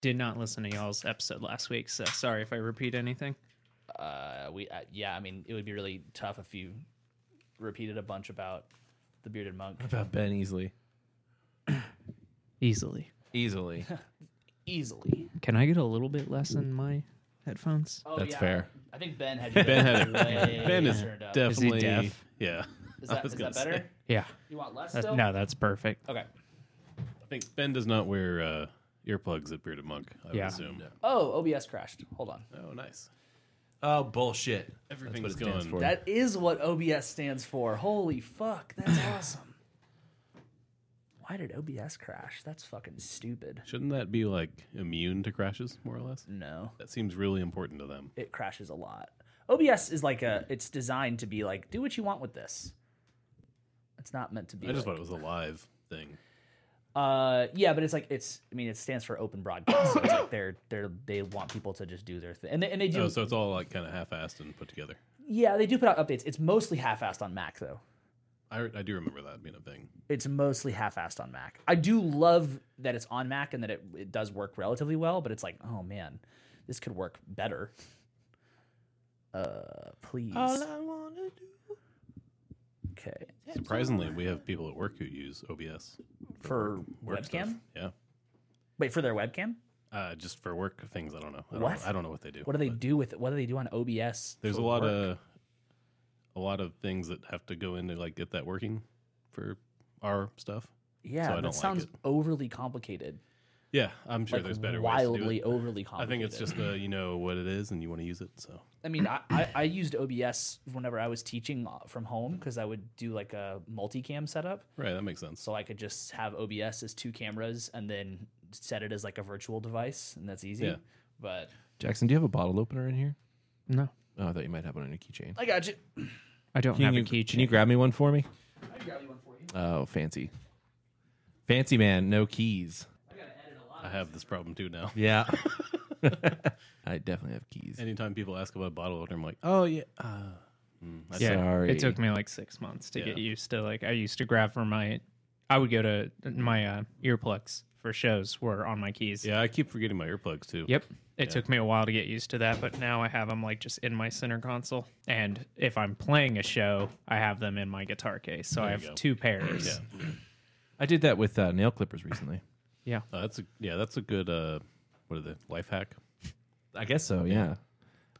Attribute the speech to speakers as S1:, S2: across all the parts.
S1: did not listen to y'all's episode last week, so sorry if I repeat anything.
S2: Uh, we uh, yeah, I mean it would be really tough if you repeated a bunch about the bearded monk
S3: About Ben Easley.
S1: Easily.
S3: Easily.
S2: easily.
S1: Can I get a little bit less in my headphones?
S2: Oh,
S3: That's fair.
S2: I think Ben had
S3: Ben had it.
S2: way
S3: Ben is
S2: turned up.
S1: Is he
S3: definitely
S1: deaf?
S3: Yeah.
S2: Is
S3: I
S2: that,
S3: was
S2: is
S3: gonna
S2: that better?
S3: say.
S1: Yeah.
S2: You want less
S1: That-
S2: still?
S1: no, that's perfect.
S2: Okay.
S3: I think Ben does not wear uh, earplugs at Bearded Monk. I
S1: Yeah.
S3: would assume.
S2: Oh, OBS crashed. Hold on.
S3: Oh, nice.
S4: Oh bullshit!
S3: Everything's
S4: That's what it stands
S3: going.
S4: for.
S2: That is what OBS stands for. Holy fuck, that's awesome. Why did OBS crash? That's fucking stupid.
S3: Shouldn't that be like immune to crashes, more or less?
S2: No,
S3: That seems really important to them.
S2: it crashes a lot. OBS is like a it's designed to be like do what you want with this. It's not meant to be
S3: I just
S2: like-
S3: thought it was a live thing.
S2: Uh, yeah, but it's like it's. I mean, it stands for open broadcast. so it's like they're they're they want people to just do their thing, and they, and they do.
S3: Oh, so it's all like kind of half-assed and put together.
S2: yeah, they do put out updates. It's mostly half-assed on Mac though.
S3: I, I do remember that being a thing.
S2: It's mostly half-assed on Mac. I do love that it's on Mac and that it it does work relatively well, but it's like, oh man, this could work better. Uh, please.
S3: wanna do.
S2: Okay,
S3: Surprisingly, we have people at work who use OBS.
S2: for
S3: Work
S2: webcam.
S3: stuff. Yeah.
S2: Wait for their webcam.
S3: Uh, just for work things, I don't know. I don't,
S2: What?
S3: I don't know what they do.
S2: What do they
S3: but
S2: do with what do they do on OBS?
S3: There's
S2: for
S3: a lot
S2: work?
S3: of a lot of things that have to go in to like get that working for our stuff.
S2: yeah.
S3: so I
S2: that
S3: don't like
S2: sounds
S3: it.
S2: overly complicated.
S3: Yeah, I'm sure
S2: like
S3: there's better
S2: wildly
S3: ways to do it.
S2: overly
S3: I
S2: complicated.
S3: think it's just uh, you know what it is and you want to use it. So
S2: I mean, I, I, I used OBS whenever I was teaching uh, from home because I would do like a multicam setup,
S3: right, that makes sense.
S2: so I could just have OBS as two cameras and then set it as like a virtual device, and that's easy.
S3: Yeah.
S2: But
S4: Jackson, do you have a bottle opener in here?
S1: No,
S4: Oh, I thought you might have one in your keychain.
S2: I got you.
S1: I don't
S4: Can
S1: have
S4: you,
S1: a keychain.
S4: can you grab me one for me?
S2: I got you one for you.
S4: Oh, fancy, fancy man, no keys.
S2: I gotta edit a lot.
S3: I have this problem too now.
S4: Yeah, I definitely have keys.
S3: Anytime people ask about bottle opener, I'm like, oh yeah, uh, mm, I
S1: yeah,
S3: suck.
S4: Sorry.
S1: it took me like six months to get used to. Like I used to grab for my, I would go to my uh, earplugs for shows were on my keys.
S3: yeah. I keep forgetting my earplugs too.
S1: Yep. It took me a while to get used to that, but now I have them like just in my center console. And if I'm playing a show, I have them in my guitar case. So I
S3: you
S1: have
S3: go.
S1: two pairs.
S3: Yeah.
S4: I did that with uh, nail clippers recently.
S1: Yeah.
S3: Uh, that's a, yeah, that's a good uh, what are the life hack?
S4: I guess so. Yeah.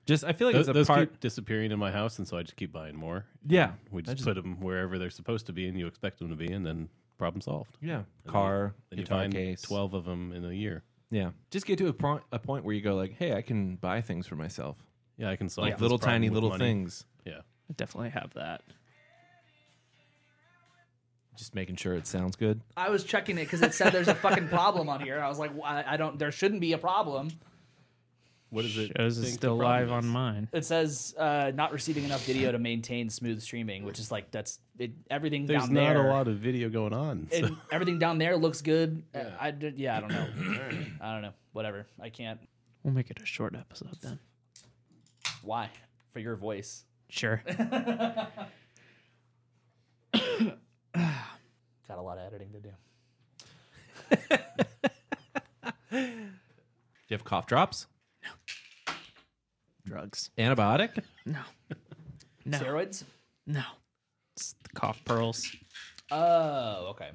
S4: Just I feel like
S3: Those,
S4: it's a
S3: those
S4: part.
S3: keep disappearing in my house, and so I just keep buying more.
S4: yeah.
S3: We
S4: I
S3: just, put 'em put them wherever they're supposed to be, and you expect them to be, and then problem solved.
S4: Yeah. Car,
S3: Then you
S4: guitar
S3: find
S4: case.
S3: twelve of them in a year.
S4: Yeah. Just get to a point a point where you go like, hey, I can buy things for myself.
S3: Yeah, I can solve
S4: Like
S3: this
S4: little
S3: problem
S4: tiny
S3: with
S4: little
S3: money.
S4: things.
S3: Yeah,
S1: I definitely have that.
S4: Just making sure it sounds good.
S2: I was checking it because it said there's a fucking problem on here. I was like, well, I, I don't. There shouldn't be a problem.
S3: what is it?
S1: Shows is
S3: think the
S1: still
S3: problem
S1: live on
S3: is?
S1: mine.
S2: It says uh, not receiving enough video to maintain smooth streaming, which is like that's it, everything
S3: There's
S2: down
S3: not
S2: there.
S3: a lot of video going on. so-
S2: and everything down there looks good. Yeah. I, did- yeah, I don't know. I don't know. Whatever. I can't.
S1: We'll make it a short episode then.
S2: Why? For your voice.
S1: Sure.
S2: Got a lot of editing to do.
S4: Do you have cough drops?
S1: Drugs.
S4: Antibiotic?
S1: No. No.
S2: Steroids?
S1: No. It's the cough pearls.
S2: Oh, okay.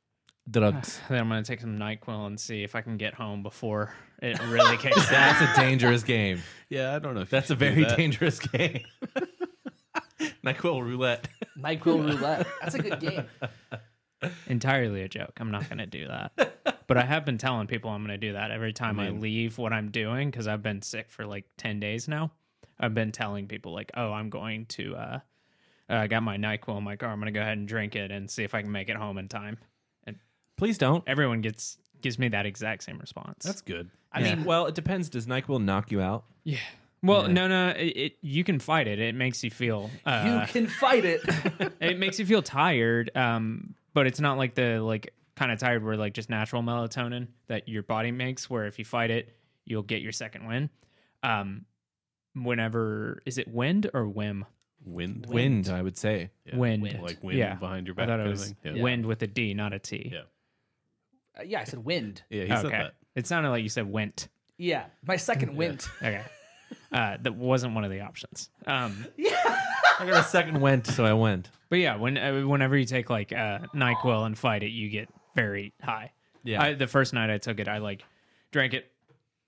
S4: Drugs.
S1: Then I'm going to take some NyQuil and see if I can get home before it really kicks in.
S4: That's a dangerous game.
S3: yeah, I don't know. If
S4: That's
S3: you
S4: a
S3: should do
S4: very
S3: that.
S4: dangerous game. NyQuil roulette.
S2: NyQuil roulette. That's a good game.
S1: Entirely a joke. I'm not going to do that. But I have been telling people I'm going to do that every time I, leave what I'm doing because I've been sick for like 10 days now. I've been telling people, like, oh, I'm going to, uh, uh, I got my NyQuil in my car. I'm going to go ahead and drink it and see if I can make it home in time. And
S4: Please don't.
S1: everyone gets, gives me that exact same response.
S3: That's good.
S4: I mean, well, it depends. Does NyQuil knock you out?
S1: Yeah. Well, no, no, it, it you can fight it. It makes you feel uh,
S3: Ah.
S2: you can fight it. Uh,
S1: it makes you feel tired. Um, but it's not like the like kind of tired where like just natural melatonin that your body makes. Where if you fight it, you'll get your second win. Um, whenever is it wind or whim?
S3: Wind,
S4: Wind, I would say.
S3: Yeah.
S1: Wind.
S3: like wind
S1: Yeah.
S3: behind your
S1: I
S3: back.
S1: thought it
S3: kind of
S1: was
S3: thing. Yeah.
S1: wind with a D, not a T.
S3: Yeah.
S2: Uh, yeah, I said wind.
S3: Yeah, he said
S1: Okay.
S3: that.
S1: It sounded like you said went.
S2: Yeah, my second wint.
S1: Okay. Uh, that wasn't one of the options. Um,
S4: I got a second went, so I went.
S1: but yeah, when uh, whenever you take like uh, Nyquil and fight it, you get very high.
S4: Yeah.
S1: I, the first night I took it, I like drank it.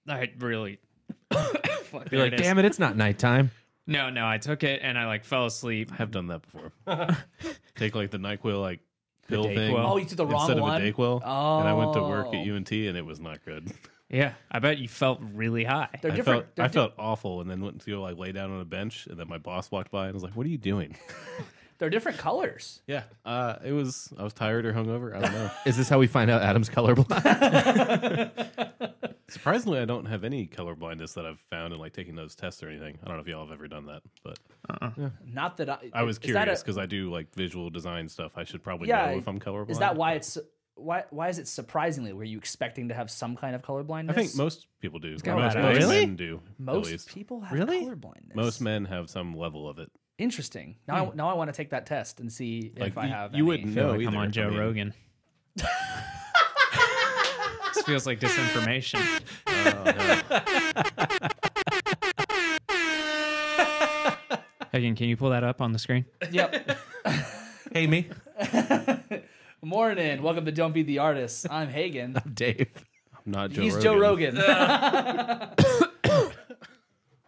S1: I really. Fuck,
S4: You're like, damn it, it's not nighttime.
S1: No, no, I took it and I like fell asleep.
S3: I have done that before. Take like the Nyquil like pill thing.
S1: Dayquil. Oh,
S2: you took the wrong
S3: instead
S2: one?
S3: of a Dayquil. And I went to work
S2: Oh.
S3: at UNT and it was not good.
S1: Yeah, I bet you felt really high.
S2: They're
S3: I
S2: different.
S3: felt
S2: they're
S3: I
S2: di-
S3: felt awful and then went to go like lay down on a bench and then my boss walked by and was like, "What are you doing?"
S2: they're different colors.
S3: yeah, uh, it was I was tired or hungover. I don't know.
S4: Is this how we find out Adam's colorblind?
S3: Surprisingly, I don't have any color blindness that I've found in like taking those tests or anything. I don't know if y'all have ever done that, but
S2: Not that I.
S3: I was
S2: is that
S3: curious
S2: a-
S3: because I do like visual design stuff. I should probably
S2: Yeah,
S3: know if I'm colorblind.
S2: Is that why it's why why is it surprisingly? Were you expecting to have some kind of color
S3: I
S2: blindness?
S3: think most people do. Or
S1: go
S3: Most,
S1: right
S3: most
S1: out.
S3: men do.
S2: most
S3: at least.
S2: people have
S4: Really?
S2: color blindness.
S3: most men have some level of it.
S2: Interesting. Now I, now I want to take that test and see if I
S3: y-
S2: have. any.
S3: you wouldn't
S1: feel
S3: know
S1: like
S3: either.
S1: I'm on Joe
S3: I mean,
S1: Rogan. this feels like disinformation. Again, can you pull that up on the screen?
S2: Yep.
S4: hey, me.
S2: Morning. Welcome to Don't Be the Artist. I'm Hagen.
S4: Dave.
S3: I'm not Joe
S2: He's
S3: Rogan.
S2: Joe Rogan.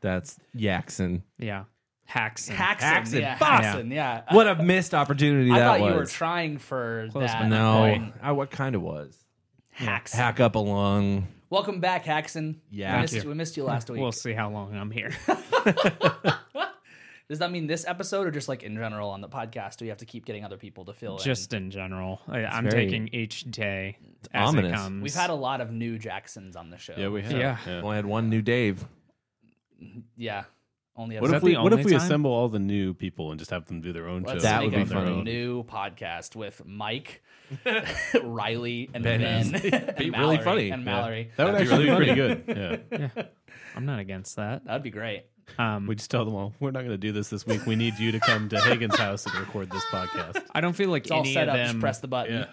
S4: That's Yaxon.
S1: Yeah. Hacks. and-
S2: Haxon.
S4: Haxon.
S2: Yeah.
S4: Fuck.
S2: Haxon, Yeah.
S4: What a missed opportunity
S2: I
S4: that
S2: thought
S4: was.
S2: you were trying for that.
S4: no, I what kind of was?
S2: Haxon.
S4: Hack up along.
S2: Welcome back, Haxon.
S4: Yeah.
S2: We
S4: Thank
S2: missed, you. we missed you last week.
S1: We'll see how long I'm here.
S2: Does that mean this episode or just like in general on the podcast? Do we have to keep getting other people to fill
S1: Just in general, I, I'm
S4: very-
S1: taking each day as
S4: ominous.
S1: it comes.
S2: in? We've had a lot of new Jacksons on the show.
S3: Yeah, we have.
S1: Yeah.
S4: Only had one new Dave.
S2: Yeah. Only
S3: What
S1: that
S3: if we
S1: the
S3: what if
S1: only
S3: we
S1: time?
S3: assemble all the new people and just have them do their own show?
S2: Let's
S4: That
S2: make
S4: would be
S2: a
S4: funny.
S3: Their own-
S2: new podcast with Mike, Riley, and Ben. and
S4: Be really
S2: Mallory,
S4: funny.
S2: And
S4: Yeah.
S2: Mallory.
S3: That would
S4: That'd be
S3: actually be
S4: really
S3: pretty good. Yeah,
S1: I'm not against that.
S2: That'd be great.
S1: Um,
S3: we just tell them all we're not going to do this this week. We need you to come to Hagen's house and record this podcast.
S1: I don't feel like
S2: It's all
S1: any of
S2: set up.
S1: them.
S2: Just press the button.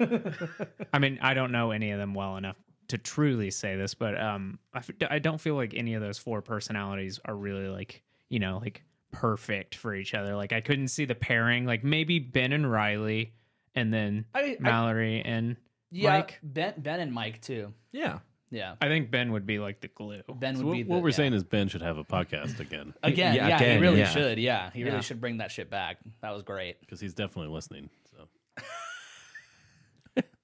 S3: Yeah,
S1: I mean, I don't know any of them well enough to truly say this, but um, I, f- I don't feel like any of those four personalities are really like you know like perfect for each other. Like I couldn't see the pairing. Like maybe Ben and Riley, and then
S2: I mean, I-
S1: Mallory and
S2: Yeah,
S1: Mike.
S2: Ben, Ben and Mike too.
S4: Yeah.
S2: Yeah,
S1: I think Ben would be like the glue.
S2: Ben would
S3: So what,
S2: be. The,
S3: what we're
S2: yeah.
S3: saying is Ben should have a podcast again
S2: again. Yeah,
S4: Yeah,
S2: he
S4: again,
S2: really
S4: yeah.
S2: should. Yeah, he really
S1: Yeah.
S2: should bring that shit back. That was great.
S3: because he's definitely listening. So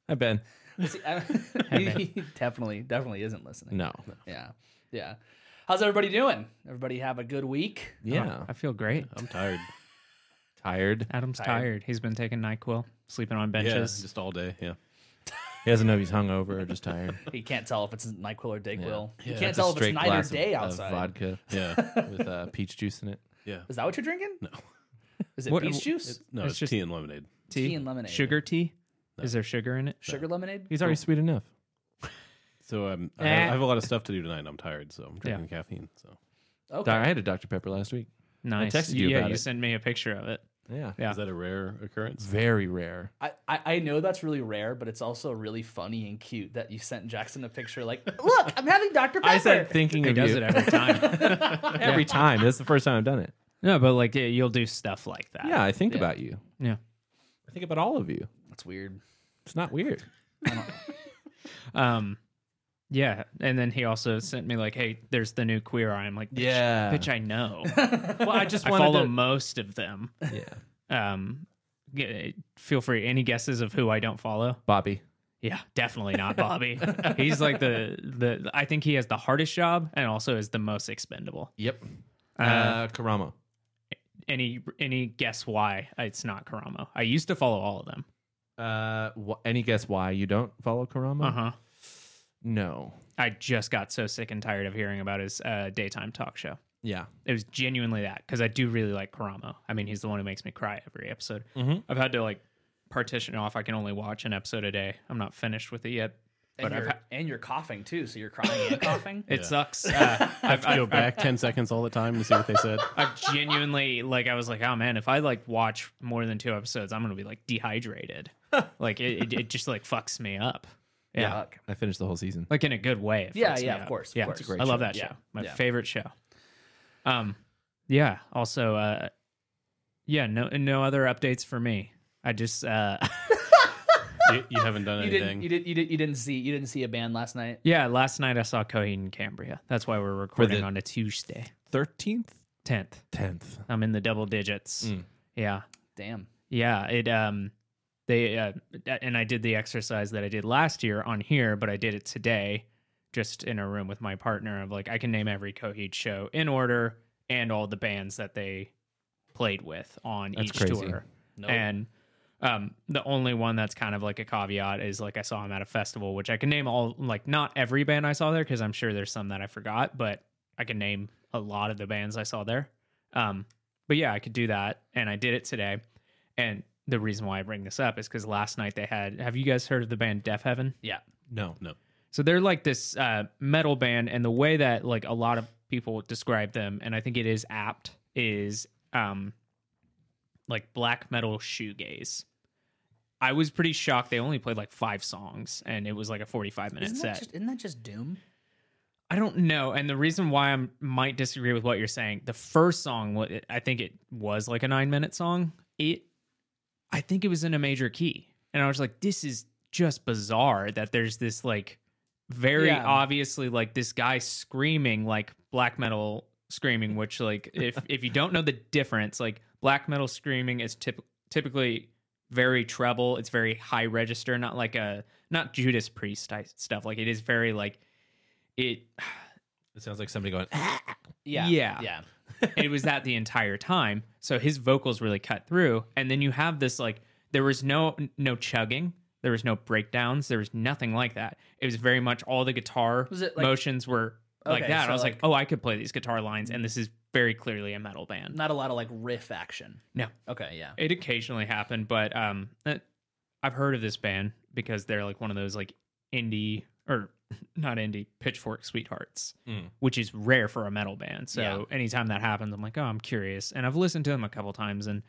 S4: Hi, Ben.
S2: See, I- he, he definitely, definitely isn't listening.
S4: No.
S2: Yeah, yeah. How's everybody doing? Everybody have a good week.
S4: Yeah.
S1: I feel great.
S3: I'm tired.
S4: Oh, tired.
S1: Adam's tired. He's been taking Nyquil, sleeping on
S3: yeah,
S1: benches.
S3: just all day. Yeah,
S4: He doesn't know if he's hungover or just tired.
S2: He can't tell if it's Nyquil or Dayquil. He
S3: Yeah,
S2: can't
S4: Just a
S2: tell if it's
S4: straight
S2: night or
S4: glass of-
S2: day
S4: of
S2: outside.
S4: vodka
S3: yeah,
S4: with uh, peach juice in it.
S3: yeah.
S2: Is that what you're drinking?
S3: No,
S2: Is it
S1: What-
S2: peach juice,
S3: no,
S1: It's
S3: it's,
S1: just-
S3: tea and lemonade.
S2: tea, and lemonade?
S1: Sugar tea? Is there sugar in it?
S2: sugar lemonade.
S4: He's already sweet enough.
S3: So um, I,
S1: Eh.
S3: have, I have a lot of stuff to do tonight. and I'm tired, so I'm drinking caffeine. So
S2: Okay.
S4: I had a Dr. Pepper last week.
S1: Nice.
S4: texted you
S1: yeah,
S4: about
S1: you
S4: it.
S1: sent me a picture of it.
S4: Yeah.
S1: Yeah.
S3: is that a rare occurrence?
S4: Very rare.
S2: I, I I know that's really rare, but it's also really funny and cute that you sent Jackson a picture like, look, I'm having Dr. Pepper.
S4: I said thinking
S1: He
S4: of
S1: does
S4: you
S1: it every time.
S4: every time. That's the first time I've done it.
S1: no, but like yeah, you'll do stuff like that.
S4: Yeah, I think about you.
S1: Yeah.
S4: I think about all of you.
S2: that's weird.
S4: It's not weird.
S1: Um, yeah, and then he also sent me like, "Hey, there's the new Queer Eye." I'm like, bitch,
S4: Yeah.
S1: bitch, I know.
S4: Well, I just
S1: I
S4: wanted
S1: follow
S4: to-
S1: most of them."
S4: Yeah.
S1: Um, g- feel free. Any guesses of who I don't follow?
S4: Bobby.
S1: Yeah, definitely not Bobby. He's like the the. I think he has the hardest job and also is the most expendable.
S4: Yep. Uh, Karamo.
S1: Any any guess why it's not Karamo? I used to follow all of them.
S4: Uh, wh- any guess why you don't follow Karamo?
S1: Uh huh.
S4: No.
S1: I just got so sick and tired of hearing about his uh, daytime talk show.
S4: Yeah.
S1: it was genuinely that because I do really like Karamo. I mean, he's the one who makes me cry every episode. I've had to like partition off. I can only watch an episode a day. I'm not finished with it yet,
S2: And
S1: but I've
S2: you're,
S1: ha-
S2: and you're coughing too, so you're crying and coughing.
S1: it sucks. Uh,
S3: I have to go back ten seconds all the time and see what they said.
S1: I've genuinely like I was like, oh man, if I like watch more than two episodes, I'm gonna be like dehydrated. like it, it, it just like fucks me up. Yeah.
S2: Fuck.
S4: I finished the whole season.
S1: Like in a good way. it
S2: Yeah,
S1: freaks me
S2: yeah, of
S1: out.
S2: course, of
S1: Yeah,
S2: course. It's a
S4: great
S1: I love
S4: show.
S1: that show.
S2: Yeah,
S1: My
S2: yeah.
S1: favorite show. Um, yeah. Also, uh, yeah. No, no other updates for me. I just uh,
S3: you, you haven't done
S2: You
S3: anything.
S2: didn't, you, did, you, did, you didn't see you didn't see a band last night.
S1: yeah. Last night I saw Coheed and Cambria. That's why we're recording on a Tuesday,
S4: Thirteenth,
S1: tenth.
S4: tenth.
S1: I'm in the double digits.
S4: Mm.
S1: Yeah.
S2: Damn.
S1: Yeah, it um they uh and I did the exercise that I did last year on here, but I did it today just in a room with my partner of like I can name every Coheed show in order and all the bands that they played with on
S4: That's
S1: each
S4: crazy.
S1: tour. And um the only one that's kind of like a caveat is like I saw him at a festival, which I can name all like not every band I saw there because I'm sure there's some that I forgot, but I can name a lot of the bands I saw there. Um but yeah, I could do that and I did it today. And the reason why I bring this up is because last night they had have you guys heard of the band Deaf Heaven?
S2: Yeah.
S4: No,
S3: no.
S1: So they're like this uh, metal band, and the way that like a lot of people describe them, and I think it is apt, is um, like black metal shoegaze. I was pretty shocked. They only played like five songs, and it was like a forty-five minute
S2: Isn't
S1: set.
S2: that, just, isn't that just doom?
S1: I don't know, and the reason why I might disagree with what you're saying, the first song, wa- I think it was like a nine-minute song. It, I think it was in a major key, and I was like, this is just bizarre that there's this like very
S2: Yeah.
S1: obviously like this guy screaming like black metal screaming, which like if if you don't know the difference, like black metal screaming is typ- typically very treble, it's very high register, not like a not Judas Priest type stuff. Like it is very like it
S4: It sounds like somebody going.
S2: Yeah.
S1: Yeah.
S2: Yeah.
S1: it was that the entire time. So his vocals really cut through. And then you have this like there was no no chugging, there was no breakdowns, there was nothing like that. It was very much all the guitar
S2: Was it, like-
S1: motions were like
S2: Okay,
S1: that.
S2: so,
S1: I was like,
S2: like-
S1: oh, I could play these guitar lines, and this is very clearly a metal band.
S2: Not a lot of like riff action.
S1: No.
S2: Okay. Yeah.
S1: It occasionally happened, but um, eh, I've heard of this band because they're like one of those like indie or not indie pitchfork sweethearts,
S4: Mm.
S1: which is rare for a metal band. So anytime that happens, I'm like, oh, I'm curious, and I've listened to them a couple times, and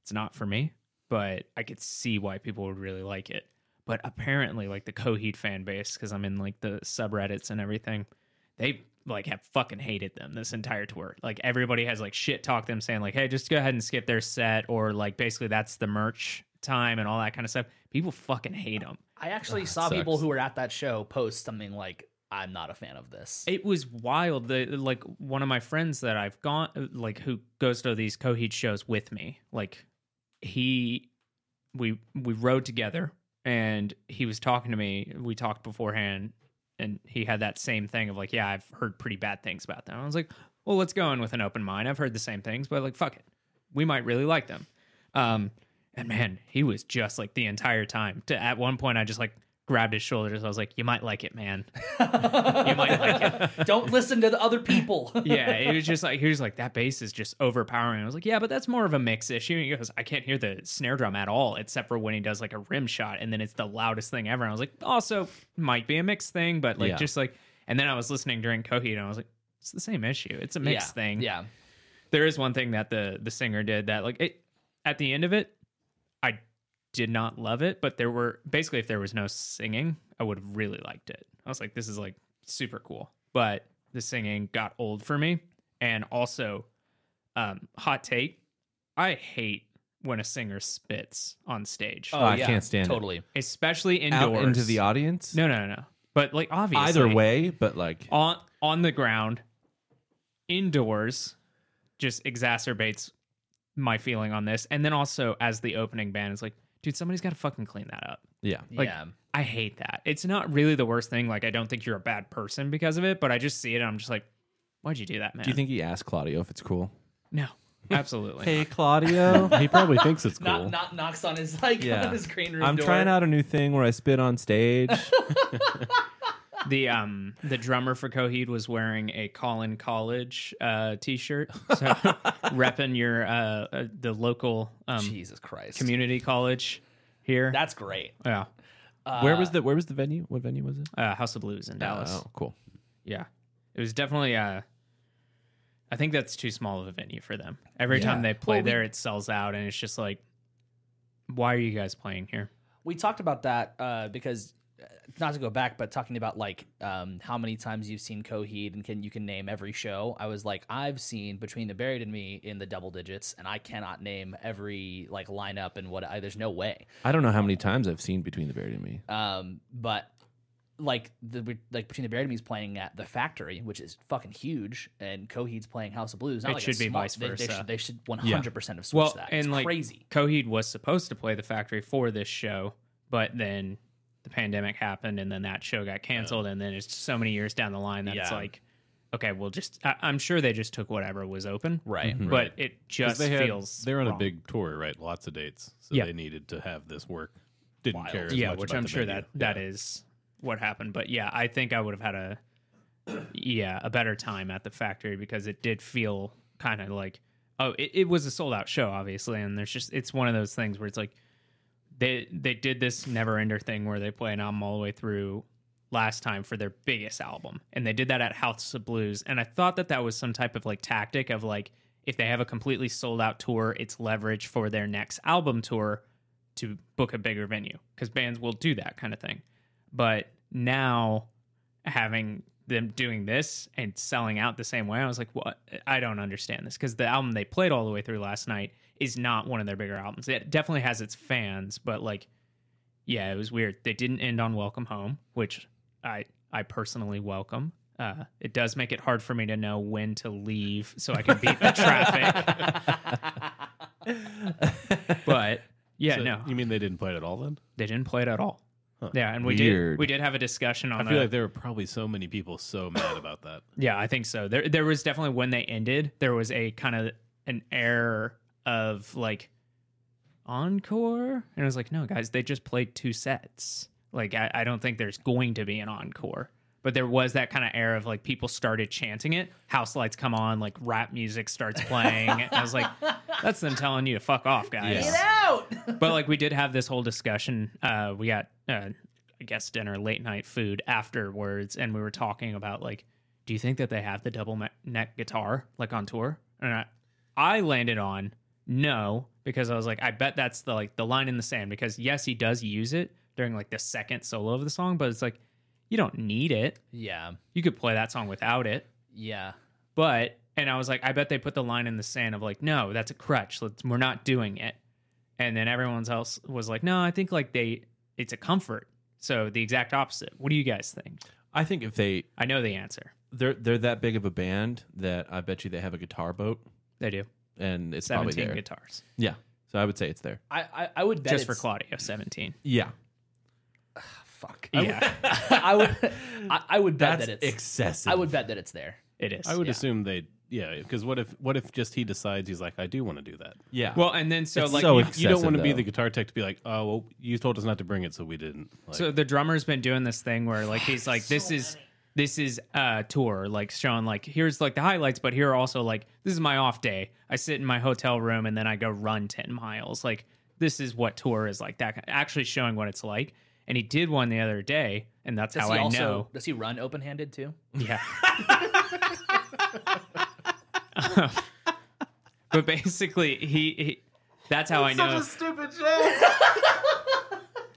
S1: it's not for me, but I could see why people would really like it. But apparently, like the Coheed fan base, because I'm in like the subreddits and everything, they like have fucking hated them this entire tour. Like everybody has like shit talked them saying like, hey, just go ahead and skip their set or like basically that's the merch time and all that kind of stuff. People fucking hate them.
S2: I
S1: Ah,
S2: actually saw
S4: sucks.
S2: people who were at that show post something like, "I'm not a fan of this."
S1: It was wild. The like one of my friends that I've gone like who goes to these Coheed shows with me. Like he we we rode together and he was talking to me. We talked beforehand and he had that same thing of like, yeah, I've heard pretty bad things about them. I was like, well, let's go in with an open mind. I've heard the same things, but like fuck it. We might really like them. Um and man, he was just like the entire time. To at one point I just like grabbed his shoulders. I was like, you might like it, man. you might like it
S2: Don't listen to the other people.
S1: yeah, it was just like he was like that bass is just overpowering. I was like, yeah, but that's more of a mix issue. And he goes, I can't hear the snare drum at all, except for when he does like a rim shot, and then it's the loudest thing ever. And I was like, also might be a mix thing, but like
S4: Yeah.
S1: just like. And then I was listening during Coheed, and I was like, it's the same issue. It's a mix
S2: Yeah,
S1: thing.
S2: Yeah.
S1: There is one thing that the the singer did that like it at the end of it, I did not love it, but there were basically if there was no singing, I would have really liked it. I was like, this is like super cool. But the singing got old for me. And also, um, hot take, I hate when a singer spits on stage.
S4: Ah, I can't stand it.
S2: totally.
S1: Especially
S4: Oh. out
S1: indoors.
S4: into the audience.
S1: No, no, no, no. But like obviously
S4: Either way, but like
S1: on on the ground indoors just exacerbates my feeling on this and then also as the opening band is like dude somebody's got to fucking clean that up
S4: yeah.
S1: Like-
S2: yeah.
S1: i hate that it's not really the worst thing like i don't think you're a bad person because of it but i just see it and i'm just like why'd you do that man
S4: Do you think he asked Claudio if it's cool?
S1: no absolutely not.
S4: Claudio.
S3: he probably thinks it's cool.
S2: Not, not knocks on his like
S4: yeah.
S2: on his green room
S4: I'm
S2: door.
S4: trying um, out a new thing where I spit on stage.
S1: the um the drummer for Coheed was wearing a Colin College uh t-shirt so repping your uh, uh the local um
S2: Jesus Christ.
S1: community college here
S2: That's great.
S1: yeah
S4: where was the Where was the venue? What venue was it?
S1: uh, House of Blues in Dallas.
S4: Oh, cool.
S1: Yeah, it was definitely. Uh, I think that's too small of a venue for them. Every time they play
S2: Well, we-
S1: there, it sells out, and it's just like, why are you guys playing here?
S2: We talked about that uh, because uh, not to go back, but talking about like um, how many times you've seen Coheed and can you can name every show. I was like, I've seen Between the Buried and Me in the double digits, and I cannot name every like lineup and what. I, there's no way.
S4: I don't know how many times I've seen Between the Buried and Me.
S2: Um, but like the like Between the Buried and Me is playing at the Factory, which is fucking huge, and Coheed's playing House of Blues. Not
S1: It
S2: like a
S1: should be
S2: small-
S1: vice
S2: they- They,
S1: versa.
S2: should, they should 100 percent have
S1: Well,
S2: switched that.
S1: and
S2: it's
S1: like
S2: crazy.
S1: Coheed was supposed to play the factory for this show, but then the pandemic happened, and then that show got canceled, and then it's so many years down the line that it's
S2: Yeah.
S1: like, okay, we'll just. I, I'm sure they just took whatever was open,
S2: Right.
S1: But it just
S3: they had,
S1: feels
S3: they're on
S1: wrong.
S3: a big tour, right? Lots of dates, so
S1: Yeah.
S3: they needed to have this work. Didn't care. As
S1: yeah,
S3: much
S1: which
S3: about
S1: I'm
S3: the
S1: sure
S3: venue.
S1: that that is what happened. But yeah, I think I would have had a yeah a better time at the factory because it did feel kind of like oh it, it was a sold out show obviously, and there's just it's one of those things where it's like they they did this never ender thing where they play an album all the way through last time for their biggest album and they did that at house of blues and i thought that that was some type of like tactic of like if they have a completely sold out tour it's leverage for their next album tour to book a bigger venue because bands will do that kind of thing but now having them doing this and selling out the same way i was like what i don't understand this because the album they played all the way through last night is not one of their bigger albums it definitely has its fans but like yeah, it was weird. They didn't end on Welcome Home, which I I personally welcome. Uh, it does make it hard for me to know when to leave so I can beat the traffic. but yeah,
S3: So
S1: no,
S3: You mean they didn't play it at all then?
S1: they didn't play it at all. Yeah, and we
S4: Weird.
S1: did we did have a discussion on
S3: I feel
S1: the-
S3: like there were probably so many people so mad about that.
S1: Yeah, I think so. There there was definitely when they ended, there was a kind of an air of like encore. And it was like, no, guys, they just played two sets. Like I, I don't think there's going to be an encore. But there was that kind of air of like people started chanting it. House lights come on, like rap music starts playing. and I was like, that's them telling you to fuck off, guys
S3: Yeah.
S2: out.
S1: but like we did have this whole discussion uh we got uh i guess dinner late night food afterwards and we were talking about like do you think that they have the double me- neck guitar like on tour and i i landed on no because i was like i bet that's the like the line in the sand because yes he does use it during like the second solo of the song but it's like you don't need it
S2: yeah.
S1: you could play that song without it
S2: Yeah.
S1: but and I was like, I bet they put the line in the sand of like, no, that's a crutch. Let's we're not doing it. And then everyone else was like, no, I think like they it's a comfort. So the exact opposite. What do you guys think?
S4: I think if they
S1: I know the answer.
S4: they're they're that big of a band that I bet you they have a guitar boat
S1: They do.
S4: and it's probably
S1: Seventeen
S4: there.
S1: guitars.
S4: Yeah. So I would say it's there.
S2: I, I, I would bet
S1: Just for
S2: it's-
S1: Claudio, seventeen.
S4: Yeah.
S2: Fuck.
S1: Yeah,
S2: I would I, I would bet
S4: That's
S2: that it's
S4: excessive.
S2: I would bet that it's there.
S1: it is.
S3: I would assume they, yeah, because what if what if just he decides he's like, I do want to do that.
S4: Yeah.
S1: Well, and then so
S4: It's
S1: like
S4: so
S1: you-
S4: ex-
S3: you don't
S4: Excessive,
S3: want to be
S4: though.
S3: the guitar tech to be like, oh, well, you told us not to bring it, so we didn't. Like,
S1: So the drummer's been doing this thing where like he's like this is this is a tour like showing like here's like the highlights but here are also like this is my off day. I sit in my hotel room and then I go run 10 miles. Like this is what tour is like that actually showing what it's like. And he did one the other day and that's
S2: Does
S1: how
S2: he
S1: I
S2: also
S1: know.
S2: does he run open handed too?
S1: Yeah. Um, but basically, he, he that's how I know. stupid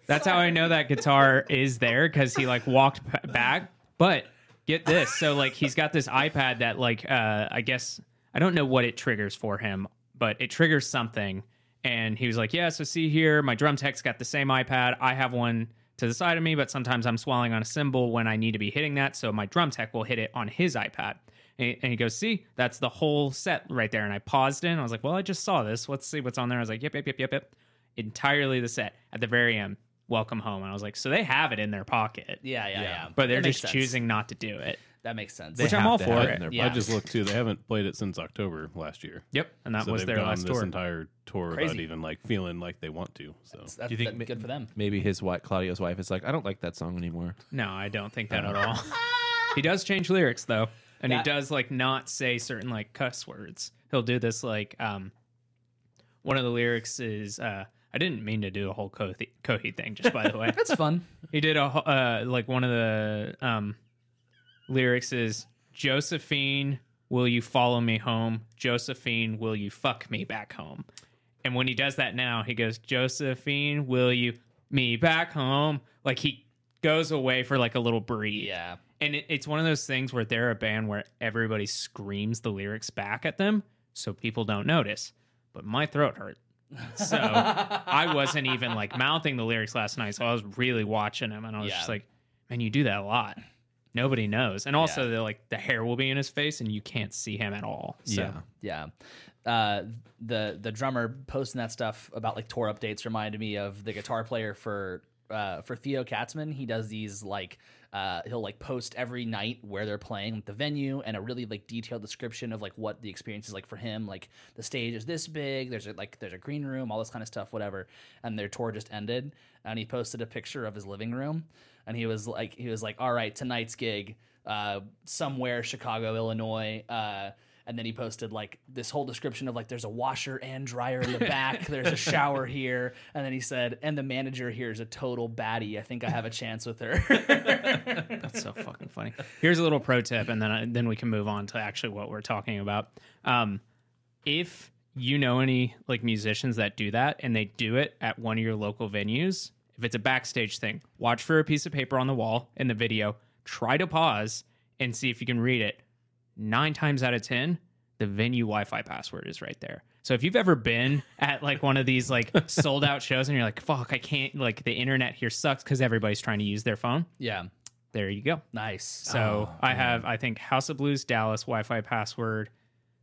S1: that's how I know that guitar is there because he like walked p- back. But get this, so like he's got this iPad that like uh I guess I don't know what it triggers for him, but it triggers something. And he was like, "Yeah, so see here, my drum tech's got the same iPad. I have one to the side of me, but sometimes I'm swallowing on a cymbal when I need to be hitting that, so my drum tech will hit it on his iPad." And and he goes, "See, that's the whole set right there." And I paused in. I was like, "Well, I just saw this. Let's see what's on there." I was like, "Yep, yep, yep, yep, yep." Entirely the set at the very end. Welcome home. And I was like, "So they have it in their pocket."
S2: Yeah, yeah, yeah.
S1: But they're
S2: That makes
S1: just
S2: sense.
S1: choosing not to do it.
S2: That makes sense.
S4: They
S1: which I'm
S4: have
S1: all
S4: to
S1: for
S4: have
S1: it.
S4: in their
S2: Yeah.
S3: I just looked too. They haven't played it since October last year.
S1: Yep. And that
S3: so
S1: was
S3: they've
S1: their
S3: gone
S1: last
S3: this
S1: tour.
S3: entire tour
S2: Crazy.
S3: without even like feeling like they want to. So
S2: That's,
S4: Do you think
S2: that- good for them?
S4: Maybe his wife, Claudio's wife, is like, I don't like that song anymore.
S1: No, I don't think
S3: Oh.
S1: that at all. he does change lyrics though, and
S2: That-
S1: he does like not say certain like cuss words. He'll do this like um one of the lyrics is uh I didn't mean to do a whole Coheed Coheed thing just by the way.
S2: That's fun.
S1: He did a wh- uh like one of the um lyrics is Josephine, will you follow me home? Josephine, will you fuck me back home? And when he does that now, he goes, Josephine, will you me back home? Like he goes away for like a little breathe.
S2: Yeah.
S1: And it, it's one of those things where they're a band where everybody screams the lyrics back at them so people don't notice. But my throat hurt. So I wasn't even like mouthing the lyrics last night. So I was really watching them and I was
S2: Yeah.
S1: just like, man, you do that a lot. Nobody knows. And also, the, like the hair will be in his face and you can't see him at all. So.
S2: Yeah.
S4: Yeah.
S2: Uh, the the drummer posting that stuff about like tour updates reminded me of the guitar player for uh, for Theo Katzman. He does these like uh, he'll like post every night where they're playing the venue and a really like detailed description of like what the experience is like for him. Like the stage is this big. There's a, like there's a green room, all this kind of stuff, whatever. And their tour just ended, and he posted a picture of his living room, and he was like he was like, all right, tonight's gig, uh, somewhere Chicago, Illinois. Uh, and then he posted like this whole description of like there's a washer and dryer in the back, there's a shower here, and then he said, and the manager here is a total baddie. I think I have a chance with her.
S1: That's so fucking funny. Here's a little pro tip, and then I, then we can move on to actually what we're talking about. Um, if you know any like musicians that do that and they do it at one of your local venues, if it's a backstage thing, watch for a piece of paper on the wall in the video. Try to pause and see if you can read it. Nine times out of ten, the venue Wi-Fi password is right there. So if you've ever been at like one of these like sold out shows and you're like, fuck, I can't like the internet here sucks because everybody's trying to use their phone.
S2: yeah,
S1: There you go.
S2: nice.
S1: So I have, I think, House of Blues, Dallas, Wi Fi password.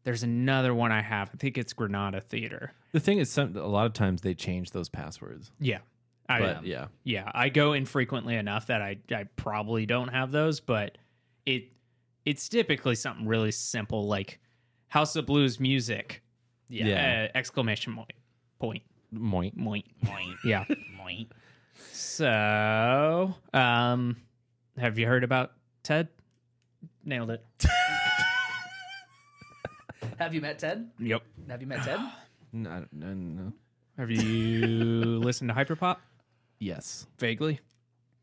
S1: There's another one I have. I think it's Granada Theater.
S4: The thing is, some, a lot of times they change those passwords.
S1: Yeah. I,
S4: But yeah,
S1: yeah. I go infrequently enough that I, I probably don't have those, but it it's typically something really simple like House of Blues music,
S2: yeah,
S4: Yeah.
S1: uh, exclamation point, point,
S4: moink.
S1: point.
S2: Moink,
S1: Yeah.
S2: Oh, moink.
S1: So, um, have you heard about Ted? Nailed it.
S2: Have you met Ted?
S1: Yep.
S2: Have you met Ted?
S4: No, no, no.
S1: Have you listened to Hyperpop?
S4: Yes,
S1: Vaguely.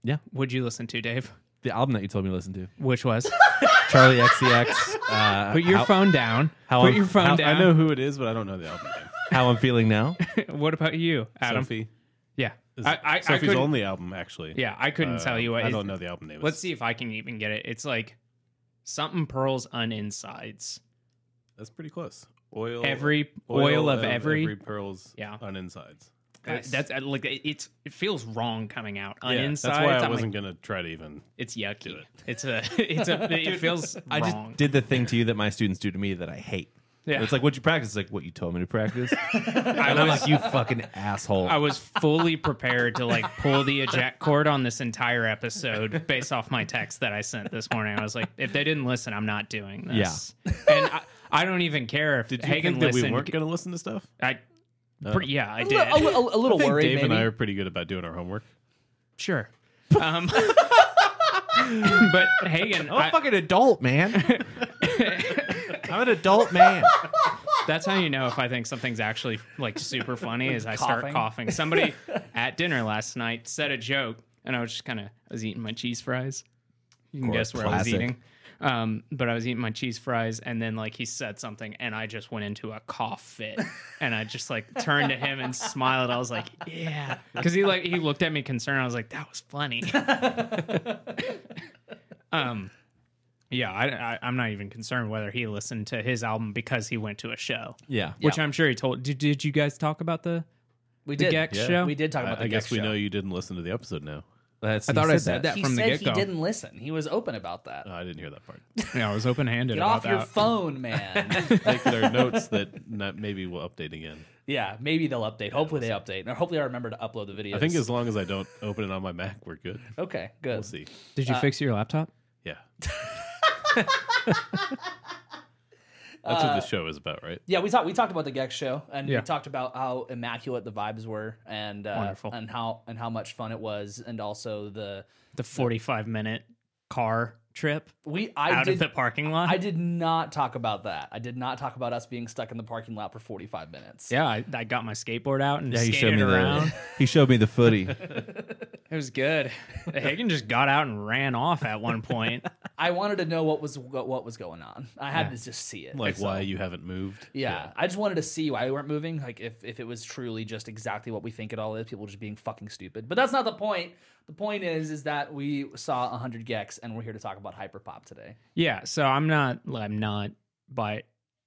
S4: Yeah.
S1: Would you listen to Dave?
S4: the album that you told me to listen to,
S1: Which was?
S4: Charlie XCX. Uh,
S1: Put your
S4: how,
S1: phone down.
S4: how
S1: Put
S4: I'm-
S1: your phone
S4: how- I
S1: down.
S3: I know who it is, but I don't know the album name.
S4: how I'm feeling now.
S1: what about you, Adam?
S3: Sophie.
S1: Yeah.
S3: Is
S1: I, I, I
S3: Sophie's
S1: couldn't,
S3: only album, actually.
S1: Yeah, I couldn't
S3: Uh,
S1: tell you what.
S3: I
S1: it-
S3: don't know the album name.
S1: Let's see if I can even get it. It's like something pearls on insides.
S3: That's pretty close. Oil.
S1: Every oil, of, every.
S3: pearls
S1: Yeah.
S3: on insides.
S1: Uh, that's uh, like it- it's it feels wrong coming out on
S3: Yeah,
S1: insides.
S3: That's why I
S1: I'm
S3: wasn't
S1: Like,
S3: gonna try to even.
S1: it's yucky. It's a. It's a. It feels
S4: I just
S1: wrong.
S4: did the thing to you that my students do to me that I hate.
S1: Yeah.
S4: It's like what you practice, like what you told me to practice.
S1: I
S4: And I'm
S1: was-
S4: like, you fucking asshole.
S1: I was fully prepared to like pull the eject cord on this entire episode based off my text that I sent this morning. I was like, if they didn't listen, I'm not doing this. Yeah. And I, I don't even care if
S3: Did you
S1: Hagen
S3: think that we
S1: listened.
S3: weren't Oh. gonna listen to stuff?
S1: I, pre- yeah, I
S2: A,
S1: did.
S2: li- a, li- a
S3: I
S2: little
S3: think
S2: worried,
S3: Dave
S2: maybe.
S3: and I are pretty good about doing our homework.
S1: Sure. Um, but Hagen,
S4: I'm a
S1: I-
S4: fucking adult, man. I'm an adult man.
S1: that's how you know if I think something's actually like super funny is I start
S2: Coughing.
S1: coughing. Somebody at dinner last night said a joke, and I was just kind of I was eating my cheese fries. You can guess where
S4: classic.
S1: I was eating. Um, but I was eating my cheese fries, and then like he said something, and I just went into a cough fit, and I just like turned to him and smiled. I was like, "Yeah," because he like he looked at me concerned. I was like, "That was funny." um, yeah, I, I I'm not even concerned whether he listened to his album because he went to a show
S4: Yeah.
S1: which I'm sure he told. Did, did you guys talk about the
S2: we
S1: the
S2: did.
S1: Gex
S3: Yeah.
S1: show?
S2: We did talk about
S3: I,
S2: the
S3: I guess
S2: Gex
S3: we
S2: show.
S3: know you didn't listen to the episode now.
S4: That's,
S1: I
S4: you
S1: thought I said that
S2: He
S1: from the
S2: said
S1: get go.
S2: he didn't listen. He was open about that.
S3: No, Uh, I didn't hear that part.
S1: Yeah, I was open handed
S2: Get off
S1: about
S2: your
S1: that.
S2: phone, man.
S3: I think there are notes that not, maybe we'll update again.
S2: Yeah, maybe they'll update. Hopefully they update. Or hopefully I remember to upload the video.
S3: I think as long as I don't open it on my Mac, we're good.
S2: okay, good.
S3: We'll see.
S1: Did
S2: Uh,
S1: you fix your laptop?
S3: Yeah. That's what the show is about, right?
S2: Yeah, we talked we talked about the Gex show and
S1: Yeah.
S2: we talked about how immaculate the vibes were and uh,
S1: Wonderful.
S2: and how and how much fun it was and also the
S1: The 45 minute car trip
S2: we I
S1: out
S2: did
S1: of the parking lot.
S2: I did not talk about that. I did not talk about us being stuck in the parking lot for 45 minutes.
S1: yeah, I, I got my skateboard out and
S4: Yeah, he showed
S1: skated
S4: me
S1: around.
S4: the. He showed me the footy.
S1: It was good. Hagen just got out and ran off at one point.
S2: I wanted to know what was what, what was going on. I had
S1: Yeah.
S2: to just see it.
S3: Like
S2: So,
S1: uh,
S3: why you haven't moved?
S2: Yeah, I just wanted to see why we weren't moving. Like if if it was truly just exactly what we think it all is, people just being fucking stupid. But that's not the point. The point is is that we saw 100 Gex and we're here to talk about hyperpop today.
S1: yeah, so I'm not I'm not by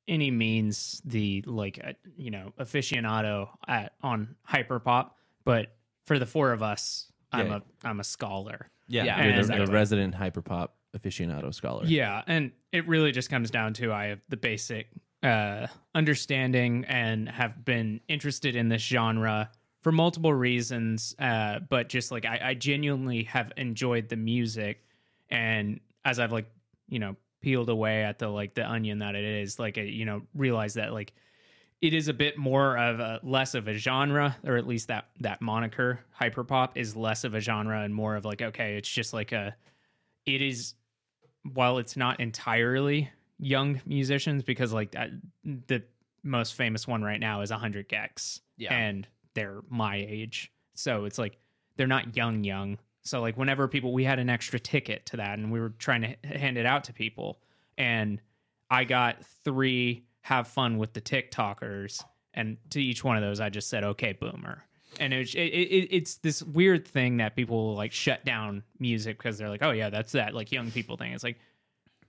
S1: any means the like uh, you know aficionado at on hyperpop, but for the four of us, I'm
S4: Yeah.
S1: a I'm a scholar.
S4: Yeah,
S2: Yeah,
S4: you're the,
S1: exactly.
S4: the resident hyperpop aficionado scholar.
S1: Yeah, and it really just comes down to I have the basic uh, understanding and have been interested in this genre for multiple reasons. Uh, but just like I, I genuinely have enjoyed the music, and as I've like you know peeled away at the like the onion that it is, like I, you know realize that like it is a bit more of a less of a genre or at least that that moniker hyperpop is less of a genre and more of like okay it's just like a it is while it's not entirely young musicians because like that, the most famous one right now is 100 gex
S2: Yeah.
S1: and they're my age so it's like they're not young young so like whenever people we had an extra ticket to that and we were trying to h- hand it out to people and i got three have fun with the tiktokers and to each one of those i just said okay boomer and it, it, it, it's this weird thing that people like shut down music because they're like oh yeah that's that like young people thing it's like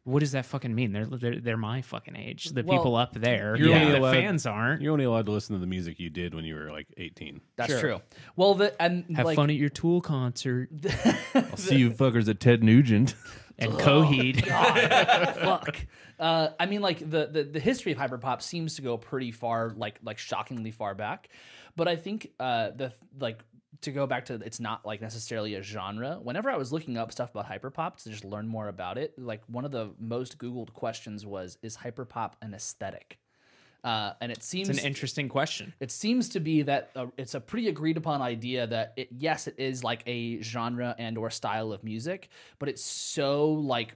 S1: what does that fucking mean? They're they're, they're my fucking age. The
S2: Well,
S1: people up there,
S3: you're
S1: yeah,
S3: only
S1: the
S3: allowed-
S1: fans aren't.
S3: You're only allowed to listen to the music you did when you were like 18.
S2: That's true. Well, the and
S1: Have
S2: like
S1: fun at your Tool concert
S4: I'll see you fuckers at Ted Nugent.
S1: and Coheed.
S2: fuck. Uh, I mean, like the, the the history of hyperpop seems to go pretty far, like like shockingly far back. But I think uh, the like to go back to it's not like necessarily a genre. Whenever I was looking up stuff about hyperpop to just learn more about it, like one of the most googled questions was, "Is hyperpop an aesthetic?" Uh, and it seems
S1: It's an interesting question.
S2: it seems to be that uh, it's a pretty agreed upon idea that it, yes it is like a genre and or style of music but it's so like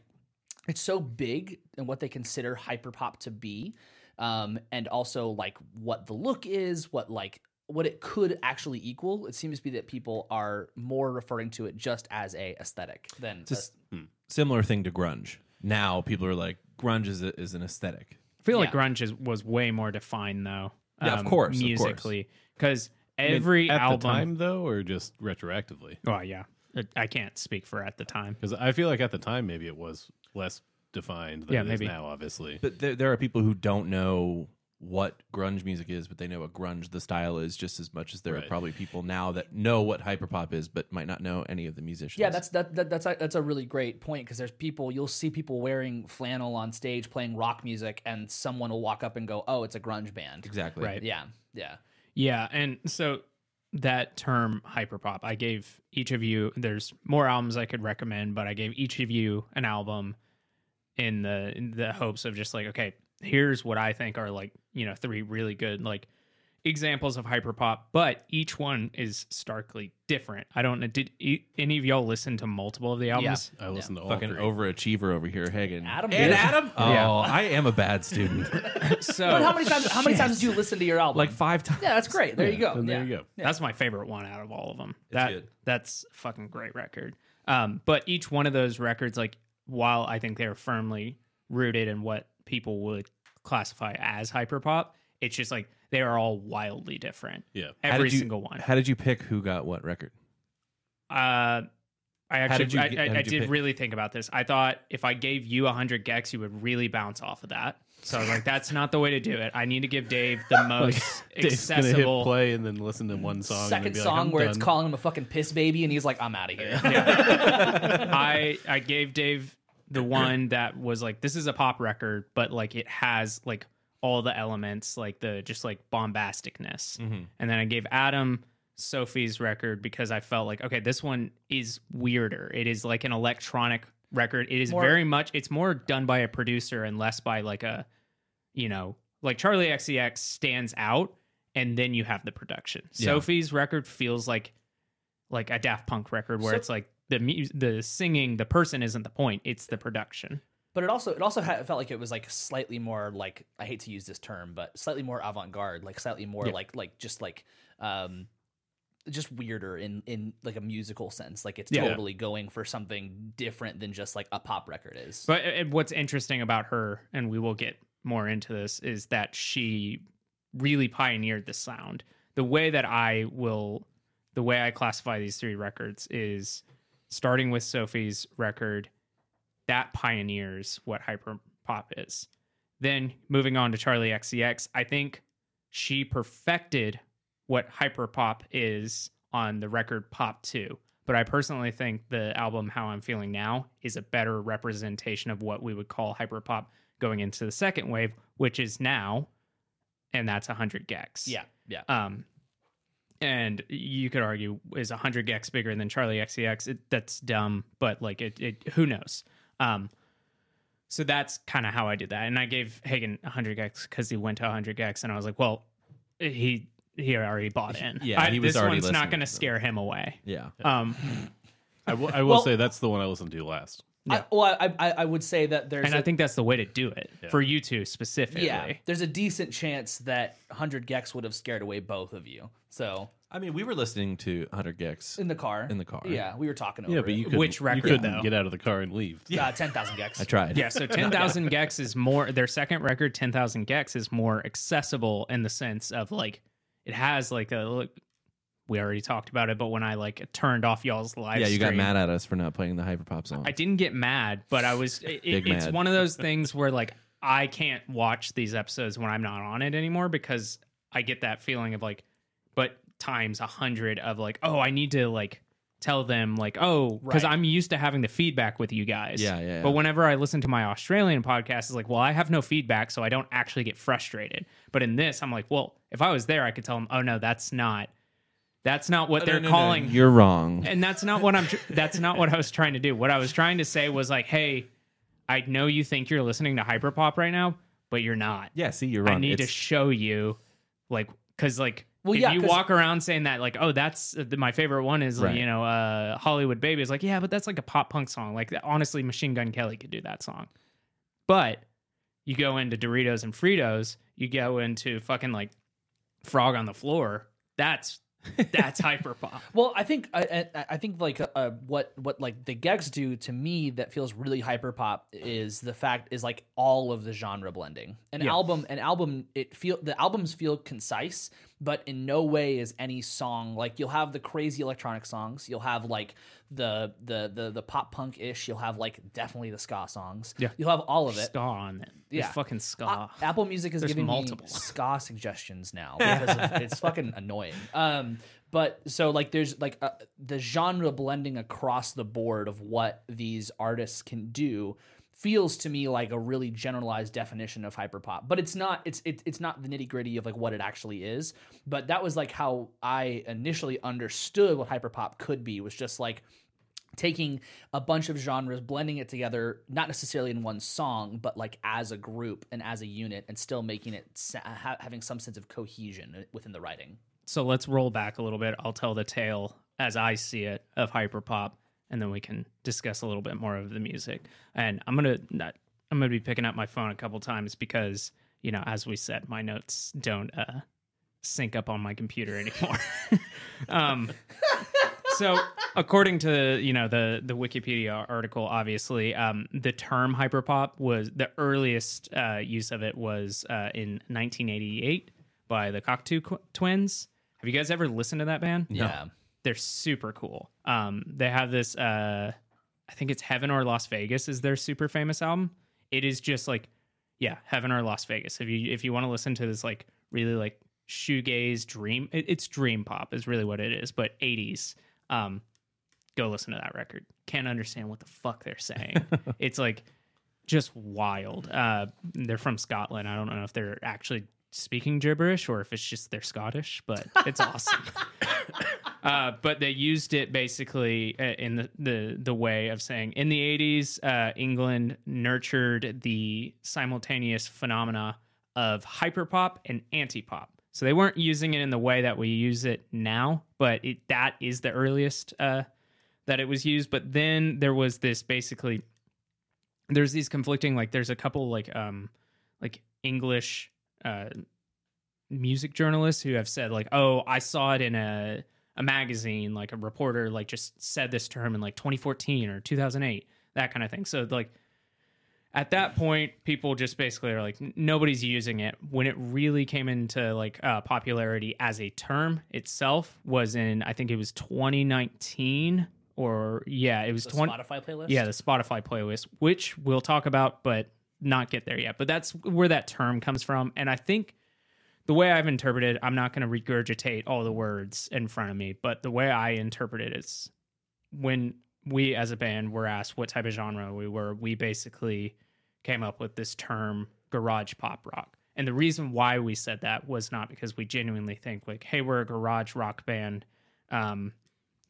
S2: it's so big and what they consider hyperpop to be um and also like what the look is what like what it could actually equal it seems to be that people are more referring to it just as a aesthetic than
S4: It's a s-
S1: hmm.
S4: similar thing to grunge. Now people are like, grunge is, a, is an aesthetic.
S1: I feel like
S2: Yeah.
S1: grunge is, was way more defined though. um,
S4: Yeah, of course, of course.
S1: musically, because every
S3: at
S1: album.
S3: the time though, or just retroactively?
S1: oh yeah, It- I can't speak for at the time.
S3: Because I feel like at the time maybe it was less defined than
S1: Yeah,
S3: it is
S1: maybe.
S3: now. Obviously,
S4: But there, there are people who don't know what grunge music is, but they know what grunge the style is just as much as there are
S3: Right.
S4: probably people now that know what hyperpop is, but might not know any of the musicians.
S2: Yeah, that's that, that that's a, that's a really great point because there's people you'll see people wearing flannel on stage playing rock music, and someone will walk up and go, "Oh, it's a grunge band."
S4: exactly
S1: Right.
S2: Yeah, yeah,
S1: Yeah, and so that term hyperpop, I gave each of you there's more albums I could recommend, but I gave each of you an album in the in the hopes of just like, okay, here's what I think are like, you know, three really good like examples of hyperpop, but each one is starkly different. I don't know did e- any of y'all listen to multiple of the albums?
S3: I listened to all
S4: Fucking
S3: three.
S4: overachiever over here, Hagen.
S2: Adam
S4: and
S2: did.
S4: Adam. Oh,
S1: Yeah.
S4: I am a bad student.
S1: So
S2: But how many times? How many times did you listen to your album?
S4: like five times.
S2: yeah, that's great. There you go.
S3: And
S2: Yeah.
S3: there you go.
S1: That's my favorite one out of all of them. that
S4: good.
S1: that's a fucking great record. Um, but each one of those records, like while I think they're firmly rooted in what people would classify as hyperpop, it's just like they are all wildly different.
S3: Yeah.
S4: How
S1: every
S4: did you-
S1: single one.
S4: How did you pick who got what record?
S1: Uh, I
S4: did
S1: actually,
S4: you
S1: I,
S4: get-
S1: I,
S4: how
S1: I
S4: did you
S1: did
S4: pick?
S1: really think about this. I thought if I gave you 100 gex, you would really bounce off of that. So I was like, that's not the way to do it. I need to give Dave the most
S3: Dave's gonna hit
S1: accessible.
S3: play and then listen to one song. and
S2: Second
S3: be like,
S2: song
S3: "I'm
S2: where
S3: done."
S2: it's calling him a fucking piss baby, and he's like, "I'm out of here."
S1: I I gave Dave the one that was like this is a pop record, but like it has like all the elements, like the just like bombasticness.
S4: Mm-hmm.
S1: And then I gave Adam Sophie's record because I felt like okay, this one is weirder. It is like an electronic record. It is
S2: More-
S1: very much it's more done by a producer and less by like a you know, like Charlie XCX stands out and then you have the production.
S4: Yeah.
S1: Sophie's record feels like like a Daft Punk record where
S2: So-
S1: it's like the mu- the singing, the person isn't the point, it's the production.
S2: But it also it also ha- felt like it was like slightly more like I hate to use this term, but slightly more avant garde, like slightly more
S1: Yeah.
S2: like like just like um just weirder in in like a musical sense. Like it's
S1: Yeah.
S2: totally going for something different than just like a pop record is.
S1: But uh, what's interesting about her, and we will get more into this, is that she really pioneered the sound. The way that I will, the way I classify these three records is starting with Sophie's record, that pioneers what hyper pop is. Then moving on to Charlie XCX, I think she perfected what hyper pop is on the record Pop 2. But I personally think the album How I'm Feeling Now is a better representation of what we would call hyper pop going into the second wave, which is now, and that's 100 gex.
S2: yeah, yeah.
S1: Um, and you could argue is 100 gex bigger than Charlie XCX? It, that's dumb, but like it, it who knows? Um, so that's kind of how I did that, and I gave Hagen 100 gex because he went to 100 gex, and I was like, well, he he already bought in.
S4: Yeah,
S1: I-
S4: he was
S1: this
S4: already
S1: one's not
S4: listening
S1: going to
S4: to them.
S1: scare him away.
S4: Yeah.
S1: Um,
S3: I will, I will
S2: Well-
S3: say that's the one I listened to last.
S2: I, well, I, I I would say that there's
S1: and
S2: a-
S1: I think that's the way to do it for you two specifically.
S2: yeah, there's a decent chance that 100 Gex would have scared away both of you. So
S4: I mean, we were listening to 100 Gex.
S2: in the car,
S4: In the car.
S2: yeah, we were talking over
S3: Yeah, but
S2: it.
S3: you couldn't,
S1: Which record,
S3: you couldn't
S1: though?
S3: get out of the car and leave.
S2: uh, 10,000 Gex.
S4: I tried.
S1: Yeah, so 10,000 gex is more their second record 10,000 gex is more accessible in the sense of like it has like a look we already talked about it but when I like turned off y'all's live
S4: Yeah, you got
S1: stream,
S4: mad at us for not playing the hyperpop song.
S1: I didn't get mad but I was it,
S4: Big
S1: it's
S4: mad.
S1: one of those things where like I can't watch these episodes when I'm not on it anymore because I get that feeling of like but times a 100 of like oh I need to like tell them like oh because
S2: Right.
S1: I'm used to having the feedback with you guys
S4: Yeah, yeah,
S1: but
S4: yeah.
S1: whenever I listen to my Australian podcast, it's like, well, I have no feedback, so I don't actually get frustrated. But in this, I'm like, well, if I was there, I could tell them, oh no, that's not, that's not what
S4: No,
S1: they're
S4: no, no,
S1: calling,
S4: You're wrong.
S1: and that's not what I'm. tr- that's not what I was trying to do. What I was trying to say was like, hey, I know you think you're listening to hyperpop right now, but you're not.
S4: Yeah, see, you're wrong.
S1: I need to
S4: It's-
S1: show you, like, because like.
S2: Well,
S1: if
S2: yeah,
S1: you
S2: 'cause-
S1: walk around saying that, like, oh, that's uh, my favorite one is,
S4: Right.
S1: you know, uh, Hollywood Baby is like, yeah, but that's like a pop punk song. Like, honestly, Machine Gun Kelly could do that song. But you go into Doritos and Fritos, you go into fucking like Frog on the Floor. That's that's hyper pop.
S2: Well, I think I, I, I think like uh, what what like the Gex do to me that feels really hyper pop is the fact is like all of the genre blending. An
S1: Yeah.
S2: album, an album, it feel the albums feel concise, but in no way is any song like you'll have the crazy electronic songs, you'll have like the the the the pop punk ish, you'll have like definitely the ska songs,
S1: Yeah.
S2: you'll have all of it.
S1: Ska on it.
S2: Yeah.
S1: Yeah. Fucking ska.
S2: A- Apple Music is
S1: There's
S2: giving
S1: multiple.
S2: me ska suggestions now because of, it's fucking annoying. Um, but so like there's like uh the genre blending across the board of what these artists can do feels to me like a really generalized definition of hyperpop. But it's not it's it, it's not the nitty gritty of like what it actually is. But that was like how I initially understood what hyperpop could be was just like taking a bunch of genres blending it together not necessarily in one song but like as a group and as a unit and still making it sa- ha- having some sense of cohesion within the writing
S1: so let's roll back a little bit. I'll tell the tale as I see it of hyperpop, and then we can discuss a little bit more of the music. And I'm gonna not, I'm gonna be picking up my phone a couple times because you know, as we said, my notes don't uh, sync up on my computer anymore. um, so according to you know the the Wikipedia article, obviously um, the term hyperpop was the earliest uh, use of it was uh, in 1988 by the Cocteau Qu- Twins. Have you guys ever listened to that band?
S2: yeah
S1: they're super cool. Um, they have this. Uh, I think it's Heaven or Las Vegas is their super famous album. It is just like, yeah, Heaven or Las Vegas. If you if you want to listen to this like really like shoegaze dream, it, it's dream pop is really what it is, but eighties. Um, go listen to that record. Can't understand what the fuck they're saying. it's like just wild. Uh, they're from Scotland. I don't know if they're actually speaking gibberish or if it's just they're Scottish, but it's awesome. Uh, but they used it basically uh, in the, the, the way of saying in the 80s, uh, England nurtured the simultaneous phenomena of hyperpop and antipop. So they weren't using it in the way that we use it now, but it, that is the earliest uh, that it was used. But then there was this basically there's these conflicting like there's a couple like um like english uh music journalists who have said like oh i saw it in a a magazine, like a reporter, like just said this term in like 2014 or 2008, that kind of thing. So like at that point, people just basically are like, "N- nobody's using it. When it really came into like uh, popularity as a term itself was in, I think it was 2019 or yeah, it was
S2: The
S1: 20.
S2: Spotify playlist.
S1: Yeah, the Spotify playlist, which we'll talk about, but not get there yet. But that's where that term comes from. And I think the way I've interpreted, I'm not going to regurgitate all the words in front of me, but the way I interpret it is when we as a band were asked what type of genre we were, we basically came up with this term garage pop rock. And the reason why we said that was not because we genuinely think like, hey, we're a garage rock band um,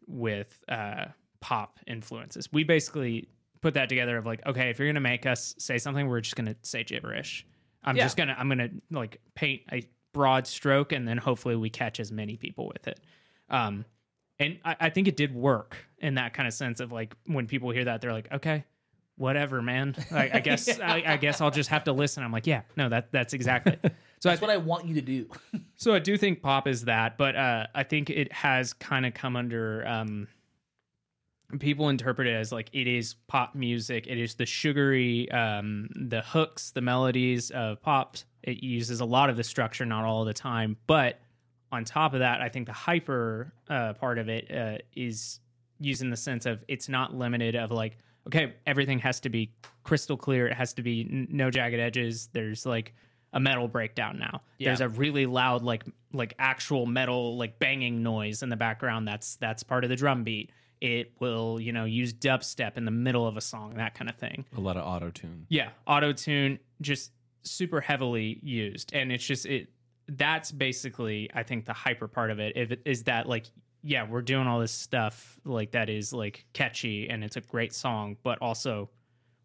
S1: with uh, pop influences. We basically put that together of like, okay, if you're gonna make us say something, we're just gonna say gibberish. I'm
S2: Yeah.
S1: just gonna I'm gonna like paint a broad stroke and then hopefully we catch as many people with it. Um, and I, I think it did work in that kind of sense of like when people hear that, they're like, okay, whatever, man. I, I guess I, I guess I'll just have to listen. I'm like, yeah, no, that that's exactly. So I
S2: That's what I want you to do.
S1: so I do think pop is that, but uh, I think it has kind of come under um, people interpret it as like it is pop music. It is the sugary, um, the hooks, the melodies of pop. It uses a lot of the structure, not all the time, but on top of that, I think the hyper uh, part of it uh, is used in the sense of it's not limited of like okay everything has to be crystal clear it has to be n- no jagged edges there's like a metal breakdown now there's a really loud like like actual metal like banging noise in the background that's that's part of the drum beat it will you know use dubstep in the middle of a song that kind of thing
S4: A lot of auto tune.
S1: yeah, auto tune just super heavily used, and it's just it. That's basically, I think, the hyper part of it. If it is that like, yeah, we're doing all this stuff like that is like catchy and it's a great song, but also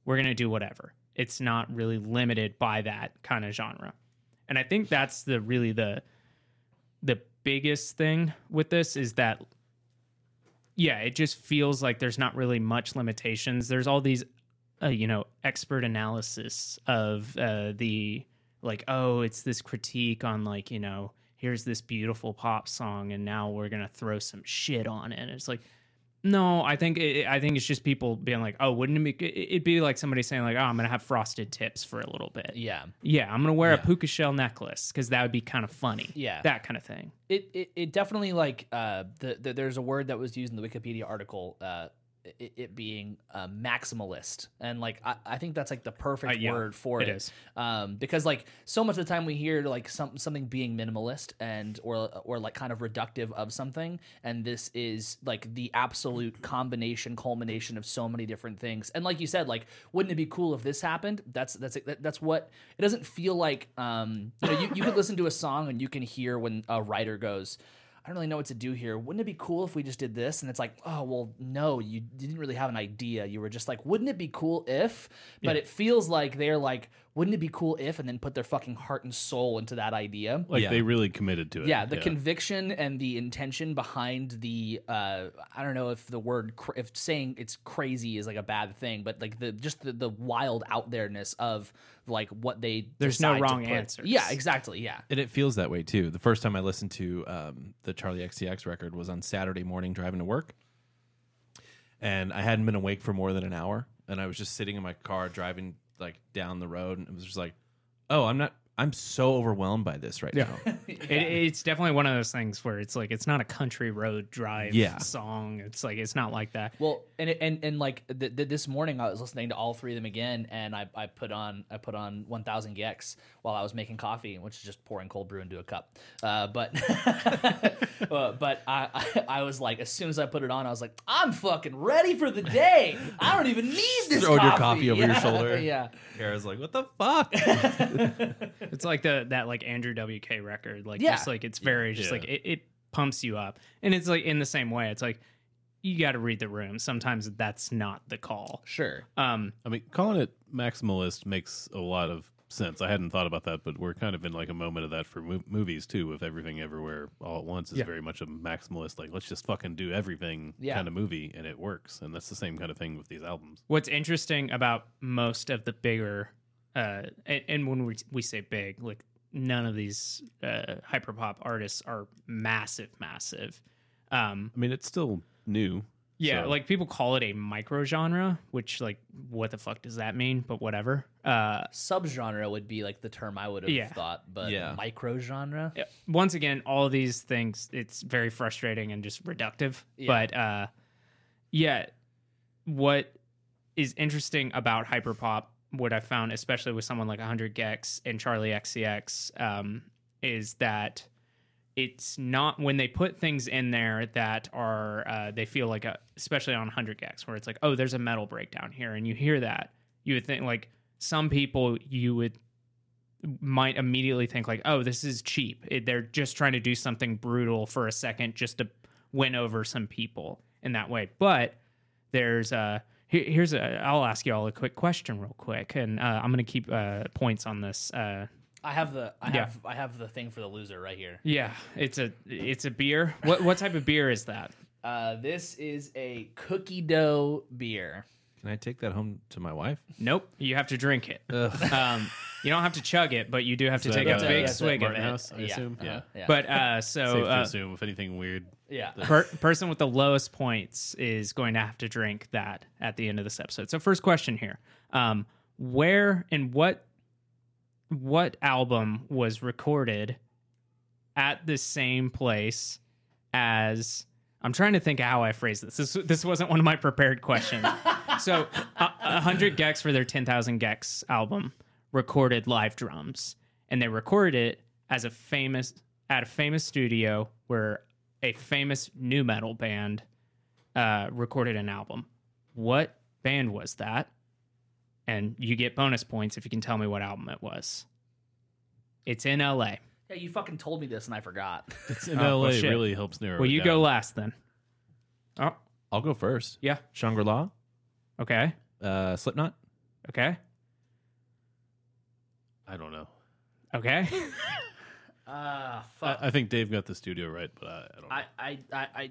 S1: we're gonna do whatever. It's not really limited by that kind of genre, and I think that's the really the the biggest thing with this is that yeah, it just feels like there's not really much limitations. There's all these uh, you know expert analysis of uh, the like oh it's this critique on like you know here's this beautiful pop song and now we're gonna throw some shit on it and it's like no i think it, i think it's just people being like oh wouldn't it be it- it'd be like somebody saying like oh i'm gonna have frosted tips for a little bit
S2: yeah.
S1: yeah i'm gonna wear a
S4: Yeah.
S1: puka shell necklace because that would be kind of funny
S2: Yeah.
S1: that kind of thing
S2: it, it, it definitely like uh the, the there's a word that was used in the wikipedia article uh it, it being uh, maximalist and like I, I think that's like the perfect
S1: Uh, yeah,
S2: word for
S1: it
S2: it,
S1: is.
S2: um because like so much of the time we hear like some something being minimalist and or or like kind of reductive of something and this is like the absolute combination culmination of so many different things and like you said like wouldn't it be cool if this happened that's that's that, that's what it doesn't feel like um you know you, you could listen to a song and you can hear when a writer goes I don't really know what to do here. Wouldn't it be cool if we just did this? And it's like, oh well, no, you didn't really have an idea. You were just like, wouldn't it be cool if? But it feels like they're like, wouldn't it be cool if? And then put their fucking heart and soul into that idea.
S3: Like
S4: Yeah.
S3: they really committed to it.
S2: Yeah, the conviction and the intention behind the uh, I don't know if the word cr- if saying it's crazy is like a bad thing, but like the just the, the wild out there-ness of like what they
S1: There's no
S2: decide to
S1: wrong
S2: put-
S1: answers.
S2: Yeah, exactly. Yeah,
S4: And it feels that way too. The first time I listened to um, the Charlie XCX record was on Saturday morning driving to work. And I hadn't been awake for more than an hour. And I was just sitting in my car driving like down the road. And it was just like, oh, I'm not, I'm so overwhelmed by this right now.
S1: It, it's definitely one of those things where it's like it's not a country road drive
S4: Yeah.
S1: song it's like it's not like that
S2: Well, and it- and and like th- th- this morning, I was listening to all three of them again, and I, I put on I put on 1,000 Gex while I was making coffee, which is just pouring cold brew into a cup. Uh, but uh, but I, I I was like, as soon as I put it on, I was like, I'm fucking ready for the day. I don't even need this.
S4: Throwing
S2: coffee.
S4: your coffee over your
S2: Yeah,
S4: shoulder.
S2: Yeah.
S4: Kara's like, what the fuck?
S1: It's like the that like Andrew WK record, like
S2: Yeah.
S1: just like it's very just
S3: Yeah.
S1: like it, it pumps you up, and it's like in the same way. It's like you got to read the room. Sometimes that's not the call.
S2: Sure.
S1: Um,
S3: I mean, calling it maximalist makes a lot of sense. I hadn't thought about that, but we're kind of in like a moment of that for mo- movies too. With everything everywhere all at once is
S1: Yeah.
S3: very much a maximalist, like let's just fucking do everything
S2: Yeah.
S3: kind of movie, and it works. And that's the same kind of thing with these albums.
S1: what's interesting about most of the bigger, uh, and, and when we we say big, like none of these uh, hyperpop artists are massive, massive. Um,
S3: I mean, it's still new.
S1: yeah,
S3: so-
S1: like people call it a micro genre, which like what the fuck does that mean? But whatever. Uh,
S2: Subgenre would be like the term I would have
S1: Yeah.
S2: thought, but
S4: Yeah.
S2: micro genre.
S1: yeah, once again, all of these things, it's very frustrating and just reductive. But uh, yeah, what is interesting about hyperpop, what I found, especially with someone like 100 Gex and Charlie XCX, um, is that it's not when they put things in there that are uh, they feel like a, especially on 100 gex where it's like oh there's a metal breakdown here and you hear that you would think like some people you would might immediately think like oh this is cheap it, they're just trying to do something brutal for a second just to win over some people in that way but there's a here, here's a i'll ask you all a quick question real quick and uh, i'm gonna keep uh, points on this uh,
S2: I have the I
S1: Yeah.
S2: have I have the thing for the loser right here.
S1: yeah it's a it's a beer what, what type of beer is that
S2: Uh, this is a cookie dough beer.
S4: Can I take that home to my wife?
S1: Nope. You have to drink it. Um, you don't have to chug it, but you do have to take
S3: that,
S1: a
S3: uh,
S1: big
S3: is
S2: that
S1: swig of
S3: Martin
S1: it.
S3: House, I
S2: Yeah. Uh-huh.
S3: assume. Yeah.
S2: Yeah.
S1: But uh, so
S3: Safe to
S1: uh,
S3: assume if anything weird.
S2: yeah.
S1: per- person with the lowest points is going to have to drink that at the end of this episode. So first question here: um, Where and what what album was recorded at the same place as? I'm trying to think of how I phrased this. This this wasn't one of my prepared questions. so, uh, 100 Gex for their 10,000 Gex album recorded live drums, and they recorded it as a famous at a famous studio where a famous new metal band uh, recorded an album. What band was that? And you get bonus points if you can tell me what album it was. It's in LA.
S2: Yeah, you fucking told me this and I forgot.
S3: It's in
S1: Oh, well,
S3: LA
S1: shit.
S3: really helps narrow
S1: Well,
S3: it
S1: you
S3: down.
S1: go last then. Oh,
S4: I'll go first.
S1: yeah.
S4: Shangri La,
S1: Okay.
S4: uh, Slipknot.
S1: Okay.
S3: I don't know.
S1: Okay.
S2: Ah, fuck.
S3: I, I think Dave got the studio right, but I, I don't know.
S2: I I I. I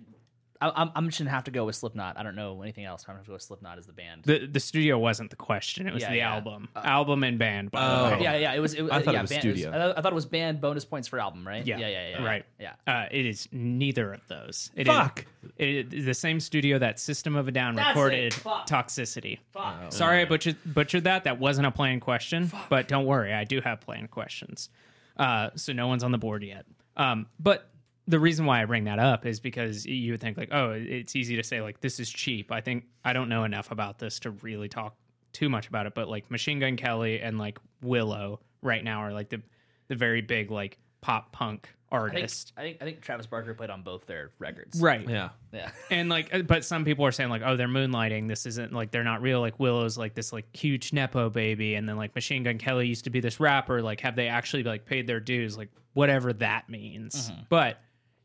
S2: I, I'm, I'm just gonna have to go with Slipknot. I don't know anything else. I'm gonna have to go with Slipknot as the band.
S1: the the studio wasn't the question. It was
S2: Yeah,
S1: the
S2: yeah.
S1: album, album and band. By the
S4: Oh.
S1: way.
S2: yeah, yeah, it was. It, was-
S4: I thought it
S2: yeah,
S4: was
S2: band,
S4: studio.
S2: I, thought, I thought it was band bonus points for album, right?
S1: Yeah,
S2: yeah, yeah, yeah, yeah.
S1: right.
S2: Yeah,
S1: Uh, it is neither of those. It is-
S4: Fuck.
S1: it is the same studio that System of a Down
S2: That's it.
S1: recorded
S2: Fuck.
S1: Toxicity.
S2: fuck.
S1: Sorry, I butchered, butchered that. That wasn't a planned question, but don't worry, I do have planned questions. Uh, so no one's on the board yet. Um, but the reason why I bring that up is because you would think like, oh, it's easy to say like this is cheap. I think I don't know enough about this to really talk too much about it. But like Machine Gun Kelly and like Willow right now are like the the very big like pop punk
S2: I think,
S1: artists.
S2: I think I think Travis Barker played on both their records.
S1: Right.
S4: Yeah.
S2: Yeah.
S1: And like, uh, but some people are saying like, oh, they're moonlighting. This isn't like they're not real. Like Willow's like this like huge nepo baby, and then like Machine Gun Kelly used to be this rapper. Like, have they actually like paid their dues? Like whatever that means. But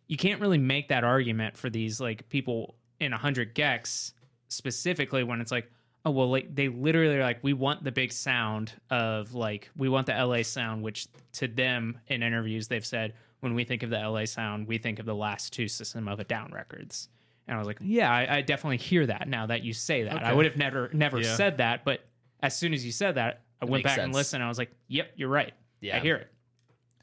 S1: you can't really make that argument for these like people in hundred gex specifically when it's like, oh well, like they literally are like we want the big sound of like we want the LA sound, which to them in interviews they've said when we think of the LA sound, we think of the last two System of a Down records. And I was like, yeah, I, I definitely hear that now that you say that. I would have never never
S3: Yeah.
S1: said that, but as soon as you said that, I went
S2: makes
S1: back and
S2: sense.
S1: listened. And I was like, yep, you're right. I
S2: Yeah.
S1: hear it.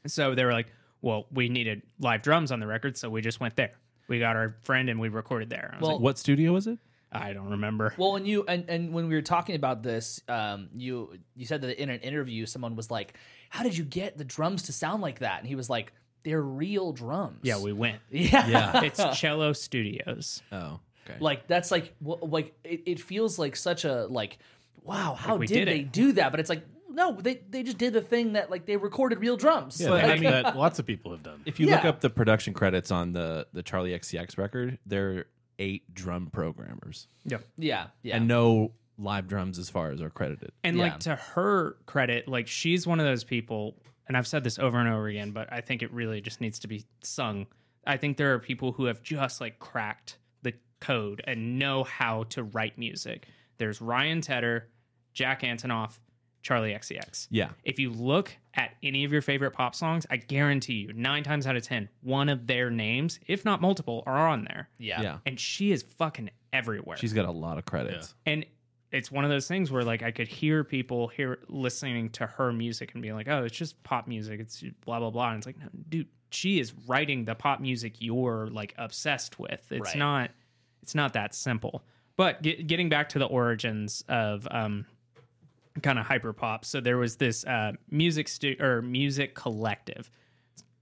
S1: So they were like, well, we needed live drums on the record, so we just went there. We got our friend and we recorded there. I was
S2: Well-
S1: like,
S4: What studio is it?
S1: I don't remember.
S2: Well, and you and, and when we were talking about this, um, you you said that in an interview, someone was like, "How did you get the drums to sound like that?" And he was like, "They're real drums."
S1: yeah, we went.
S2: yeah,
S4: Yeah.
S1: It's Cello Studios.
S4: Oh, okay.
S2: like that's like wh- like it, it feels like such a like wow how
S1: we
S2: did,
S1: did
S2: they
S1: it.
S2: do that but it's like no they they just did the thing that like they recorded real drums
S3: yeah,
S2: Like,
S3: that, that lots of people have done.
S4: If you look
S2: Yeah.
S4: up the production credits on the the Charlie XCX record, there are eight drum programmers
S1: Yep.
S2: yeah yeah
S4: and no live drums as far as are credited.
S1: And
S2: Yeah.
S1: like to her credit, like she's one of those people, and I've said this over and over again, but I think it really just needs to be sung. I think there are people who have just like cracked the code and know how to write music. There's Ryan Tedder, Jack Antonoff, E Charlie XCX.
S4: Yeah.
S1: If you look at any of your favorite pop songs, I guarantee you, nine times out of 10, one of their names, if not multiple, are on there.
S2: yeah
S4: Yeah.
S1: And she is fucking everywhere
S4: She's got a lot of credits.
S1: and it's one of those things where like I could hear people here listening to her music and being like, "Oh, it's just pop music. It's blah blah blah." And it's like, no, dude, she is writing the pop music you're like obsessed with. It's
S2: Right.
S1: not it's not that simple. But get, getting back to the origins of um kind of hyper pop. So there was this uh music stu- or music collective.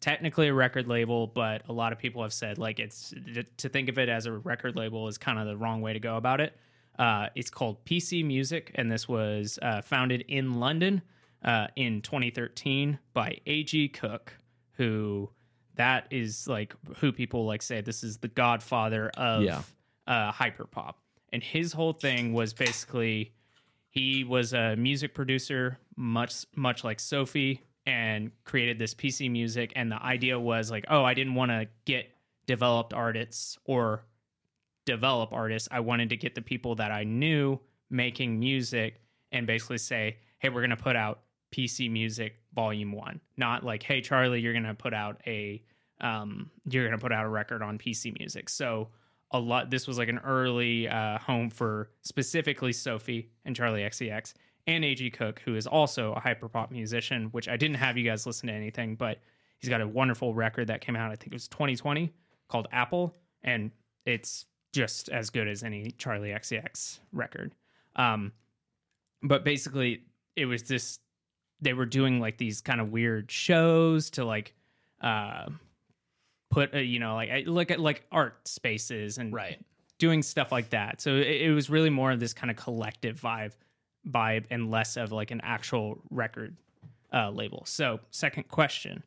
S1: Technically a record label, but a lot of people have said like it's to think of it as a record label is kind of the wrong way to go about it. Uh, it's called PC Music, and this was uh, founded in London uh, in 2013 by A.G. Cook, who that is like who people like say this is the godfather of
S4: Yeah.
S1: uh, hyperpop. And his whole thing was basically he was a music producer, much much like Sophie, and created this PC music. And the idea was like, oh, I didn't want to get developed artists or develop artists. I wanted to get the people that I knew making music and basically say, hey, we're going to put out PC Music Volume 1. Not like, hey, Charlie, you're going to put out a um you're going to put out a record on PC Music. So a lot this was like an early uh home for specifically Sophie and Charlie XCX and AG Cook who is also a hyperpop musician, which I didn't have you guys listen to anything, but he's got a wonderful record that came out I think it was 2020 called Apple and it's just as good as any Charlie XCX record. Um, but basically, it was this. They were doing like these kind of weird shows to like uh, put uh, you know like I- look at like art spaces and
S2: Right.
S1: doing stuff like that. So it, it was really more of this kind of collective vibe, vibe, and less of like an actual record uh, label. So second question.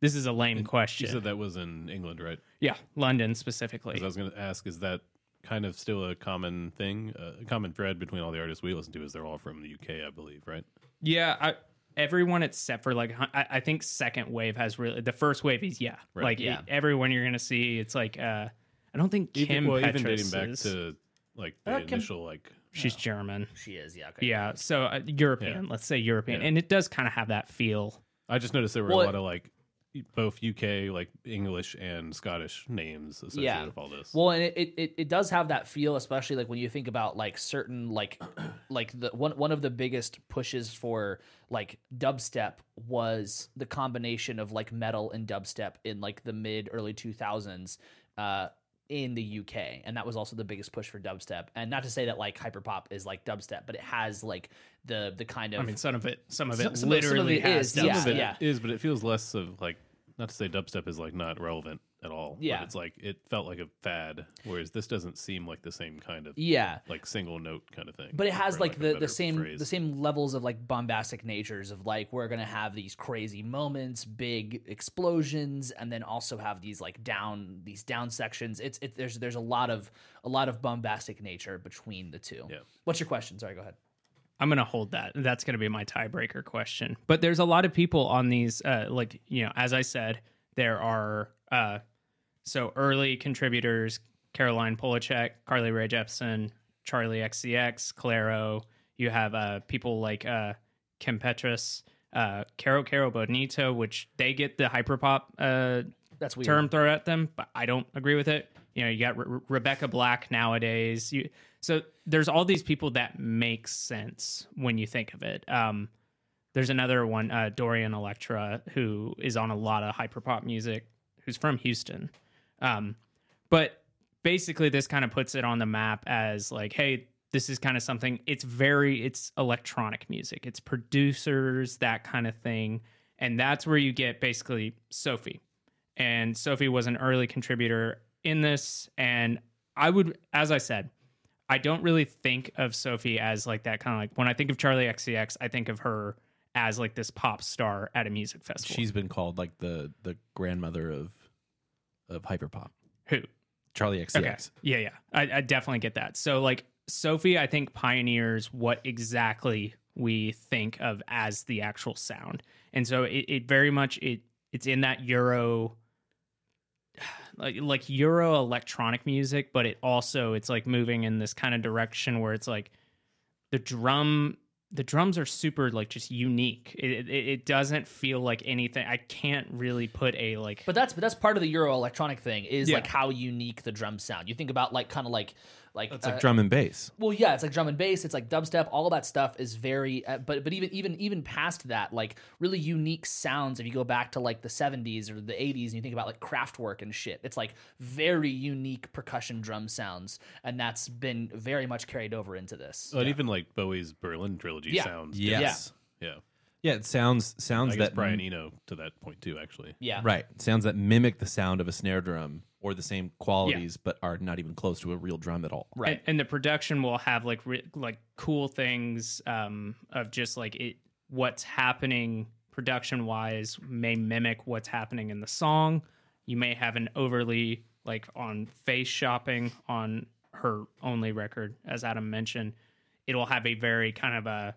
S1: This is a lame
S3: You
S1: question.
S3: said that was in England, right?
S1: yeah, London
S3: 'Cause
S1: specifically.
S3: I was going to ask, is that kind of still a common thing, uh, a common thread between all the artists we listen to? Is they're all from the UK, I believe, right?
S1: Yeah, I, everyone except for like hun- I, I think second wave has really the first wave is yeah,
S3: Right.
S1: like
S2: Yeah.
S1: e- everyone you're gonna see it's like uh I don't think Kim
S3: even, well, even dating
S1: Petras
S3: back
S1: is-
S3: to like the
S2: Uh, Kim-
S3: initial like
S1: she's German.
S2: She is, yeah. Okay.
S1: Yeah, so uh, European, let's say European,
S3: Yeah.
S1: and it does kind of have that feel.
S3: I just noticed there were
S2: Well,
S3: a lot of like e, both UK, like English and Scottish names associated
S2: Yeah.
S3: with all this.
S2: Well, and it, it- it, it does have that feel, especially like when you think about like certain like like the one one of the biggest pushes for like dubstep was the combination of like metal and dubstep in like the mid early two thousands uh, in the UK, and that was also the biggest push for dubstep. And not to say that like hyperpop is like dubstep, but it has like the the kind of
S1: I mean, some of it, some of it
S2: Some- some of- some of
S1: literally
S2: it
S1: has
S2: is,
S1: dubstep.
S3: Some of
S2: yeah,
S3: it
S2: yeah.
S3: is, but it feels less of like not to say dubstep is like not relevant at all. but
S2: Yeah.
S3: it's like it felt like a fad, whereas this doesn't seem like the same kind of
S2: yeah.
S3: like single note kind of thing.
S2: but it
S3: for
S2: has like
S3: lack of a
S2: the,
S3: better
S2: the same
S3: phrase.
S2: the same levels of like bombastic natures of like we're gonna have these crazy moments big explosions and then also have these like down these down sections it's it, there's there's a lot of a lot of bombastic nature between the two
S3: Yeah.
S2: what's your question sorry go ahead
S1: I'm gonna hold that. That's gonna be my tiebreaker question. But there's a lot of people on these, uh, like you know, as I said, there are uh, so early contributors: Caroline Polachek, Carly Rae Jepsen, Charlie XCX, Claro. You have uh, people like uh, Kim Petras, uh, Caro Caro Bonito, which they get the hyperpop uh,
S2: that's weird
S1: term thrown at them, but I don't agree with it. You know, you got Re- Re- Rebecca Black nowadays. You so there's all these people that make sense when you think of it. Um, there's another one, uh, Dorian Electra, who is on a lot of hyperpop music, who's from Houston. Um, but basically, this kind of puts it on the map as like, hey, this is kind of something. It's very, it's electronic music. It's producers, that kind of thing, and that's where you get basically Sophie and Sophie was an early contributor in this. And I would, as I said, I don't really think of Sophie as like that kind of like when I think of Charlie XCX, I think of her as like this pop star at a music festival.
S4: She's been called like the the grandmother of of hyperpop.
S1: who?
S4: Charlie XCX.
S1: Yeah, yeah. I, I definitely get that. So like Sophie, I think pioneers what exactly we think of as the actual sound. And so it, it very much it it's in that Euro like like Euro electronic music, but it also it's like moving in this kind of direction where it's like the drum the drums are super like just unique. It, it it doesn't feel like anything. I can't really put a like
S2: But that's but that's part of the Euro electronic thing is
S1: Yeah.
S2: like how unique the drums sound. You think about like kind of like Like
S4: It's like
S2: uh,
S4: drum and bass.
S2: well yeah it's like drum and bass it's like dubstep all that stuff is very uh, but but even even even past that like really unique sounds if you go back to like the 70s or the 80s and you think about like Kraftwerk and shit it's like very unique percussion drum sounds and that's been very much carried over into this
S1: Oh,
S3: But Oh, even like Bowie's Berlin trilogy
S2: Yeah.
S3: sounds.
S4: Yes.
S3: Yeah.
S4: Yeah, it sounds
S3: I
S4: sounds
S3: guess
S4: that
S3: Brian Eno to that point too, actually.
S2: yeah
S4: Right. Sounds that mimic the sound of a snare drum or the same qualities, but are not even close to a real drum at all.
S2: Right.
S1: And, and the production will have like re- like cool things um, of just like it what's happening production wise may mimic what's happening in the song. You may have an overly like on face shopping on her only record, as Adam mentioned. It'll have a very kind of a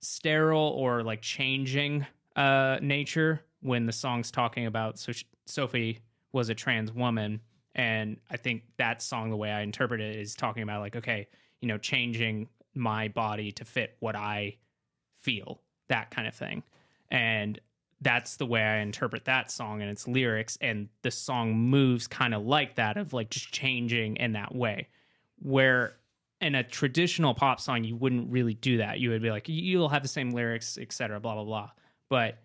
S1: sterile or like changing uh nature when the song's talking about so sh- Sophie was a trans woman and I think that song the way I interpret it is talking about like okay you know changing my body to fit what I feel that kind of thing and that's the way I interpret that song and its lyrics and the song moves kind of like that of like just changing in that way where in a traditional pop song you wouldn't really do that you would be like you'll have the same lyrics etc blah blah blah but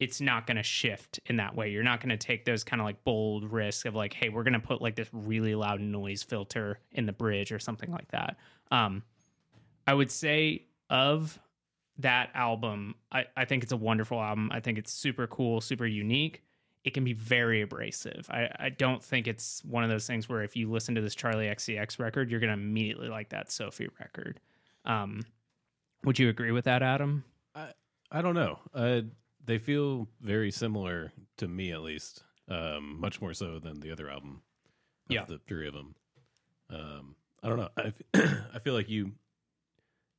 S1: it's not going to shift in that way you're not going to take those kind of like bold risks of like hey we're going to put like this really loud noise filter in the bridge or something like that um i would say of that album i i think it's a wonderful album i think it's super cool super unique it can be very abrasive. I, I don't think it's one of those things where if you listen to this Charlie XCX record, you're going to immediately like that Sophie record. Um, would you agree with that, Adam?
S3: I I don't know. Uh, they feel very similar to me, at least, um, much more so than the other album. of
S1: Yeah.
S3: the three of them. Um, I don't know. I f- I feel like you.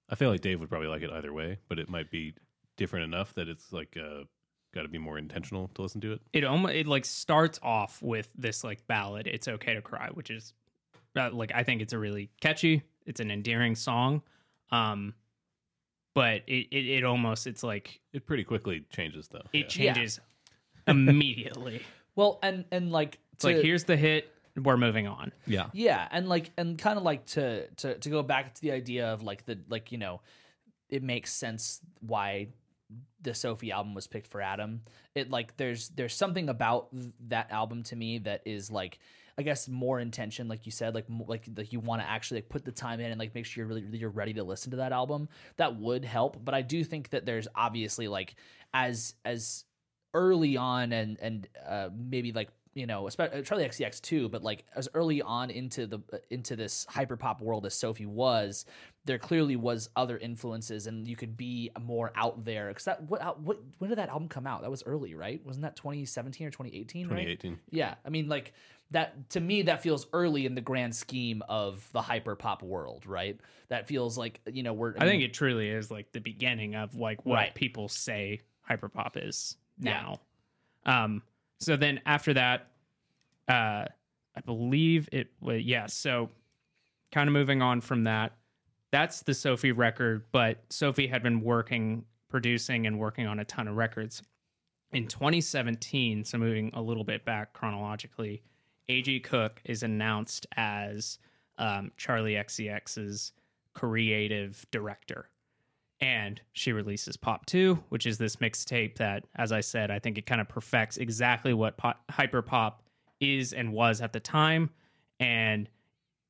S3: I feel like Dave would probably like it either way, but it might be different enough that it's like uh, got to be more intentional to listen to it.
S1: It almost it like starts off with this like ballad. It's okay to cry, which is uh, like I think it's a really catchy. It's an endearing song, um, but it, it it almost it's like
S3: It pretty quickly changes though.
S1: it
S3: Yeah.
S2: Yeah.
S1: changes immediately.
S2: well and and like
S1: It's like
S2: to-
S1: here's the hit. We're moving on.
S4: Yeah.
S2: yeah and like and kind of like to to to go back to the idea of like the like you know it makes sense why the Sophie album was picked for Adam. It like there's there's something about th- that album to me that is like I guess more intention, like you said, like mo- like like you want to actually like put the time in and like make sure you're really, really you're ready to listen to that album. That would help, but I do think that there's obviously like as as early on and and uh, maybe like you know uh, especially Charlie XCX too, but like as early on into the uh, into this hyper pop world as Sophie was, there clearly was other influences and you could be more out there because that what out- what when did that album come out that was early right wasn't that 2017 or 2018 right
S3: 2018.
S2: yeah i mean like that to me that feels early in the grand scheme of the hyper pop world right that feels like you know we're
S1: I think it truly is like the beginning of like what
S2: Right.
S1: people say hyperpop is
S2: Yeah.
S1: now. Um so then after that uh I believe it was yeah, so kind of moving on from that. That's the Sophie record, but Sophie had been working producing and working on a ton of records. In 2017, so moving a little bit back chronologically, AG Cook is announced as um, Charlie XCX's creative director. And she releases Pop 2, which is this mixtape that, as I said, I think it kind of perfects exactly what pop, hyper pop is and was at the time. And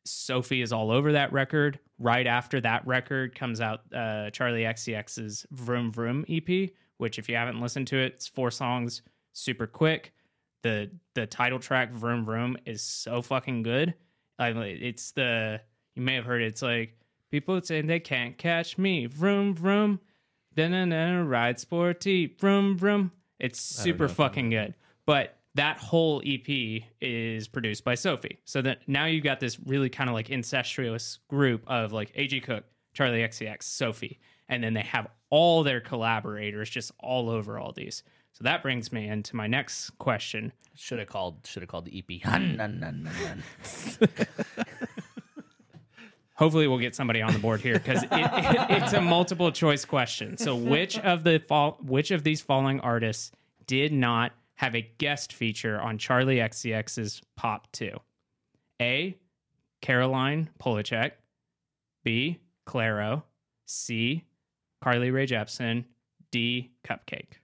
S1: Sophie is all over that record. Right after that record comes out uh, Charlie XCX's Vroom Vroom EP, which if you haven't listened to it, it's four songs, super quick. The the title track Vroom Vroom is so fucking good. I, it's the you may have heard it, it's like people saying they can't catch me. Vroom Vroom, then ride sporty. Vroom Vroom. It's super fucking good. But that whole EP is produced by Sophie. So that now you've got this really kind of like incestuous group of like AG Cook, Charlie XCX, Sophie, and then they have all their collaborators just all over all these. So that brings me into my next question.
S2: should have called should have called the E ep Hun, nun, nun, nun, nun.
S1: Hopefully, we'll get somebody on the board here because it, it, it's a multiple choice question. So, which of the fall, which of these following artists did not have a guest feature on Charlie XCX's Pop Two? A. Caroline Polachek, B. Claro, C. Carly Rae Jepsen, D. Cupcake.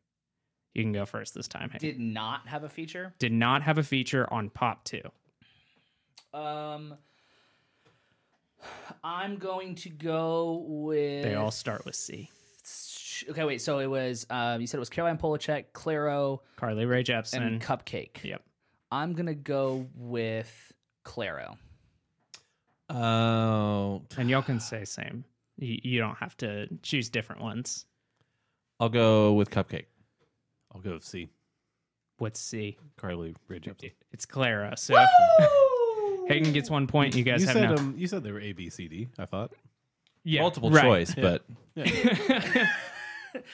S1: You can go first this time. Hank. Did,
S2: Did not have a feature.
S1: not have a feature on Pop Two.
S2: Um, I'm going to go with.
S1: They all start with C.
S2: Okay, wait. So it was. Um, you said it was Caroline Polachek, Claro,
S1: Carly Rae
S2: and
S1: Jepsen.
S2: Cupcake.
S1: yep.
S2: I'm gonna go with Claro.
S4: Oh,
S1: And y'all can say same. You, you don't have to choose different ones.
S4: I'll go with Cupcake.
S3: I'll go with C.
S1: What's C?
S3: Carly Rae Jepsen.
S1: It's Clara. So Hayden gets one point. You guys
S3: You
S1: have
S3: said
S1: no.
S3: um, you said they were A B C D. I thought.
S1: yeah,
S4: Multiple
S1: right.
S4: choice, but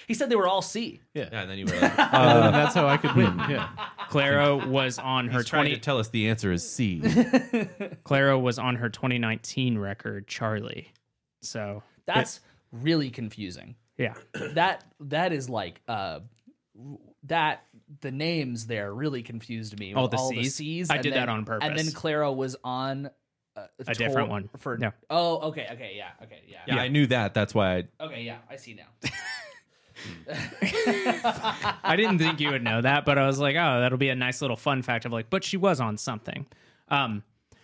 S2: He said they were all C.
S4: yeah. And then you were like, uh,
S3: Uh, that's how I could win. Yeah.
S1: Clara was on her
S4: he's trying to
S1: twenty.
S4: tell us the answer is C.
S1: Clara was on her 2019 record, Charlie. So
S2: That's really confusing.
S1: yeah,
S2: That that is like uh that the names there really confused me.
S1: All
S2: with
S1: the
S2: all
S1: Cs?
S2: the Cs.
S1: I
S2: and
S1: did that
S2: then-
S1: on
S2: And then
S1: purpose.
S2: Clara was on a,
S1: A different
S2: tour
S1: one.
S2: for.
S1: No.
S2: Oh, okay, okay, yeah, okay, yeah,
S4: Yeah, I knew that. That's why I
S2: okay, yeah. I see now.
S1: I didn't think you would know that, but I was like, oh, that'll be a nice little fun fact of like, but she was on something. Um,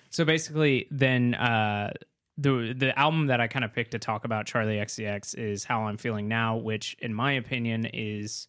S1: so basically, then uh, the the album that I kind of picked to talk about Charlie XCX is How I'm Feeling Now, which in my opinion is,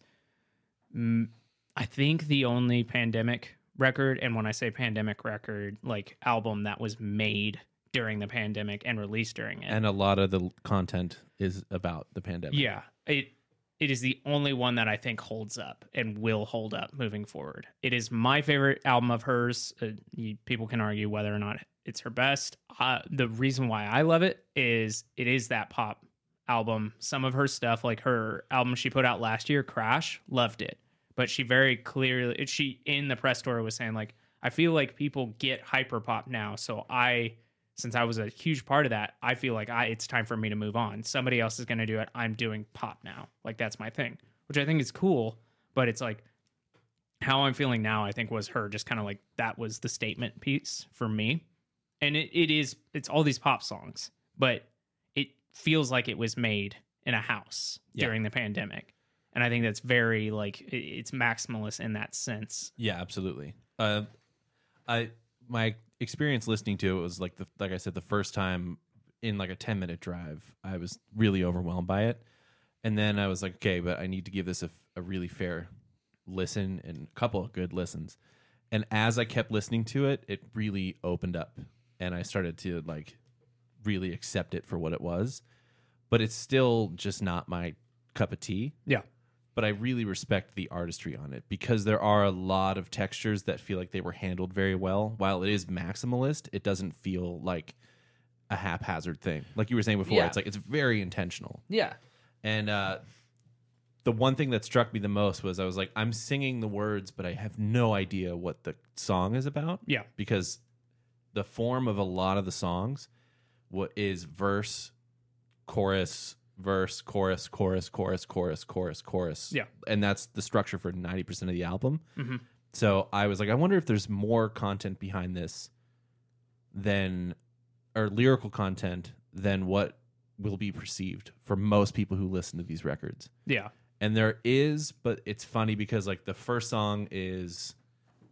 S1: mm, I think the only pandemic record, and when I say pandemic record, like album that was made during the pandemic and released during it.
S4: and a lot of the l- content is about the pandemic.
S1: Yeah, it it is the only one that I think holds up and will hold up moving forward. It is my favorite album of hers. Uh, you, people can argue whether or not it's her best. Uh, the reason why I love it is it is that pop album. Some of her stuff, like her album she put out last year, Crash, loved it. But she very clearly, she in the press tour was saying like, I feel like people get hyper pop now, so I since I was a huge part of that, I feel like I it's time for me to move on. Somebody else is going to do it. I'm doing pop now. Like that's my thing, which I think is cool, but it's like how I'm feeling now, I think was her just kind of like that was the statement piece for me. And it, it is it's all these pop songs, but it feels like it was made in a house
S4: Yeah.
S1: during the pandemic. And I think that's very like it- it's maximalist in that sense.
S4: Yeah, absolutely. Uh, I my experience listening to it was like the like I said the first time in like a ten minute drive, I was really overwhelmed by it, and then I was like, okay, but I need to give this a, a really fair listen and a couple of good listens, and as I kept listening to it, it really opened up, and I started to like really accept it for what it was, but it's still just not my cup of tea
S1: Yeah.
S4: but I really respect the artistry on it because there are a lot of textures that feel like they were handled very well. While it is maximalist, it doesn't feel like a haphazard thing. Like you were saying before,
S2: Yeah.
S4: it's like it's very intentional.
S2: Yeah.
S4: And uh, the one thing that struck me the most was I was like, I'm singing the words, but I have no idea what the song is about
S1: Yeah.
S4: because the form of a lot of the songs what is verse chorus verse chorus chorus chorus chorus chorus chorus
S1: Yeah.
S4: and that's the structure for 90% of the album
S1: Mhm.
S4: so i was like i wonder if there's more content behind this than or lyrical content than what will be perceived for most people who listen to these records
S1: Yeah.
S4: and there is but it's funny because like the first song is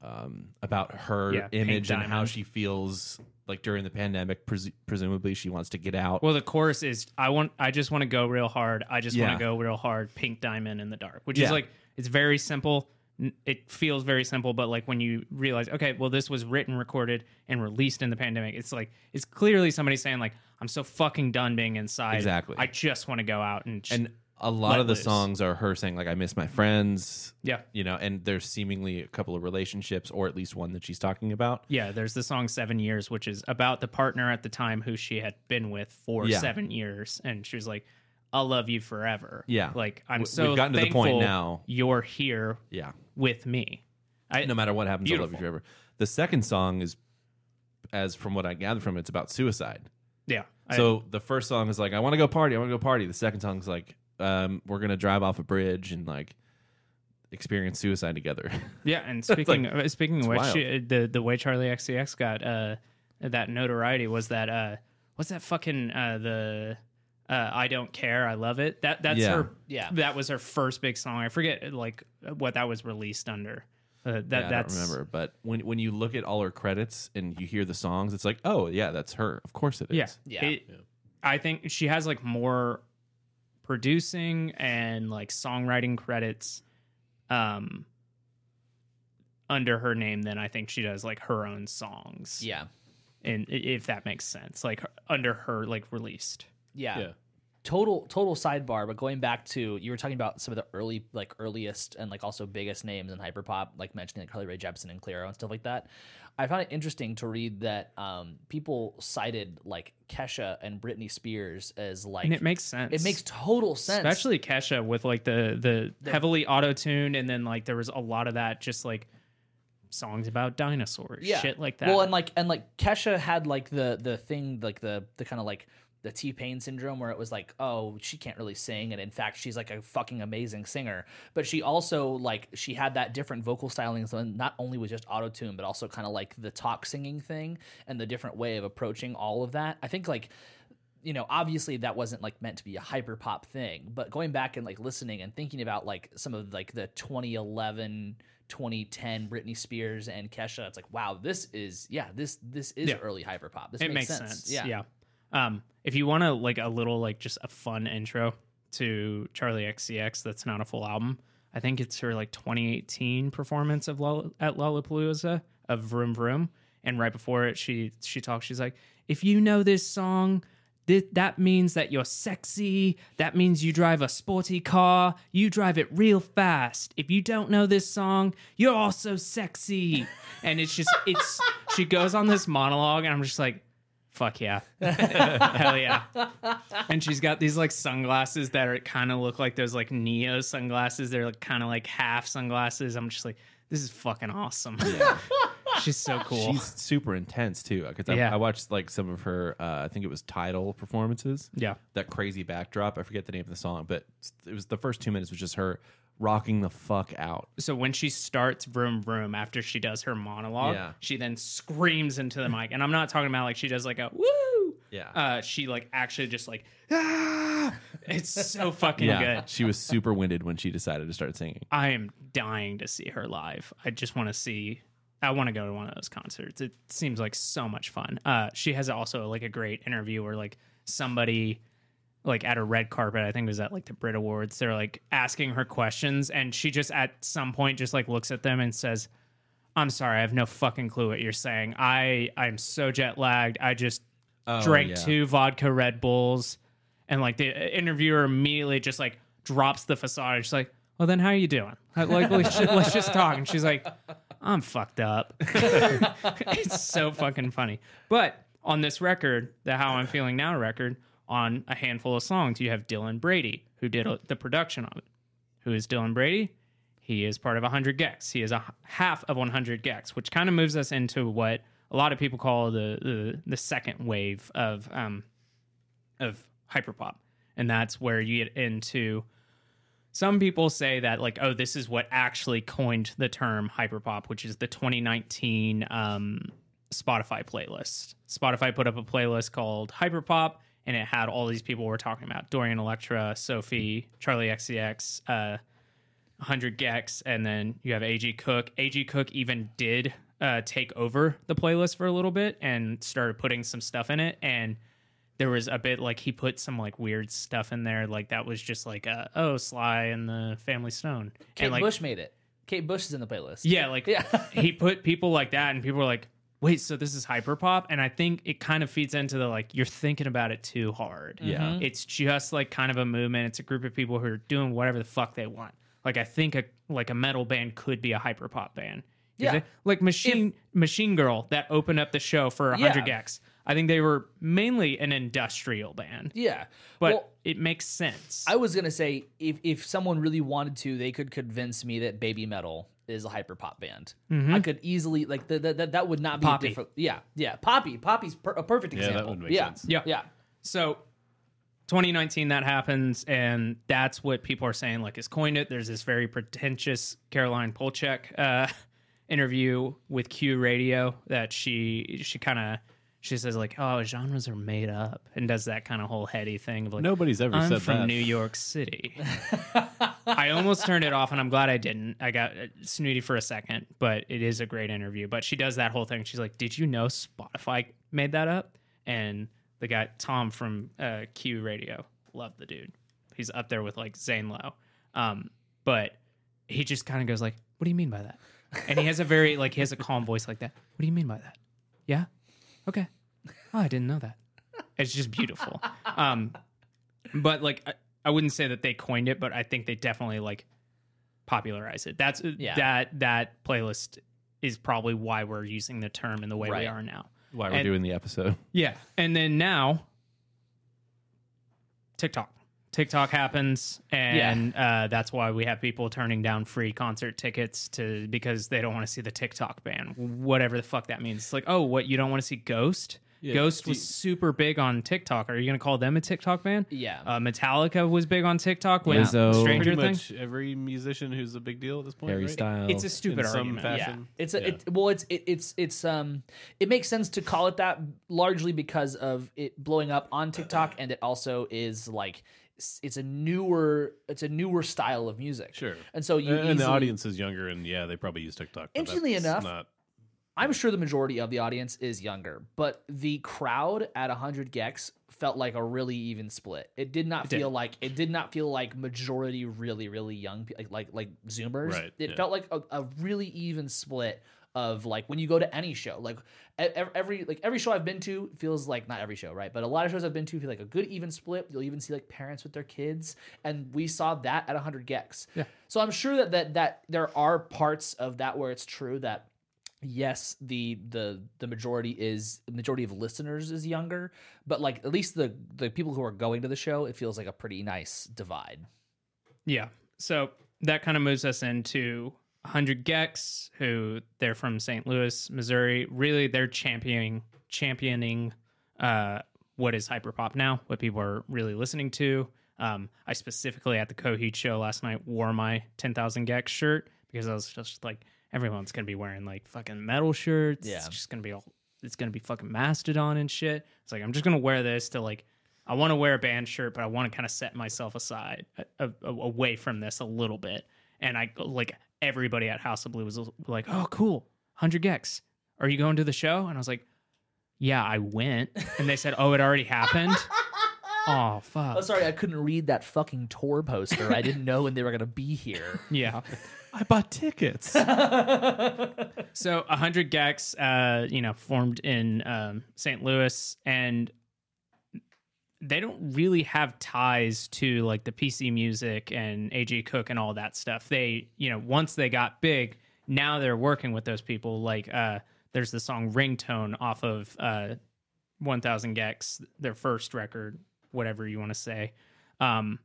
S4: um, about her
S1: Yeah, Pink
S4: image and how
S1: Diamond.
S4: she feels like during the pandemic presu- presumably she wants to get out
S1: Well, the chorus is I want I just want to go real hard. I just want
S4: Yeah.
S1: to go real hard. Pink diamond in the dark, which
S4: Yeah.
S1: is like it's very simple. N- It feels very simple, but like when you realize, okay, well, this was written, recorded, and released in the pandemic. It's like it's clearly somebody saying like I'm so fucking done being inside.
S4: Exactly.
S1: I just want to go out and just,
S4: and a lot
S1: Let
S4: of the
S1: loose.
S4: songs are her saying like i miss my friends
S1: yeah.
S4: you know and there's seemingly a couple of relationships or at least one that she's talking about
S1: Yeah, there's the song Seven Years, which is about the partner at the time who she had been with for
S4: Yeah.
S1: seven years. And she was like, I'll love you forever.
S4: Yeah.
S1: Like, I'm
S4: We-
S1: so
S4: we've gotten to the point
S1: thankful
S4: now.
S1: You're here
S4: yeah
S1: with me. I,
S4: no matter what happens i love you
S1: Beautiful.
S4: forever the second song is as from what i gather from it, it's about suicide
S1: yeah. I-
S4: So the first song is like, I want to go party, I want to go party. The second song is like, um, we're gonna drive off a bridge and like experience suicide together.
S1: yeah. And speaking uh, speaking of which,
S4: wild.
S1: she, the the way Charlie XCX got uh, that notoriety was that uh what's that fucking uh the uh I don't care, I love it. That that's
S4: Yeah.
S1: her
S2: Yeah.
S1: That was her first big song. I forget like what that was released under. Uh, that
S4: Yeah,
S1: that's
S4: I don't remember, but when when you look at all her credits and you hear the songs, it's like, oh yeah, that's her. Of course it is.
S1: Yeah.
S2: Yeah.
S1: It- I think she has like more producing and like songwriting credits um under her name than I think she does like her own songs.
S2: Yeah.
S1: And i- if that makes sense, like her- under her like released.
S2: Yeah.
S3: Yeah.
S2: Total total sidebar, but going back to you were talking about some of the early like earliest and like also biggest names in hyperpop, like mentioning like Carly Rae Jepsen and Cleo and stuff like that. I found it interesting to read that um people cited like Kesha and Britney Spears as like
S1: And it makes sense.
S2: it makes total sense.
S1: especially Kesha with like the the, heavily auto tuned and then like there was a lot of that just like songs about dinosaurs, shit like that.
S2: Well, and like and like Kesha had like the the thing like the the kind of like the T Pain syndrome where it was like, oh, she can't really sing, and in fact, she's like a fucking amazing singer. But she also like she had that different vocal styling, so not only was just auto tune, but also kind of like the talk singing thing and the different way of approaching all of that. I think like you know, obviously that wasn't like meant to be a hyper pop thing, but going back and like listening and thinking about like some of like the 2011, 2010 Britney Spears and Kesha, it's like, wow, this is, yeah, this, this is
S1: Yeah.
S2: early hyper pop. This
S1: it
S2: makes,
S1: makes,
S2: sense.
S1: sense. Yeah. Um, if you want to like a little like just a fun intro to Charlie XCX, that's not a full album. I think it's her like 2018 performance of Loll- at Lollapalooza of Vroom Vroom, and right before it, she she talks. She's like, "If you know this song." thi- That means that you're sexy. That means you drive a sporty car. You drive it real fast. If you don't know this song, you're also sexy. And it's just, it's, she goes on this monologue, and I'm just like, Fuck yeah. Hell yeah. And she's got these like sunglasses that are kind of look like those like Neo sunglasses. They're like kind of like half sunglasses. I'm just like, this is fucking awesome. she's so cool.
S4: She's super intense too. Because I,
S1: Yeah.
S4: I watched like some of her, uh, I think it was title performances.
S1: Yeah.
S4: that crazy backdrop. I forget the name of the song, but it was the first two minutes was just her rocking the fuck out.
S1: so when she starts vroom vroom after she does her monologue,
S4: Yeah.
S1: she then screams into the mic. And I'm not talking about like she does like a woo.
S4: Yeah.
S1: Uh, she like actually just like, ah! It's so fucking good.
S4: she was super winded when she decided to start singing.
S1: I am dying to see her live. I just want to see. I want to go to one of those concerts. It seems like so much fun. Uh, she has also like a great interview where like somebody like at a red carpet, I think it was at like the Brit Awards, they're like asking her questions, and she just at some point just like looks at them and says, "I'm sorry, I have no fucking clue what you're saying. I I'm so jet lagged. I just drank
S4: yeah.
S1: two vodka Red Bulls." And like the uh, interviewer immediately just like drops the facade. She's like, "Well, then how you doing? Like, like, let's, ju- let's just talk." And she's like, "I'm fucked up." it's so fucking funny. But on this record, the How I'm Feeling Now record, on a handful of songs, you have Dylan Brady who did uh, the production of it. Who is Dylan Brady? He is part of 100 Gex. He is a h- half of 100 Gex, which kind of moves us into what a lot of people call the the, the second wave of um, of hyperpop, and that's where you get into. Some people say that like, oh, this is what actually coined the term hyperpop, which is the 2019 um, Spotify playlist. Spotify put up a playlist called Hyperpop, and it had all these people we're talking about: Dorian Electra, Sophie, Charlie XCX, uh, 100 Gex, and then you have AG Cook. AG Cook even did uh, take over the playlist for a little bit and started putting some stuff in it. And there was a bit like he put some like weird stuff in there, like that was just like, uh, oh, Sly and the Family Stone.
S2: Kate
S1: and like,
S2: Bush made it. Kate Bush is in the playlist.
S1: yeah, like he put people like that, and people were like, "Wait, so this is hyperpop?" And I think it kind of feeds into the like you're thinking about it too hard.
S4: Yeah.
S1: it's just like kind of a movement. It's a group of people who are doing whatever the fuck they want. Like I think a like a metal band could be a hyperpop band. You
S2: Yeah.
S1: think- like Machine Machine Girl that opened up the show for 100
S2: Yeah.
S1: Gex. I think they were mainly an industrial band,
S2: Yeah.
S1: but
S2: Well,
S1: it makes sense.
S2: I was gonna say if if someone really wanted to, they could convince me that Baby Metal is a hyper pop band. I could easily like the, the, that that would not be
S1: Mm-hmm. Poppy.
S2: A different, yeah, yeah. Poppy, Poppy's per, a perfect
S3: that
S2: example.
S3: would make
S2: yeah,
S3: sense.
S1: Yeah.
S2: yeah.
S1: So 2019 that happens and that's what people are saying like is coined it. There's this very pretentious Caroline Polchek uh interview with Q Radio that she she kind of she says like, "Oh, genres are made up," and does that kind of whole heady thing of like,
S3: Nobody's ever
S1: I'm
S3: said
S1: from
S3: that.
S1: New York City. I almost turned it off, and I'm glad I didn't. I got uh, snooty for a second, but it is a great interview. But she does that whole thing. She's like, "Did you know Spotify made that up?" And the guy Tom from uh, Q Radio, love the dude. He's up there with like Zane Lowe, um, but he just kind of goes like, "What do you mean by that?" And he has a very like he has a calm voice like that. What do you mean by that? Yeah, okay. Oh, I didn't know that. It's just beautiful. Um, but like I, I wouldn't say that they coined it, but I think they definitely like popularize it. That's uh,
S2: Yeah.
S1: that that playlist is probably why we're using the term in the way we
S2: Right.
S1: are now.
S4: Why we're
S1: And-
S4: doing the episode.
S1: Yeah. And then now TikTok. TikTok happens and uh, that's why we have people turning down free concert tickets to because they don't want to see the TikTok ban. Whatever the fuck that means. It's like, "Oh, what you don't want to see Ghost?"
S3: Yeah,
S1: Ghost
S3: do
S1: was
S3: you-
S1: super big on TikTok. Are you going to call them a TikTok ban?
S2: Yeah.
S1: Uh, Metallica was big on TikTok when
S4: Lizzo.
S1: Stranger
S3: Pretty
S1: Things.
S3: much every musician who's a big deal at this point.
S4: Harry
S3: right?
S4: Styles.
S1: It's a
S3: In
S1: stupid
S3: some
S1: argument.
S2: yeah.
S3: fashion.
S2: It's a,
S3: Yeah.
S2: It, well, it's it, it's it's um, it makes sense to call it that largely because of it blowing up on TikTok, and it also is like s- it's a newer it's a newer style of music.
S3: Sure.
S2: and so you
S3: and and the
S2: easily-
S3: audience is younger, and yeah, they probably use TikTok. but
S2: Interestingly
S3: that's
S2: enough,
S3: not
S2: I'm sure the majority of the audience is younger, but the crowd at 100 Gex felt like a really even split. It did not
S1: did.
S2: feel like it did not feel like majority really really young pe- like like, like Zoomers.
S3: Right,
S2: it
S3: yeah.
S2: felt like a, a really even split of like when you go to any show, like e- ev- every like every show I've been to feels like not every show, right? But a lot of shows I've been to feel like a good even split. You'll even see like parents with their kids, and we saw that at 100 Gex. Yeah. So I'm sure that that that there are parts of that where it's true that yes the the the majority is majority of listeners is younger but like at least the the people who are going to the show it feels like a pretty nice divide
S1: Yeah. So that kind of moves us into 100 Gex, who they're from St. Louis, Missouri. Really, they're championing championing uh, what is hyperpop now, what people are really listening to. Um, I specifically at the Coheed show last night wore my 10,000 Gex shirt because I was just like, everyone's gonna be wearing like fucking metal shirts.
S2: Yeah.
S1: It's just gonna be all. It's gonna be fucking Mastodon and shit. It's like I'm just gonna wear this to like I want to wear a band shirt, but I want to kind of set myself aside, a, a- away from this a little bit. And I like everybody at House of Blue was like, "Oh, cool, hundred gex. Are you going to the show?" And I was like, "Yeah, I went." And they said, "Oh, it already happened." oh fuck.
S2: oh sorry i couldn't read that fucking tour poster i didn't know when they were gonna be here
S1: Yeah.
S4: I bought tickets.
S1: So 100 Gex, uh, you know, formed in um, St. Louis, and they don't really have ties to like the PC music and AJ Cook and all that stuff. They, you know, once they got big, now they're working with those people. Like, uh, there's the song Ringtone off of uh, 1000 Gex, their first record, whatever you want to say. Um,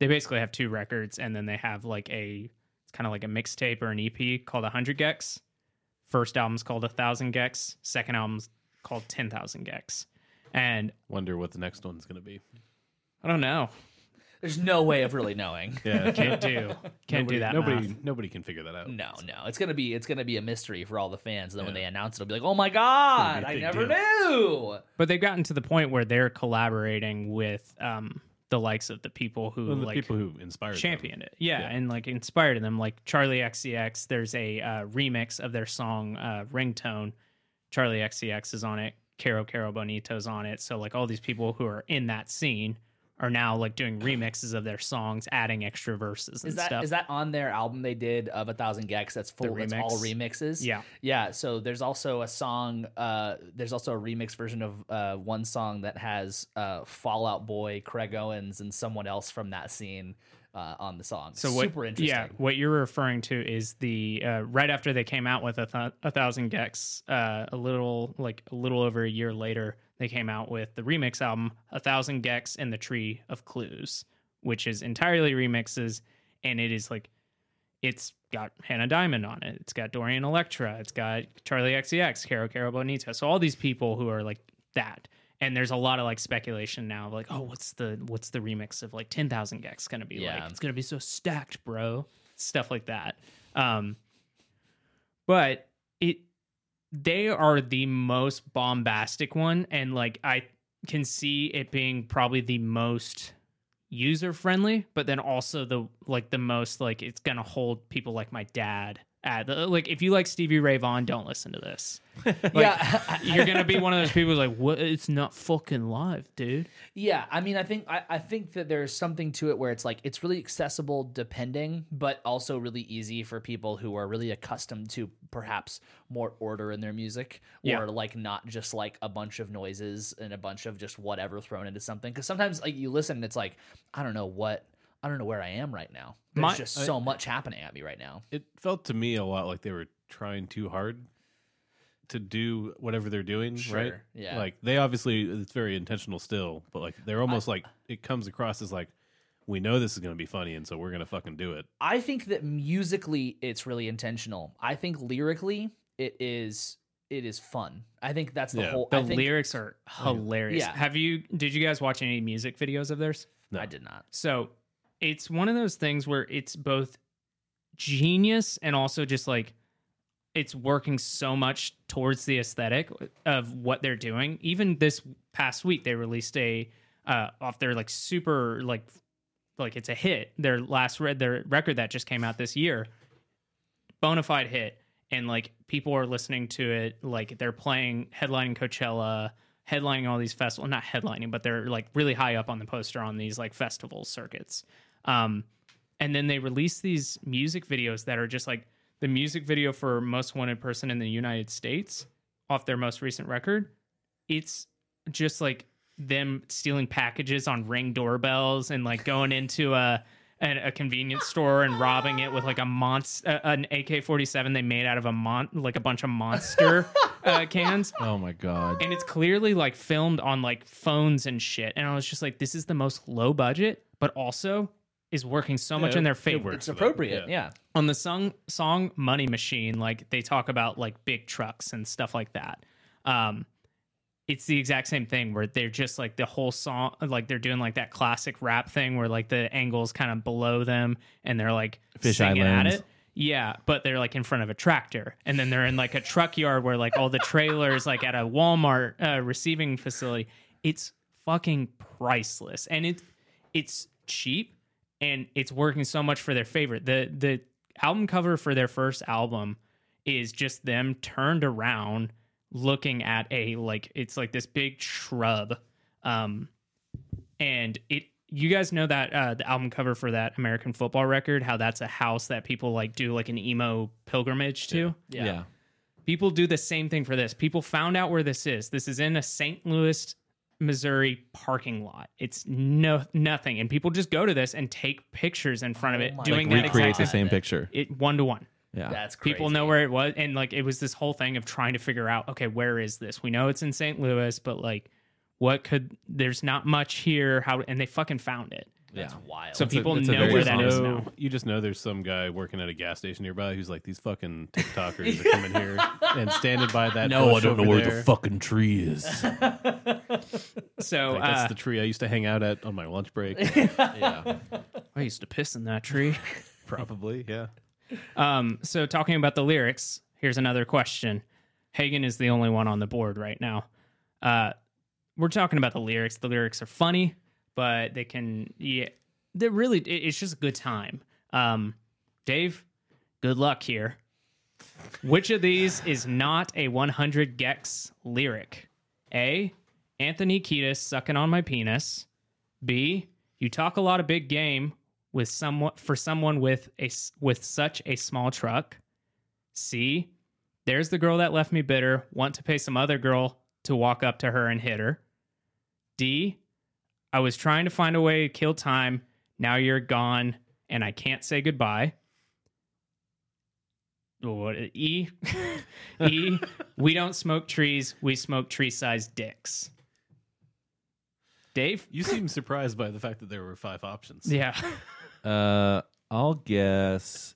S1: they basically have two records, and then they have like a, it's kind of like a mixtape or an EP called 100 Gex first album's called a thousand gex second album's called 10000 gex and
S3: wonder what the next one's going to be.
S1: i don't know
S2: there's no way of really knowing
S3: Yeah,
S1: can't do can't
S3: nobody,
S1: do that
S3: Nobody,
S1: math.
S3: nobody can figure that out.
S2: no no it's gonna be it's gonna be a mystery for all the fans and then when
S3: Yeah.
S2: they announce it it'll be like oh my god
S3: It's
S2: i
S3: gonna be
S2: never
S3: a big
S2: knew
S1: but they've gotten to the point where they're collaborating with um the likes of the people who
S3: And the
S1: like
S3: people who inspired them.
S1: championed it yeah,
S3: Yeah.
S1: and like inspired them like charlie xcx there's a uh, remix of their song uh ringtone charlie xcx is on it caro caro bonito's on it so like all these people who are in that scene are now like doing remixes of their songs adding extra verses and
S2: Is that is
S1: stuff
S2: that on their album they did of a thousand gex? That's full. That's all
S1: remix?
S2: remixes.
S1: Yeah.
S2: yeah. So there's also a song. Uh, there's also a remix version of uh, one song that has uh, Fallout Boy, Craig Owens, and someone else from that scene uh, on the song.
S1: So what,
S2: super interesting.
S1: Yeah, what you're referring to is the uh, right after they came out with a, th- a thousand gex, uh, a little like a little over a year later, they came out with the remix album "A Thousand Gex and the Tree of Clues," which is entirely remixes, and it is like it's got Hannah Diamond on it. It's got Dorian Electra. It's got Charlie XCX, Caro Caro Bonita. So all these people who are like that. And there's a lot of like speculation now of like, oh, what's the what's the remix of like 10,000 Gex gonna be
S2: Yeah.
S1: like? It's gonna be so stacked, bro. Stuff like that. Um but it they are the most bombastic one and like i can see it being probably the most user friendly but then also the like the most like it's gonna hold people like my dad at the, like if you like stevie ray vaughan don't listen to this
S2: yeah,
S1: you're gonna be one of those people who's like what it's not fucking live dude
S2: yeah. I mean, I think I, I think that there's something to it where it's like it's really accessible, depending, but also really easy for people who are really accustomed to perhaps more order in their music,
S1: Yeah.
S2: or like not just like a bunch of noises and a bunch of just whatever thrown into something. Because sometimes like you listen, and it's like I don't know what. I don't know where I am right now. There's
S1: My-
S2: just so much happening at me right now.
S3: It felt to me a lot like they were trying too hard to do whatever they're doing, right?
S2: Sure, yeah.
S3: Like they obviously it's very intentional still, but like they're almost like it comes across as like we know this is going to be funny and so we're going to fucking do it.
S2: I think that musically it's really intentional. I think lyrically it is it is fun. I think that's the
S3: Yeah.
S2: whole
S1: the
S2: I think, Oh,
S1: lyrics are hilarious
S2: Yeah.
S1: have you did you guys watch any music videos of theirs
S2: I did not.
S1: So it's one of those things where it's both genius and also just like it's working so much towards the aesthetic of what they're doing. Even this past week, they released a uh, off their like super like like it's a hit. Their last red their record that just came out this year, bona fide hit, and like people are listening to it. Like they're playing headlining Coachella, headlining all these festivals. Not headlining, but they're like really high up on the poster on these like festival circuits. Um, and then they release these music videos that are just like the music video for most wanted person in the United States off their most recent record. It's just like them stealing packages on ring doorbells and like going into a a, a convenience store and robbing it with like a monster uh, an AK47 they made out of a mon like a bunch of monster uh, cans
S4: Oh my god.
S1: and it's clearly like filmed on like phones and shit and I was just like this is the most low budget but also is working so much
S3: it-
S1: in their
S3: it
S1: favor
S3: works
S2: It's
S3: for them.
S2: appropriate. Yeah.
S1: on the song song money machine like they talk about like big trucks and stuff like that um it's the exact same thing where they're just like the whole song like they're doing like that classic rap thing where like the angles kind of below them and they're like
S4: Fisheye
S1: singing at
S4: lens.
S1: it yeah but they're like in front of a tractor and then they're in like a truck yard where like all the trailers like at a walmart uh, receiving facility it's fucking priceless and it's it's cheap and it's working so much for their favorite. The the album cover for their first album is just them turned around looking at a like it's like this big shrub. Um and it you guys know that uh the album cover for that American football record, how that's a house that people like do like an emo pilgrimage to.
S2: Yeah.
S4: yeah.
S1: People do the same thing for this. People found out where this is. This is in a St. Louis, Missouri parking lot. It's no nothing, and people just go to this and take pictures in front of
S2: Oh
S1: it,
S2: my
S1: doing
S2: God.
S1: that
S4: Recreate
S1: exact
S4: the
S1: same.
S4: same picture.
S1: It one to one.
S4: Yeah.
S2: That's crazy.
S1: People know where it was, and like it was this whole thing of trying to figure out, okay, where is this? We know it's in St. Louis, but like, what could? There's not much here. How? And they fucking found it.
S2: That's
S4: Yeah.
S2: wild.
S1: So
S4: a-
S1: people
S4: it's a
S1: know
S4: very
S1: where that
S4: small-
S1: is
S3: know-
S1: now.
S3: You just know there's some guy working at a gas station nearby who's like, these fucking TikTokers are coming here and standing by that. bush over there.
S4: fucking tree is.
S1: So
S3: Like, that's
S1: uh,
S3: the tree I used to hang out at on my lunch break.
S4: yeah.
S1: I used to piss in that tree.
S3: Probably, yeah.
S1: Um, so talking about the lyrics, here's another question. Hagen is the only one on the board right now. Uh, we're talking about the lyrics. The lyrics are funny, but they can yeah, they're really it- it's just a good time. Um, Dave, good luck here. Which of these is not a 100 gex lyric? A. Anthony Kiedis sucking on my penis. B. You talk a lot of big game with someone for someone with a s- with such a small truck. C. There's the girl that left me bitter. Want to pay some other girl to walk up to her and hit her. D. I was trying to find a way to kill time. Now you're gone, and I can't say goodbye. What E? e. We don't smoke trees. We smoke tree-sized dicks. Dave.
S3: You seem surprised by the fact that there were five options.
S1: Yeah.
S4: Uh, I'll guess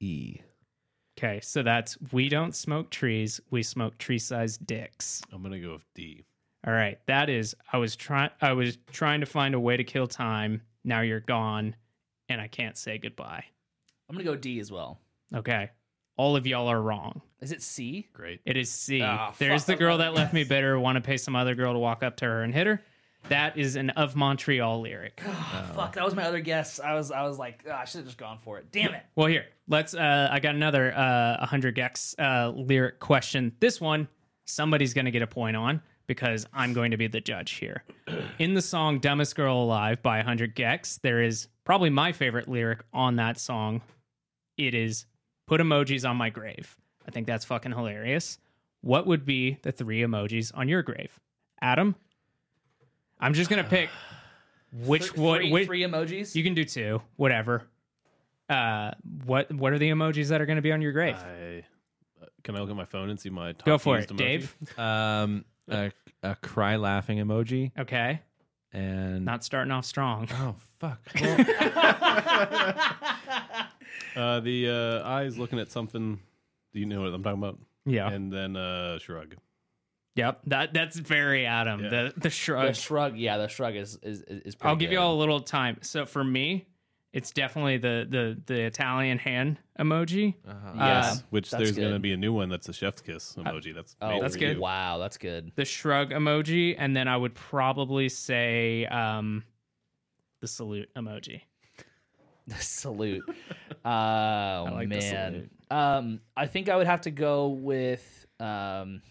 S4: E.
S1: Okay, so that's we don't smoke trees, we smoke tree-sized dicks.
S3: I'm gonna go with D.
S1: All right, that is I was trying I was trying to find a way to kill time. Now you're gone and I can't say goodbye.
S2: I'm gonna go D as well.
S1: Okay. all of y'all are wrong.
S2: Is it C?
S3: Great.
S1: It is C.
S2: Ah,
S1: There's the
S2: fuck.
S1: girl that left me bitter, want to pay some other girl to walk up to her and hit her. That is an of Montreal lyric.
S2: Fuck, that was my other guess. I was I was like, ah, I should have just gone for it. Damn it.
S1: Well, here, let's. Uh, I got another uh, 100 gex uh, lyric question. This one, somebody's going to get a point on because I'm going to be the judge here. In the song Dumbest Girl Alive by 100 gex, there is probably my favorite lyric on that song. It is put emojis on my grave. I think that's fucking hilarious. What would be the three emojis on your grave? Adam? I'm just going to pick which
S2: Three-
S1: one.
S2: three,
S1: which,
S2: three emojis?
S1: you can do two, whatever. Uh, what what are the emojis that are going to be on your grave?
S3: I uh, can I look at my phone and see my top
S1: Go for it,
S3: used emoji?
S1: Dave.
S4: Um, a, a cry laughing emoji
S1: Okay,
S4: and
S1: not starting off strong.
S4: oh fuck.
S3: Uh, the uh, eyes looking at something. Do you know what I'm talking about?
S1: Yeah.
S3: And then uh, shrug.
S1: Yep, that that's very Adam.
S3: Yeah.
S1: The the
S2: the
S1: shrug.
S2: shrug, yeah, the shrug is is is. Pretty
S1: I'll give
S2: good.
S1: you all a little time. So for me, it's definitely the the the Italian hand emoji.
S2: Uh,
S4: Uh-huh.
S2: Yes.
S3: Which
S2: that's
S3: there's going to
S2: good.
S3: be a new one that's a chef's kiss emoji. That's Oh, made
S1: that's
S3: for
S1: good.
S3: you.
S2: oh, Wow, that's good.
S1: the shrug emoji, and then I would probably say um, the salute emoji.
S2: The salute. Oh
S1: like the
S2: man.
S1: salute.
S2: Um, I think I would have to go with um,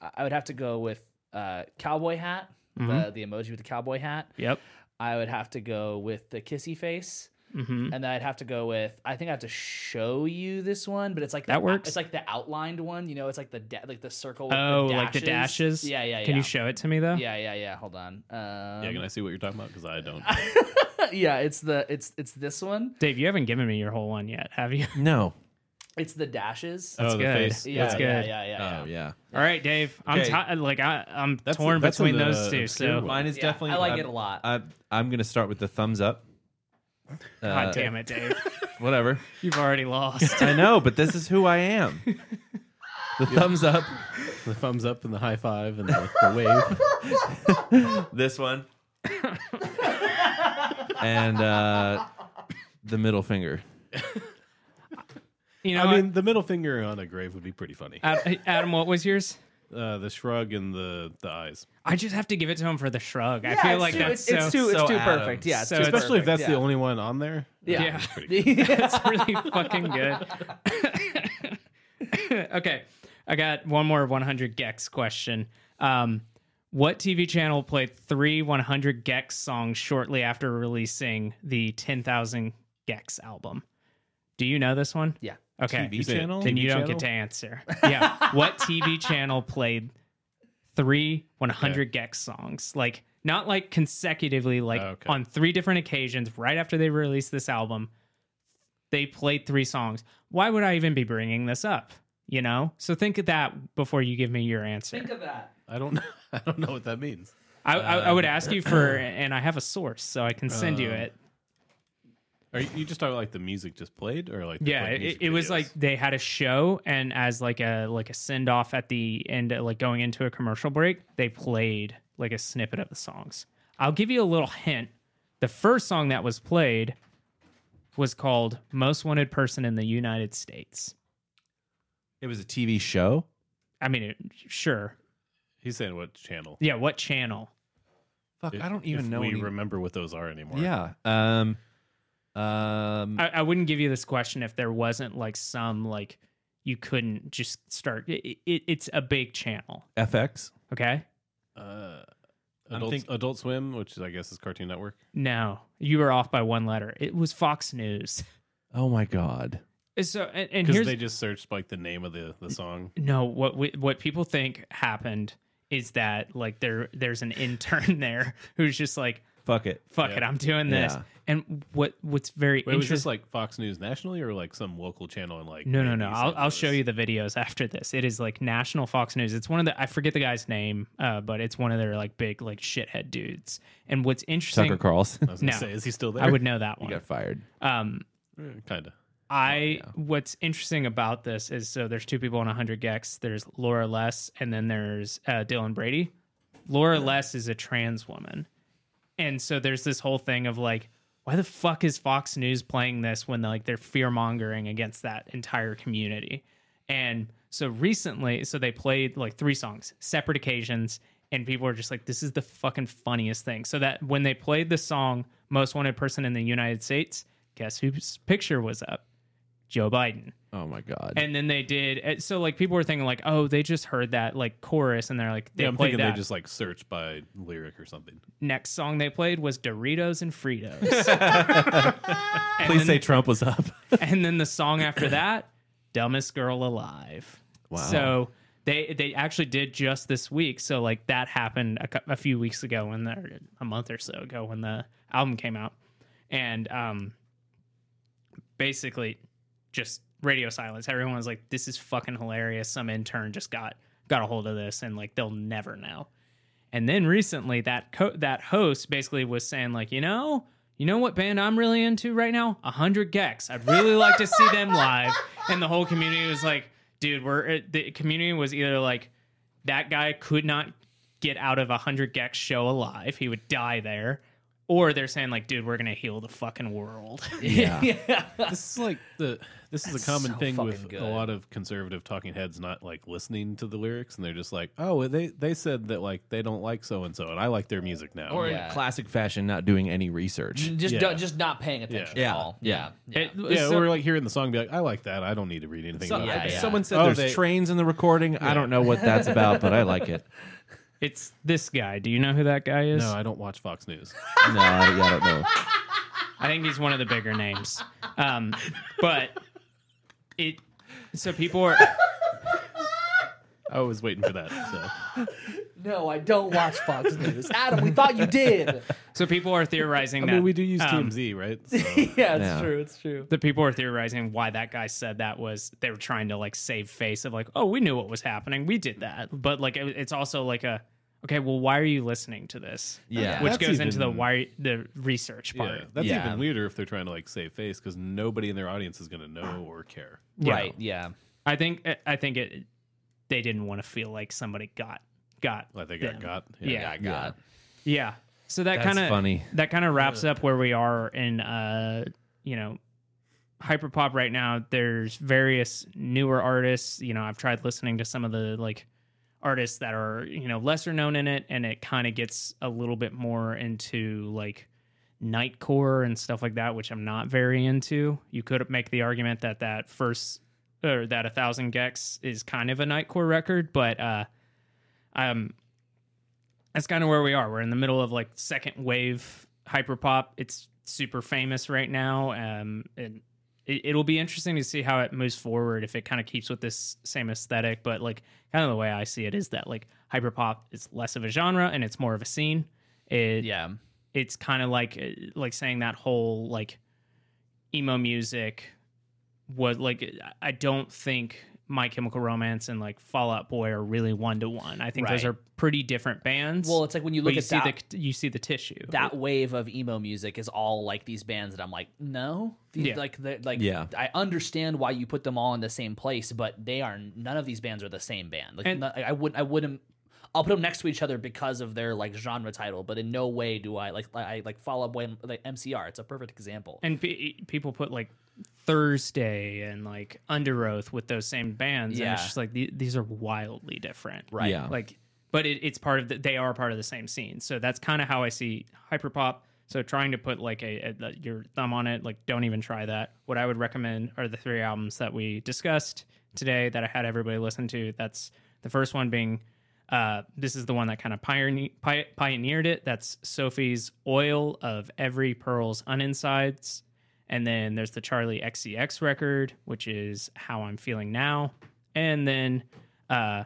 S2: I- I would have to go with uh cowboy hat.
S1: Mm-hmm.
S2: The the emoji with the cowboy hat.
S1: Yep.
S2: I would have to go with the kissy face.
S1: hmm
S2: and then I'd have to go with. I think I have to show you this one, but it's like
S1: That
S2: the,
S1: works.
S2: It's like the outlined one, you know. It's like the da- like the circle. With
S1: Oh,
S2: the
S1: like the dashes.
S2: Yeah, yeah, yeah.
S1: Can you show it to me though?
S2: yeah, yeah, yeah. Hold on. Um,
S3: Yeah, can I see what you're talking about? Because I don't.
S2: yeah, it's the it's it's this one.
S1: Dave, you haven't given me your whole one yet, have you?
S4: No.
S2: It's the dashes.
S3: oh, the
S1: good.
S3: face.
S2: yeah,
S1: that's
S2: yeah,
S1: good.
S2: yeah, yeah, yeah.
S4: Oh yeah.
S1: All right, Dave. I'm
S4: Okay.
S1: ti- like I, I'm
S3: That's-
S1: torn
S3: that's
S1: between
S3: an, uh,
S1: those two.
S3: obscure
S1: So
S3: one.
S4: Mine is
S2: Yeah,
S4: definitely.
S2: I like
S4: I'm-
S2: it a lot.
S4: I, I'm gonna start with the thumbs up. Uh,
S3: Uh,
S1: God damn it, Dave.
S4: Whatever.
S1: You've already lost.
S4: I know, but this is who I am. The thumbs up.
S3: The thumbs up and the high five and the, the wave.
S4: This one. and uh, the middle finger.
S1: You know, Uh,
S3: I mean, the middle finger on a grave would be pretty funny.
S1: Ad- Adam, what was yours?
S3: Uh, the shrug and the the eyes,
S1: I just have to give it to him for the shrug. I feel like that's so.
S2: it's too it's
S4: so
S2: too
S4: Adams.
S2: perfect. Yeah, it's
S1: So
S2: too
S1: it's-
S3: especially if that's
S2: perfect,
S3: the only one on there.
S2: Yeah.
S1: yeah,
S3: Pretty good.
S2: yeah.
S1: it's really fucking good. okay, I got one more 100 gex question. Um, what TV channel played three 100 gex songs shortly after releasing the 10,000 gex album? Do you know this one?
S2: yeah.
S1: Okay.
S3: You say it,
S4: channel?
S1: Then
S3: TV
S1: you don't
S3: channel?
S1: get to answer. Yeah. what TV channel played three 100 Gex songs? Like, not like consecutively, like
S3: Okay.
S1: on three different occasions right after they released this album, they played three songs. Why would I even be bringing this up? You know? So think of that before you give me your answer.
S2: Think of that.
S3: I don't. know- I don't know what that means.
S1: I, I, I
S3: Uh,
S1: would ask you for, and I have a source, so I can send you it.
S3: Are you, you just talking like the music just played, or like they
S1: yeah
S3: played
S1: it,
S3: music
S1: it was
S3: videos?
S1: like they had a show and as like a like a send off at the end uh, like going into a commercial break they played like a snippet of the songs i'll give you a little hint the first song that was played was called most wanted person in the united states
S4: It was a TV show.
S1: i mean it, sure
S3: he's saying what channel?
S1: yeah what channel
S4: Fuck, I don't even
S3: if
S4: know.
S3: We
S4: any-
S3: remember what those are anymore.
S4: yeah. Um. Um.
S1: I, I wouldn't give you this question if there wasn't like some like you couldn't just start it, it, it's a big channel
S4: FX.
S1: okay
S3: Uh,
S4: I'm
S3: Adult,
S4: think-
S3: Adult Swim, which I guess is Cartoon Network.
S1: No, you were off by one letter. It was Fox News.
S4: Oh my god.
S1: So, and, and
S3: Because
S1: here's
S3: they just searched like the name of the, the song.
S1: no what we, what people think happened is that like there there's an intern there who's just like
S4: Fuck it.
S1: fuck
S3: Yeah.
S1: it, I'm doing this.
S4: Yeah.
S1: And what what's very
S3: Wait, was this
S1: interesting?
S3: like Fox News nationally or like some local channel in like?
S1: no, no,
S3: maybe
S1: no.
S3: St.
S1: I'll, I'll show
S3: Louis?
S1: you the videos after this. It is like national Fox News. It's one of the I forget the guy's name, uh, but it's one of their like big like shithead dudes. And what's interesting,
S4: Tucker Carlson.
S3: I was gonna
S1: No.
S3: say, is he still there? Eh,
S1: I would know that
S4: he
S1: one.
S4: got fired.
S1: Um,
S3: kind of.
S1: I what's interesting about this is so there's two people on 100 Gex. There's Laura Less and then there's uh, Dylan Brady. Laura Less is a trans woman, and so there's this whole thing of like, why the fuck is Fox News playing this when like they're fear mongering against that entire community? And so recently, so they played like three songs, separate occasions, and people are just like, this is the fucking funniest thing. So that when they played the song Most Wanted Person in the United States, guess whose picture was up? Joe Biden.
S4: Oh my god.
S1: And then they did. and So like people were thinking like, oh, they just heard that like chorus, and they're like, they
S3: yeah, I'm
S1: played
S3: thinking
S1: that.
S3: they just like search by lyric or something.
S1: Next song they played was Doritos and Fritos. And
S4: Please
S1: then-
S4: say Trump was up.
S1: and then the song after that, "Dumbest Girl Alive." Wow. So they they actually did just this week. So like that happened a, cou- a few weeks ago when the or a month or so ago when the album came out, and um, basically just radio silence. Everyone was like, "This is fucking hilarious." Some intern just got got a hold of this, and like they'll never know. And then recently, that co- that host basically was saying like, you know, you know what band I'm really into right now? A hundred Gex. I'd really like to see them live. And the whole community was like, dude, we're it- the community was either like, that guy could not get out of a hundred Gex show alive. He would die there. Or they're saying like, dude, we're gonna heal the fucking world.
S2: Yeah.
S1: Ah.
S3: this is like the this is
S2: That's
S3: a common
S2: so
S3: thing with
S2: fucking good.
S3: a lot of conservative talking heads not like listening to the lyrics and they're just like oh well, they they said that like they don't like so and so and I like their music now
S4: Or
S2: Yeah.
S4: in classic fashion, not doing any research.
S2: Just
S3: Yeah.
S2: don't- just not paying attention
S4: Yeah.
S2: at all. Yeah. Yeah.
S1: It-
S3: yeah
S1: so-
S3: or like hearing the song be like I like that I don't need to read anything
S4: So-
S3: about
S2: Yeah,
S4: I-
S3: it.
S2: yeah.
S4: Someone said
S3: Oh,
S4: there's
S3: they-
S4: trains in the recording. I don't know what that's about, but I like it.
S1: it's this guy. Do you know who that guy is?
S3: no I don't watch Fox News
S4: No, I, I don't know.
S1: I think he's one of the bigger names. Um, but it so people are
S3: I was waiting for that so
S2: No, I don't watch Fox News. Adam, we thought you did.
S1: so people are theorizing
S3: I
S1: that
S3: mean we do use
S1: um,
S3: TMZ right so,
S2: yeah, it's
S4: Yeah.
S2: true. It's true.
S1: the people are theorizing why that guy said that was they were trying to like save face of like oh we knew what was happening we did that but like it, it's also like a okay well why are you listening to this
S4: Yeah.
S1: which
S3: That's
S1: goes into the
S3: even-
S1: why the research
S3: yeah,
S1: part
S3: that's
S4: Yeah.
S3: even weirder if they're trying to like save face because nobody in their audience is gonna know or care
S2: Right. Yeah.
S1: I think I think it they didn't want to feel like somebody got got
S3: like they got
S1: them.
S3: got
S1: Yeah.
S2: I got it.
S1: Yeah. So that
S4: That's
S1: kind of
S4: funny.
S1: That kind of wraps up where we are in uh, you know, hyperpop right now. There's various newer artists, you know, I've tried listening to some of the like artists that are, you know, lesser known in it and it kind of gets a little bit more into like nightcore and stuff like that, which I'm not very into. You could make the argument that that first or that a thousand gex is kind of a nightcore record, but uh, um, that's kind of where we are. We're in the middle of like second wave hyperpop. It's super famous right now, um, and it, it'll be interesting to see how it moves forward. If it kind of keeps with this same aesthetic, but like kind of the way I see it is that like hyperpop is less of a genre and it's more of a scene. It,
S2: Yeah.
S1: it's kind of like uh, like saying that whole like emo music was like I don't think My Chemical Romance and like Fallout Boy are really one to one. I think those
S2: Right.
S1: are pretty different bands.
S2: Well, it's like when you
S1: but
S2: look
S1: you
S2: at
S1: see
S2: that,
S1: the you see the tissue.
S2: that wave of emo music is all like these bands that I'm like, no, these,
S1: Yeah.
S2: like the like
S4: Yeah.
S2: I understand why you put them all in the same place, but they are none of these bands are the same band. Like
S1: And-
S2: no- I wouldn't, I wouldn't. I'll put them next to each other because of their like genre title, but in no way do I like like- I like Fall Out Boy and like MCR. It's a perfect example.
S1: and pe- people put like Thursday and like Under Oath with those same bands, and
S2: Yeah.
S1: it's just like the- these are wildly different,
S2: right.
S4: Yeah.
S1: like but it, it's part of the, they are part of the same scene so that's kind of how i see hyperpop so trying to put like a, a- your thumb on it like don't even try that what i would recommend are the three albums that we discussed today that i had everybody listen to that's the first one being uh, this is the one that kind of pioneer, pi- pioneered it that's sophie's oil of every pearl's uninsides and then there's the charlie xcx record which is how i'm feeling now and then uh,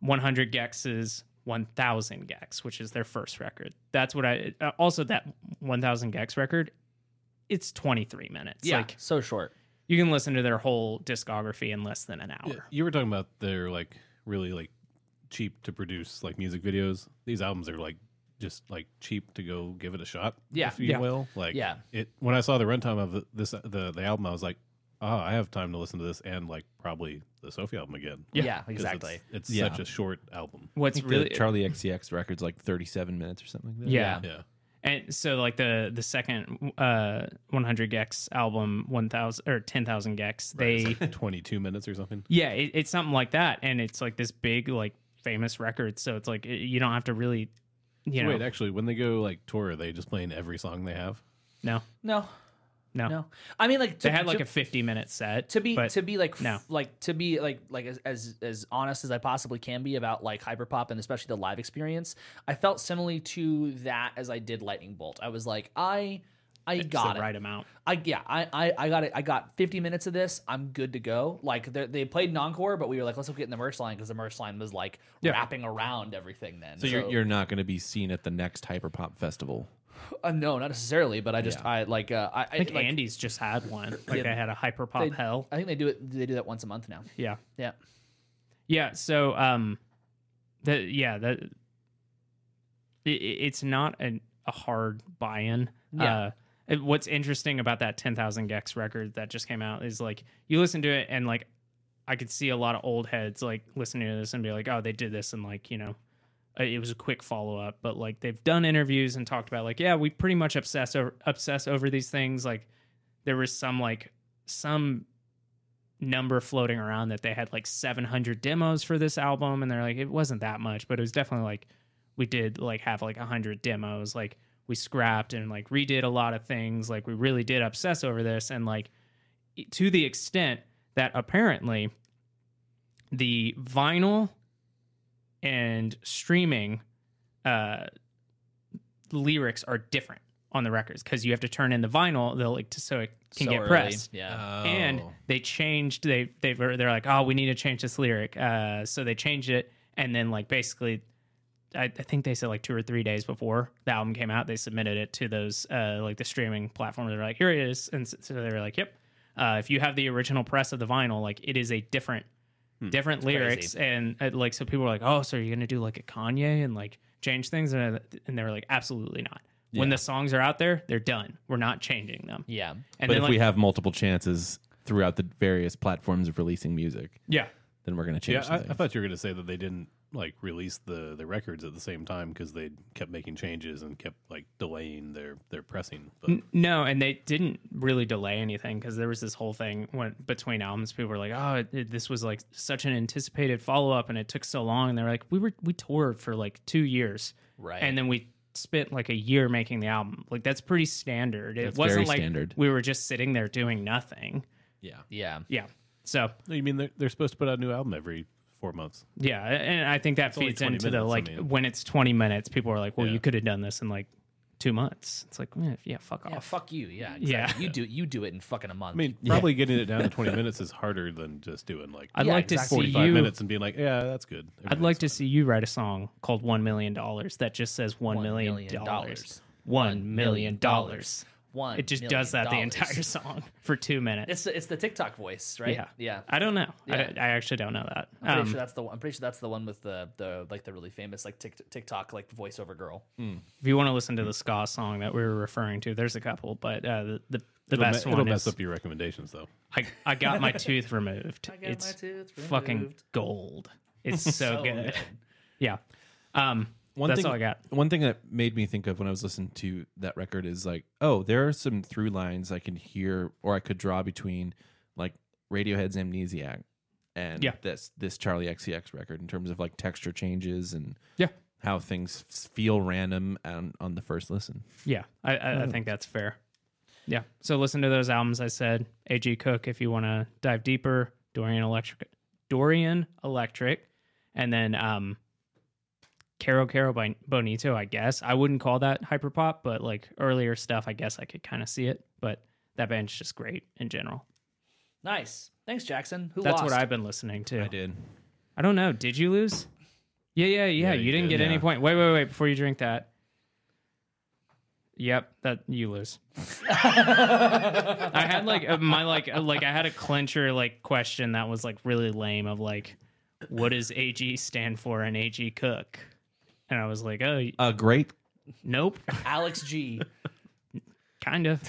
S1: 100 Gex's 1000 Gex, which is their first record. That's what I uh, also that 1000 Gex record. It's 23 minutes.
S2: yeah,
S1: Like
S2: so short.
S1: you can listen to their whole discography in less than an hour.
S3: Yeah, You were talking about they're like really like cheap to produce like music videos. These albums are like just like cheap to go give it a shot.
S2: Yeah.
S3: if you
S1: Yeah.
S3: will. Like
S2: Yeah.
S3: it when I saw the runtime of the, this the the album, I was like, oh, I have time to listen to this and like probably the Sophie album again.
S2: Yeah,
S3: 'Cause
S2: exactly.
S3: It's, it's
S4: Yeah.
S3: such a short album.
S1: What's
S4: It's really
S1: really
S4: Charlie XCX records like 37 minutes or something.
S1: yeah.
S3: Yeah,
S1: And so like the the second uh 100 Gex album 1000 or 10,000 Gex, they
S3: twenty two minutes or something.
S1: yeah, it, it's something like that and it's like this big like famous record so it's like it, you don't have to really you know
S3: Wait, actually, when they go like tour, are they just playing every song they have.
S1: no.
S2: No,
S1: No.
S2: no. I mean, like to,
S1: They had like
S2: to,
S1: a 50 minute set
S2: to be
S1: but
S2: to be like f-
S1: no.
S2: like to be like like as, as as honest as I possibly can be about like hyperpop and especially the live experience. I felt similarly to that as I did Lightning Bolt. I was like, I I
S1: it's
S2: got
S1: the
S2: it.
S1: right amount.
S2: I yeah, I, I I got it. I got 50 minutes of this. I'm good to go. Like they they played an encore, but we were like, let's go get in the merch line because the merch line was like wrapping around everything. Then
S4: So you're, you're not going to be seen at the next hyperpop festival.
S2: uh, no, not necessarily, but I just I like uh, I,
S1: I think Andy's just had one. Like they had a hyper pop
S2: they,
S1: hell.
S2: I think they do it. They do that once a month now.
S1: Yeah.
S2: Yeah.
S1: Yeah. So, um, the yeah that it, it's not an, a hard buy-in.
S2: Yeah.
S1: Uh, it- what's interesting about that ten thousand Gex record that just came out is like you listen to it and like I could see a lot of old heads like listening to this and be like, oh, they did this and like you know. uh, It was a quick follow up, but like they've done interviews and talked about like, yeah, we pretty much obsess over, obsess over these things. Like there was some like some number floating around that they had like 700 demos for this album and they're like it wasn't that much but it was definitely like we did like have like 100 demos like we scrapped and like redid a lot of things like we really did obsess over this and like to the extent that apparently the vinyl and streaming uh lyrics are different on the records because you have to turn in the vinyl they'll like to, so it can
S2: So
S1: get
S2: early.
S1: pressed
S2: Yeah.
S1: and
S4: Oh.
S1: they changed they they were they're like oh we need to change this lyric uh so they changed it and then like basically I, I think they said like two or three days before the album came out they submitted it to those uh like the streaming platforms they're like here it is and s- so they were like yep uh if you have the original press of the vinyl like it is a different
S4: Hmm.
S1: different lyrics and uh, like so people were like oh so you're gonna do like a kanye and like change things and, I- and they were like absolutely not when the songs are out there they're done we're not changing them
S2: yeah.
S1: and
S4: but
S1: then
S4: if
S1: like,
S4: we have multiple chances throughout the various platforms of releasing music,
S1: yeah
S4: then we're going to
S3: Yeah,
S4: change.
S3: I,
S4: some
S3: I
S4: things.
S3: thought you were gonna say that they didn't like release the the records at the same time because they kept making changes and kept like delaying their their pressing. But
S1: No, and they didn't really delay anything because there was this whole thing when between albums, people were like, "Oh, it- it, this was like such an anticipated follow up, and it took so long." And they were like, "We were we toured for like two years,
S2: Right.
S1: And then we spent like a year making the album. Like that's pretty standard. It
S4: That's
S1: wasn't
S4: very
S1: like
S4: standard.
S1: we were just sitting there doing nothing.
S4: yeah.
S2: Yeah.
S1: Yeah. So
S3: no, you mean they're, they're supposed to put out a new album every four months?
S1: yeah, and I think that
S3: only
S1: feeds
S3: 20
S1: into the
S3: minutes, I
S1: like
S3: mean.
S1: when it's twenty minutes, people are like, "Well,
S3: Yeah.
S1: you could have done this in like two months." It's like, eh, yeah, fuck
S2: Yeah,
S1: off.
S2: fuck you. Yeah.
S1: Yeah.
S2: exactly. You do you do it in fucking a month.
S3: I mean, probably getting it down to twenty minutes is harder than just doing like
S1: I'd
S2: Yeah,
S1: like
S2: exactly.
S1: to see
S3: five
S1: you
S3: minutes and being like, yeah, that's good.
S1: I'd like to see you write a song called One Million Dollars that just says One Million
S2: million
S1: Dollars.
S2: dollars.
S1: One Million Dollars.
S2: one.
S1: It just
S2: million
S1: does that the
S2: dollars.
S1: entire song for two minutes.
S2: It's the, it's the TikTok voice, right?
S1: yeah.
S2: Yeah.
S1: I don't know. I,
S2: Yeah.
S1: I actually don't know that.
S2: I'm pretty
S1: Um,
S2: sure that's the one- I'm pretty sure that's the one with the the like the really famous like Tik- TikTok like voiceover girl.
S1: if you want to listen to the ska song that we were referring to, there's a couple, but uh, the, the, the
S3: It'll, me-
S1: best
S3: it'll
S1: one
S3: mess
S1: is
S3: up your recommendations though.
S1: I, I Got My Tooth Removed.
S2: got my
S1: it's
S2: tooth
S1: fucking
S2: removed.
S1: gold. It's so, good.
S2: good.
S1: Yeah. Um,
S4: One
S1: that's
S4: thing,
S1: all I got.
S4: One thing that made me think of when I was listening to that record is like, oh, there are some through lines I can hear or I could draw between like Radiohead's Amnesiac and
S1: Yeah.
S4: this this Charlie XCX record in terms of like texture changes and
S1: Yeah.
S4: how things f- feel random on, on the first listen.
S1: Yeah, I, I, I think that's fair. Yeah. So listen to those albums I said. A.G. Cook, if you want to dive deeper, Dorian Electric, Dorian Electric, and then um, Caro Caro by Bonito, I guess. I wouldn't call that hyperpop, but like earlier stuff, I guess I could kind of see it. But that band's just great in general.
S2: Nice. Thanks, Jackson. Who
S1: That's
S2: lost?
S1: what I've been listening to. I,
S4: did.
S1: don't know. Did you lose? Yeah, yeah, yeah.
S3: Yeah,
S1: you
S3: you
S1: didn't
S3: did.
S1: get any
S4: Yeah.
S1: point. Wait, wait, wait. Before you drink that. Yep, that you lose. I had like a- my like a- like I had a clincher like question that was like really lame of like what does AG stand for in AG Cook? And I was like, "Oh, y-
S4: A great
S1: nope,
S2: Alex G.
S1: kind of."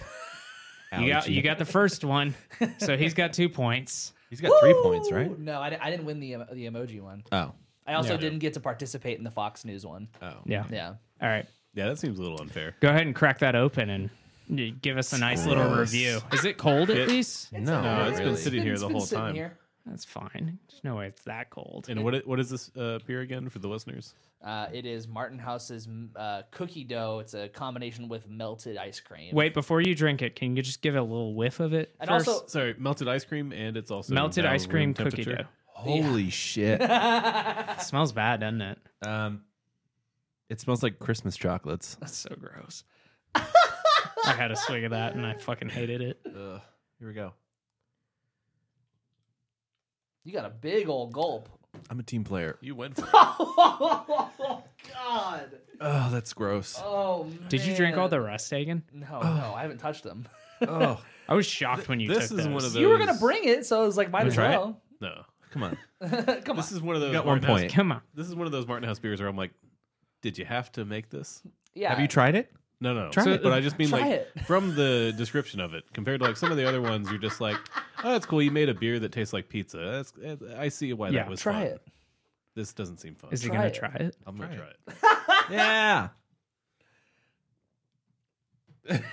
S3: Oh,
S1: You got
S4: allergy.
S1: you got the first one. So he's got 2 points.
S4: He's got three points, right?
S2: Ooh, No, I, di- I didn't win the em- the emoji one.
S4: Oh.
S2: I also
S3: Yeah.
S2: didn't get to participate in the Fox News one.
S4: Oh.
S1: Yeah.
S2: Yeah.
S1: All right.
S3: Yeah, that seems a little unfair.
S1: Go ahead and crack that open and y- give us a nice little review. Is it cold at
S3: It-
S1: least?
S4: No,
S3: No,
S4: not
S3: it's been
S4: really.
S3: sitting here the whole time.
S1: That's fine. There's no way it's that cold.
S3: And what i- what is this uh, beer again for the listeners?
S2: Uh, it is Martin House's mm, uh, cookie dough. It's a combination with melted ice cream.
S1: Wait, before you drink it, can you just give it a little whiff of it?
S2: and
S1: first?
S2: also
S3: Sorry, melted ice cream, and it's also
S1: melted
S3: now
S1: ice cream
S3: room
S1: cookie dough.
S3: temperature.
S4: Holy shit.
S1: It smells bad, doesn't it?
S4: Um, it smells like Christmas chocolates.
S1: That's so gross. I had a swig of that and I fucking hated it.
S4: Ugh, here we go.
S2: you got a big old gulp.
S4: I'm a team player.
S3: You went for it.
S2: oh God!
S4: Oh, that's gross.
S2: Oh man!
S1: Did you drink all the rest, Hagen?
S2: No, no, I haven't touched them.
S4: Oh,
S1: I was shocked when you
S3: This
S1: took
S3: is
S1: those.
S3: one of those.
S2: You were gonna bring it, so I was like, might as
S4: try it.
S2: well.
S3: No,
S4: come on.
S2: Come on.
S3: this is one of those.
S4: got one
S3: Martin House-
S4: point.
S1: Come on.
S3: This is one of those Martin House beers where I'm like, did you have to make this?
S2: yeah.
S4: Have you tried it?
S3: No, no,
S4: Try
S3: So-
S4: it.
S3: But I just mean
S2: Try
S3: like
S2: it.
S3: from the description of it, compared to like some of the other ones, you're just like, oh, that's cool. You made a beer that tastes like pizza. That's eh, I see why
S1: Yeah,
S3: that was
S2: Try
S3: fun.
S2: it.
S3: This doesn't seem fun.
S1: Is he
S2: Try
S1: gonna
S2: it.
S1: try it?
S3: I'm gonna try
S4: Try
S3: it.
S4: Yeah. and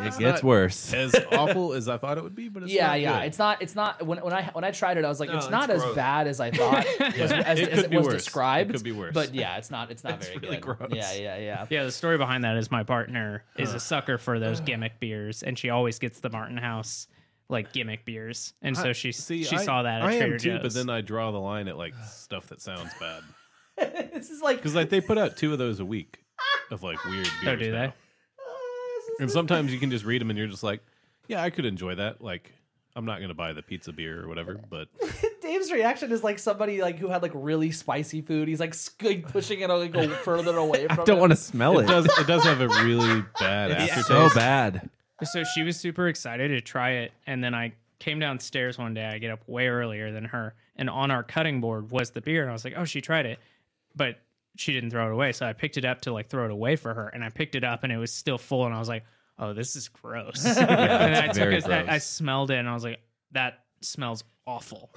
S4: it Eh, gets
S3: not-
S4: worse.
S3: as awful as I thought it would be, but it's
S2: Yeah,
S3: not
S2: yeah.
S3: good.
S2: It's not. It's not. When, when I when I tried it, I was like,
S4: No,
S2: it's
S4: it's
S2: not as
S4: gross.
S2: bad as I thought. as, as,
S3: It
S2: as
S3: could
S2: it
S3: be
S2: was
S3: worse. It
S2: described.
S3: could be worse.
S2: But yeah, it's not. It's not very
S4: really
S2: good.
S4: gross.
S2: Yeah, yeah, yeah.
S1: Yeah, the story behind that is my partner is a sucker for those gimmick beers, and she always gets the Martin House like gimmick beers, and so she
S3: See,
S1: she
S3: I-
S1: saw that at
S3: I
S1: Trader
S3: am too,
S1: Joe's.
S3: but then I draw the line at like stuff that sounds bad
S2: this is like.
S3: because like they put out two of those a week of like weird beers.
S1: oh, do they?
S3: now. And sometimes you can just read them and you're just like, yeah, I could enjoy that. Like, I'm not gonna buy the pizza beer or whatever, but
S2: Dave's reaction is like somebody like who had like really spicy food. He's like sc- pushing it like go further away from.
S4: I don't
S2: it.
S4: want to smell it.
S3: it does it does have a really bad aftertaste.
S4: It's so bad.
S1: So she was super excited to try it, and then I came downstairs one day. I get up way earlier than her, and on our cutting board was the beer, and I was like, "Oh, she tried it," but she didn't throw it away. So I picked it up to like throw it away for her, and I picked it up, and it was still full, and I was like, "Oh, this is gross." and then I took
S4: very
S1: it, I- I
S4: gross.
S1: smelled it, and I was like, "That smells awful."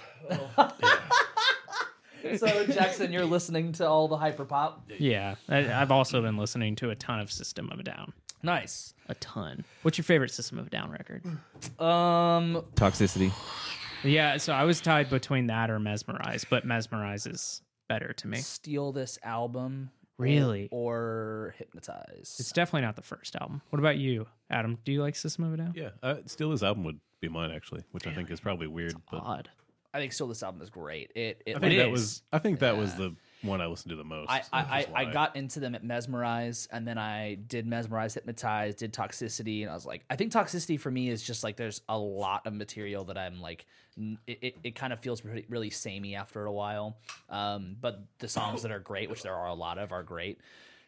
S2: So Jackson, you're listening to all the hyper pop.
S1: Yeah, I, I've also been listening to a ton of System of a Down.
S2: Nice.
S1: A ton. What's your favorite System of a Down record?
S2: Um,
S4: Toxicity.
S1: Yeah, so I was tied between that or Mesmerize, but Mesmerize is better to me.
S2: steal this album.
S1: Really?
S2: Or hypnotize.
S1: It's definitely not the first album. What about you, Adam? Do you like System of a Down?
S3: Yeah, uh, still his album would be mine actually, which I think is probably weird. But
S1: Odd.
S2: I think still this album is great. It it,
S3: I think
S1: It
S3: that
S1: is.
S3: was I think that was the one I listened to the most.
S2: I,
S3: which
S2: I,
S3: is
S2: I, I
S3: why.
S2: got into them at Mesmerize, and then I did Mesmerize, Hypnotize, did Toxicity, and I was like, I think Toxicity for me is just like there's a lot of material that I'm like, n- it, it, it kind of feels really, really samey after a while. Um, but the songs that are great, which there are a lot of, are great.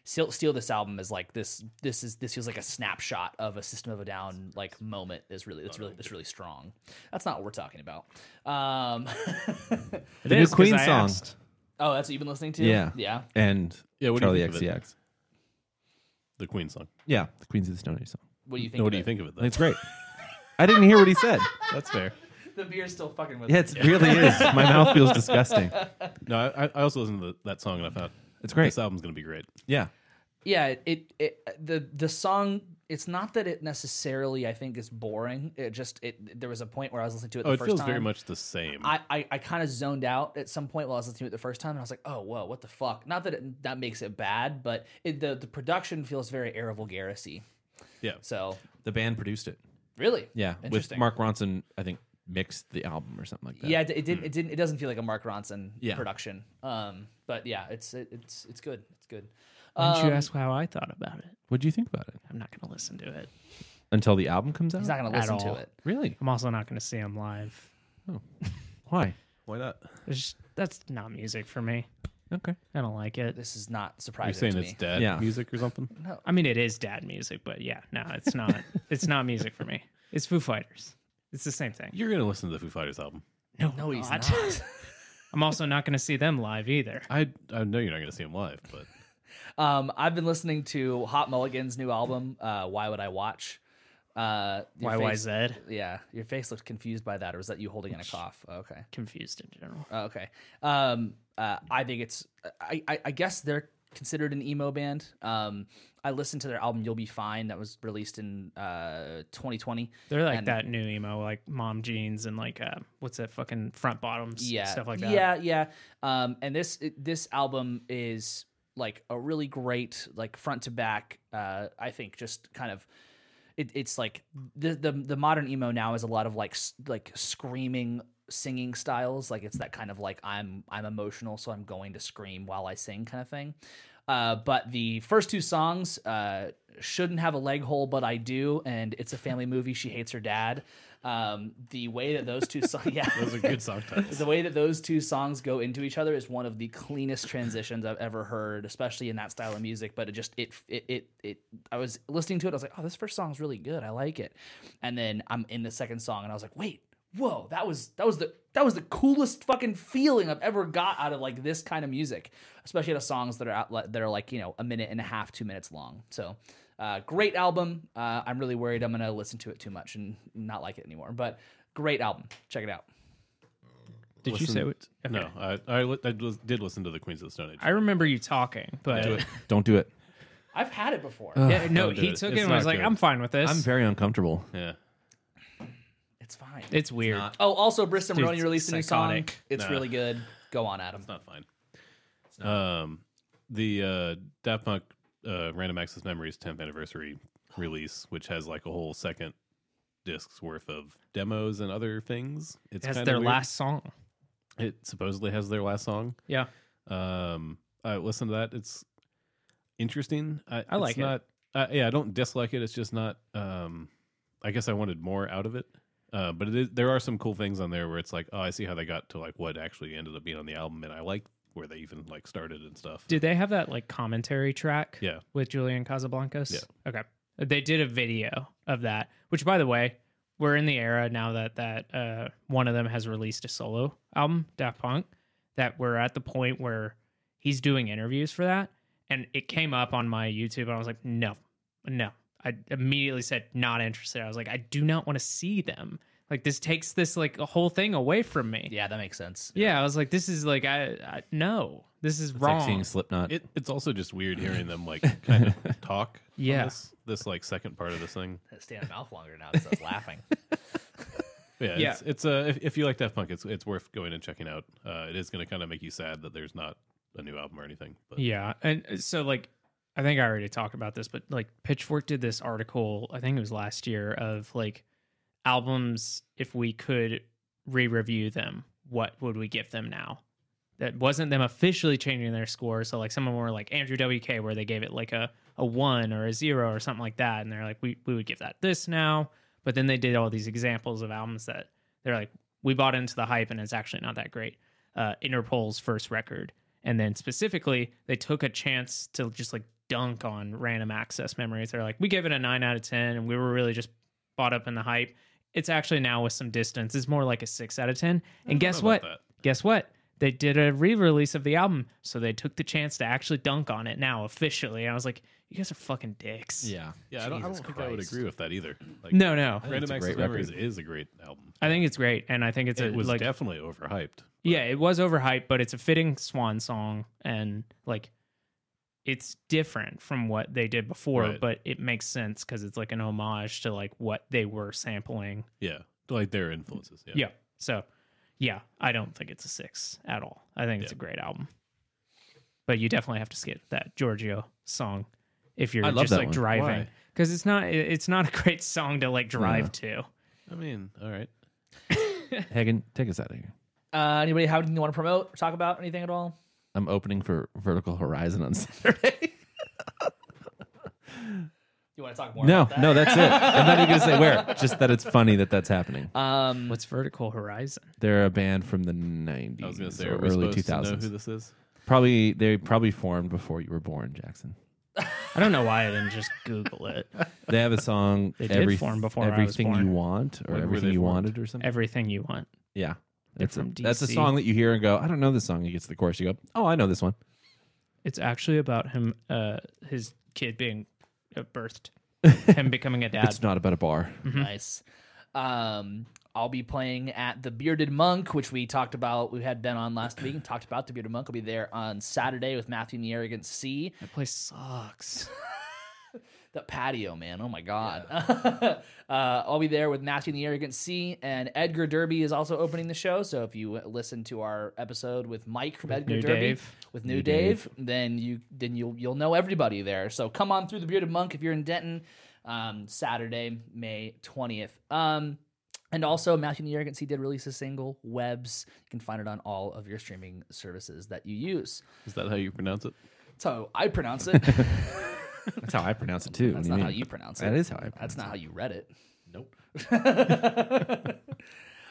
S2: Steal, steal this album is like this. This is this feels like a snapshot of a System of a Down like moment. Is really that's really that's really strong. That's not what we're talking about. Um,
S1: It
S4: The new
S1: is, 'cause
S4: Queen
S1: I
S4: song.
S1: asked.
S2: oh, that's what you've been listening to.
S4: Yeah.
S2: yeah.
S4: And
S3: Yeah, what do you
S4: Charlie
S3: think of it?
S4: XCX.
S3: the Queen song.
S4: Yeah, the Queens of the Stone Age song.
S2: What do you think?
S3: No,
S2: of
S3: what do
S2: it?
S3: you think of it? though?
S4: It's great. I didn't hear what he said.
S3: That's fair.
S2: The beer's still fucking with
S4: Yeah,
S2: me.
S4: it really is. My mouth feels disgusting.
S3: No, I, I also listened to the, that song and I thought
S4: It's great.
S3: this album's gonna be great.
S4: Yeah.
S2: Yeah, it, it the the song. It's not that it necessarily I think is boring. It just it there was a point where I was listening to it. The
S3: Oh, it
S2: first
S3: feels
S2: time.
S3: very much the same.
S2: I, I, I kind of zoned out at some point while I was listening to it the first time, and I was like, "Oh, whoa, what the fuck?" Not that it, that makes it bad, but it, the the production feels very Air Vulgaris-y.
S3: yeah,
S2: So
S4: The band produced it.
S2: really,
S4: Yeah. With
S2: Interesting.
S4: Mark Ronson, I think, mixed the album or something like that.
S2: yeah, it, it didn't it didn't it doesn't feel like a Mark Ronson
S4: Yeah.
S2: production. Um, but yeah, it's it, it's it's good. It's good.
S1: Why don't you
S2: Um,
S1: ask how I thought about it?
S4: What do you think about it?
S1: I'm not going to listen to it.
S4: Until the album comes out?
S2: He's not gonna
S1: At
S2: listen to
S1: all.
S2: it.
S4: Really?
S1: I'm also not going to see him live.
S4: Why?
S3: why not?
S1: It's just- that's not music for me.
S4: Okay.
S1: I don't like it.
S2: This is not
S3: You're
S2: surprising.
S3: saying
S2: to
S3: it's
S2: me.
S3: dad
S4: Yeah.
S3: music or something?
S2: Oh.
S1: I mean, it is dad music, but yeah, no, it's not. it's not music for me. It's Foo Fighters. It's the same thing.
S3: You're gonna listen to the Foo Fighters album.
S1: No,
S2: No, he's
S1: God.
S2: not.
S1: I'm also not going to see them live either.
S3: I I know you're not gonna see him live, but
S2: Um, I've been listening to Hot Mulligan's new album, uh, Why Would I Watch? Uh, your face-
S1: YYZ.
S2: Yeah, your face looked confused by that, or was that you holding in a cough? Oh, Okay.
S1: Confused in general.
S2: Oh, okay. Um, uh, I think it's. I, I, I guess they're considered an emo band. Um, I listened to their album "You'll Be Fine" that was released in uh 2020.
S1: They're like
S2: And-
S1: that new emo, like mom jeans and like uh, what's that fucking front bottoms,
S2: yeah
S1: stuff like that.
S2: yeah yeah um and this this album is like a really great like front to back uh i think just kind of it, it's like the, the the modern emo now is a lot of like s- like screaming singing styles like it's that kind of like i'm i'm emotional so i'm going to scream while i sing kind of thing uh, but the first two songs uh, shouldn't have a leg hole but i do and it's a family movie she hates her dad um, the way that those two songs yeah
S3: Those are good song titles.
S2: the way that those two songs go into each other is one of the cleanest transitions I've ever heard, especially in that style of music. But it just it it it, it I was listening to it, I was like, oh, this first song's really good, I like it. And then I'm in the second song, and I was like, wait, whoa, that was that was the that was the coolest fucking feeling I've ever got out of like this kind of music, especially out of songs that are out, like- that are like you know a minute and a half, two minutes long. So. Uh, great album. Uh, I'm really worried I'm gonna listen to it too much and not like it anymore. But great album. Check it out.
S1: Did you say what? okay.
S3: No, I, I, li- I lis- did listen to the Queens of the Stone Age.
S1: I remember you talking, but
S3: Do it.
S4: Don't do it.
S2: I've had it before.
S1: yeah, no,
S3: Don't do
S1: he
S3: it.
S1: took
S3: It's
S1: it and was
S3: not
S1: like,
S3: good.
S1: "I'm fine with this."
S4: I'm very uncomfortable.
S3: Yeah.
S2: It's fine.
S1: it's weird.
S2: oh, also, Briss and
S1: Dude,
S2: Maroney released a new song.
S1: psychotic.
S2: It's
S3: Nah.
S2: really good. Go on, Adam.
S3: It's not fine. Um, the uh, Daft Punk uh, Random Access Memories 10th anniversary release, which has like a whole second discs worth of demos and other things. It's
S1: That's
S3: kinda
S1: their
S3: weird.
S1: last song.
S3: It supposedly has their last song.
S1: Yeah,
S3: Um, I listened to that. It's interesting. I, it's
S1: like it.
S3: not, Uh, yeah, I don't dislike it. It's just not. Um, I guess I wanted more out of it. Uh, but it is, there are some cool things on there where it's like, oh, I see how they got to like what actually ended up being on the album, and I like where they even like started and stuff.
S1: did they have that like commentary track?
S3: Yeah.
S1: with Julian Casablancas.
S3: Yeah.
S1: Okay. They did a video of that, which by the way, we're in the era now that that uh, one of them has released a solo album, Daft Punk, that we're at the point where he's doing interviews for that, and it came up on my YouTube, and I was like, no, no. I immediately said not interested. I was like, I do not want to see them. Like this takes this like a whole thing away from me.
S2: Yeah, that makes sense.
S1: Yeah, I was like, this is like I, I no, this is
S4: It's
S1: wrong.
S4: like seeing Slipknot.
S3: It, it's also just weird hearing them like kind of talk. on
S1: Yeah.
S3: this, this like second part of this thing.
S2: Stay in my mouth longer now because I was laughing.
S3: Yeah,
S1: Yeah.
S3: it's it's uh, if, if you like Daft Punk, it's it's worth going and checking out. Uh, it is going to kind of make you sad that there's not a new album or anything. But
S1: Yeah. And uh, so, like, I think I already talked about this, but like, Pitchfork did this article, I think it was last year, of like albums, if we could re review them, what would we give them now? That wasn't them officially changing their score. So, like, some of them were like Andrew WK, where they gave it like a, a one or a zero or something like that. And they're like, we, we would give that this now. But then they did all these examples of albums that they're like, we bought into the hype and it's actually not that great. Uh, Interpol's first record. And then specifically, they took a chance to just like dunk on random access memories. They're like, we gave it a nine out of 10, and we were really just bought up in the hype. It's actually now with some distance, it's more like a six out of 10. And guess
S3: know
S1: what?
S3: about
S1: Guess what? They did a re release of the album. So they took the chance to actually dunk on it now officially. And I was like, you guys are fucking dicks.
S4: yeah.
S3: yeah, I don't, I don't
S2: Jesus
S3: think I would
S2: Christ.
S3: agree with that either. Like,
S1: No, no.
S3: Random
S4: It's a
S3: Access
S4: great record.
S3: Memories is a great album.
S1: I think it's great. And I think it's
S3: It
S1: a
S3: was
S1: like,
S3: definitely overhyped.
S1: Yeah, it was overhyped, but it's a fitting swan song and like it's different from what they did before,
S3: Right.
S1: but it makes sense cuz it's like an homage to like what they were sampling.
S3: Yeah, like their influences. Yeah,
S1: Yeah. So, yeah, I don't think it's a 6 at all. I think it's a
S3: Yeah.
S1: great album. But you definitely have to skip that Giorgio song if you're
S4: I love
S1: just
S4: that
S1: like
S4: one.
S1: driving
S3: Why?
S1: cuz it's not it- it's not a great song to like drive to.
S3: I mean, all right.
S4: Hagen, take us out of here.
S2: Uh, anybody have anything you want to promote or talk about? Anything at all?
S4: I'm opening for Vertical Horizon on Saturday.
S2: You want to talk more?
S4: No,
S2: about that?
S4: no, that's it. I'm not even gonna say where. Just that it's funny that that's happening.
S2: Um,
S1: What's Vertical Horizon?
S4: They're a band from the '90s
S3: I was going to say,
S4: or
S3: are we
S4: Mm, early
S3: supposed to know
S4: 2000s.
S3: who this is?
S4: Probably they probably formed before you were born, Jackson.
S1: I don't know why I didn't just google it.
S4: They have a song.
S1: They did
S4: every,
S1: form before I was
S4: everything
S1: born.
S4: you want, or
S3: When were
S4: everything
S3: they
S4: you
S3: formed?
S4: wanted, or something.
S1: Everything you want.
S4: yeah, that's a,
S1: from
S4: that's a
S1: DC.
S4: song that you hear and go, I don't know this song. You get to the chorus, you go, Oh, I know this one.
S1: It's actually about him, uh, his kid being uh, birthed, him becoming a dad.
S4: It's not about a bar.
S2: nice. Um, I'll be playing at the Bearded Monk, which we talked about. We had Ben on last week and talked about the Bearded Monk. I'll be there on Saturday with Matthew and the Arrogant C.
S1: That place sucks.
S2: The patio, man. Oh my god. uh, I'll be there with Matthew and the Arrogant C, and Edgar Derby is also opening the show. So if you listen to our episode with Mike from Edgar
S1: New
S2: Derby
S1: Dave.
S2: with New, Dave, then you then you'll you'll know everybody there. So come on through the Bearded Monk if you're in Denton, um, Saturday, May twentieth. Um, and also, Matthew and the Arrogant C did release a single, Webs. You can find it on all of your streaming services that you use.
S3: Is that how you pronounce it?
S2: So I pronounce it.
S4: That's how I pronounce it too.
S2: That's not how you pronounce it.
S4: That is how I pronounce
S2: That's not how you read it.
S4: Nope.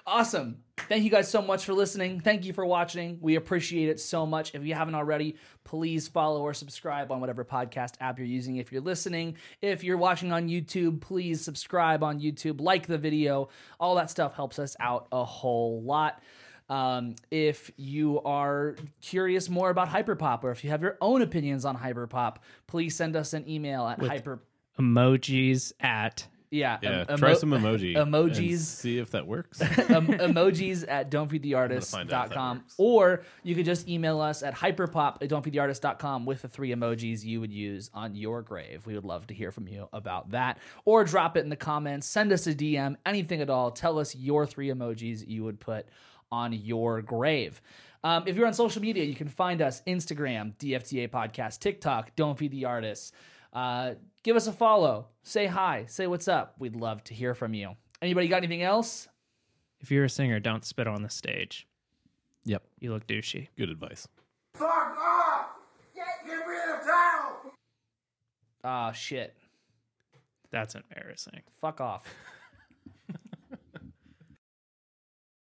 S2: awesome. Thank you guys so much for listening. Thank you for watching. We appreciate it so much. If you haven't already, please follow or subscribe on whatever podcast app you're using. If you're listening, if you're watching on YouTube, please subscribe on YouTube, like the video. All that stuff helps us out a whole lot. Um, if you are curious more about hyperpop or if you have your own opinions on hyperpop, please send us an email at hyper
S1: Emojis at
S2: yeah,
S3: Yeah,
S2: em-
S3: try
S2: emo-
S3: some emoji
S2: emojis.
S3: and see if that works.
S2: em- emojis at
S3: I'm gonna find out if that
S2: don'tfeedtheartist.com
S3: works.
S2: or you could just email us at hyperpop at don'tfeedtheartist.com with the three emojis you would use on your grave. We would love to hear from you about that or drop it in the comments, send us a DM, anything at all. Tell us your three emojis you would put on your grave. Um, if you're on social media, you can find us Instagram, DFTA Podcast, TikTok, Don't Feed the Artists. Uh, give us a follow. Say hi. Say what's up. We'd love to hear from you. Anybody got anything else?
S1: if you're a singer, don't spit on the stage.
S4: Yep.
S1: You look douchey.
S3: Good advice.
S5: Fuck off! Get rid of town!
S2: Ah, shit.
S1: That's embarrassing.
S2: Fuck off.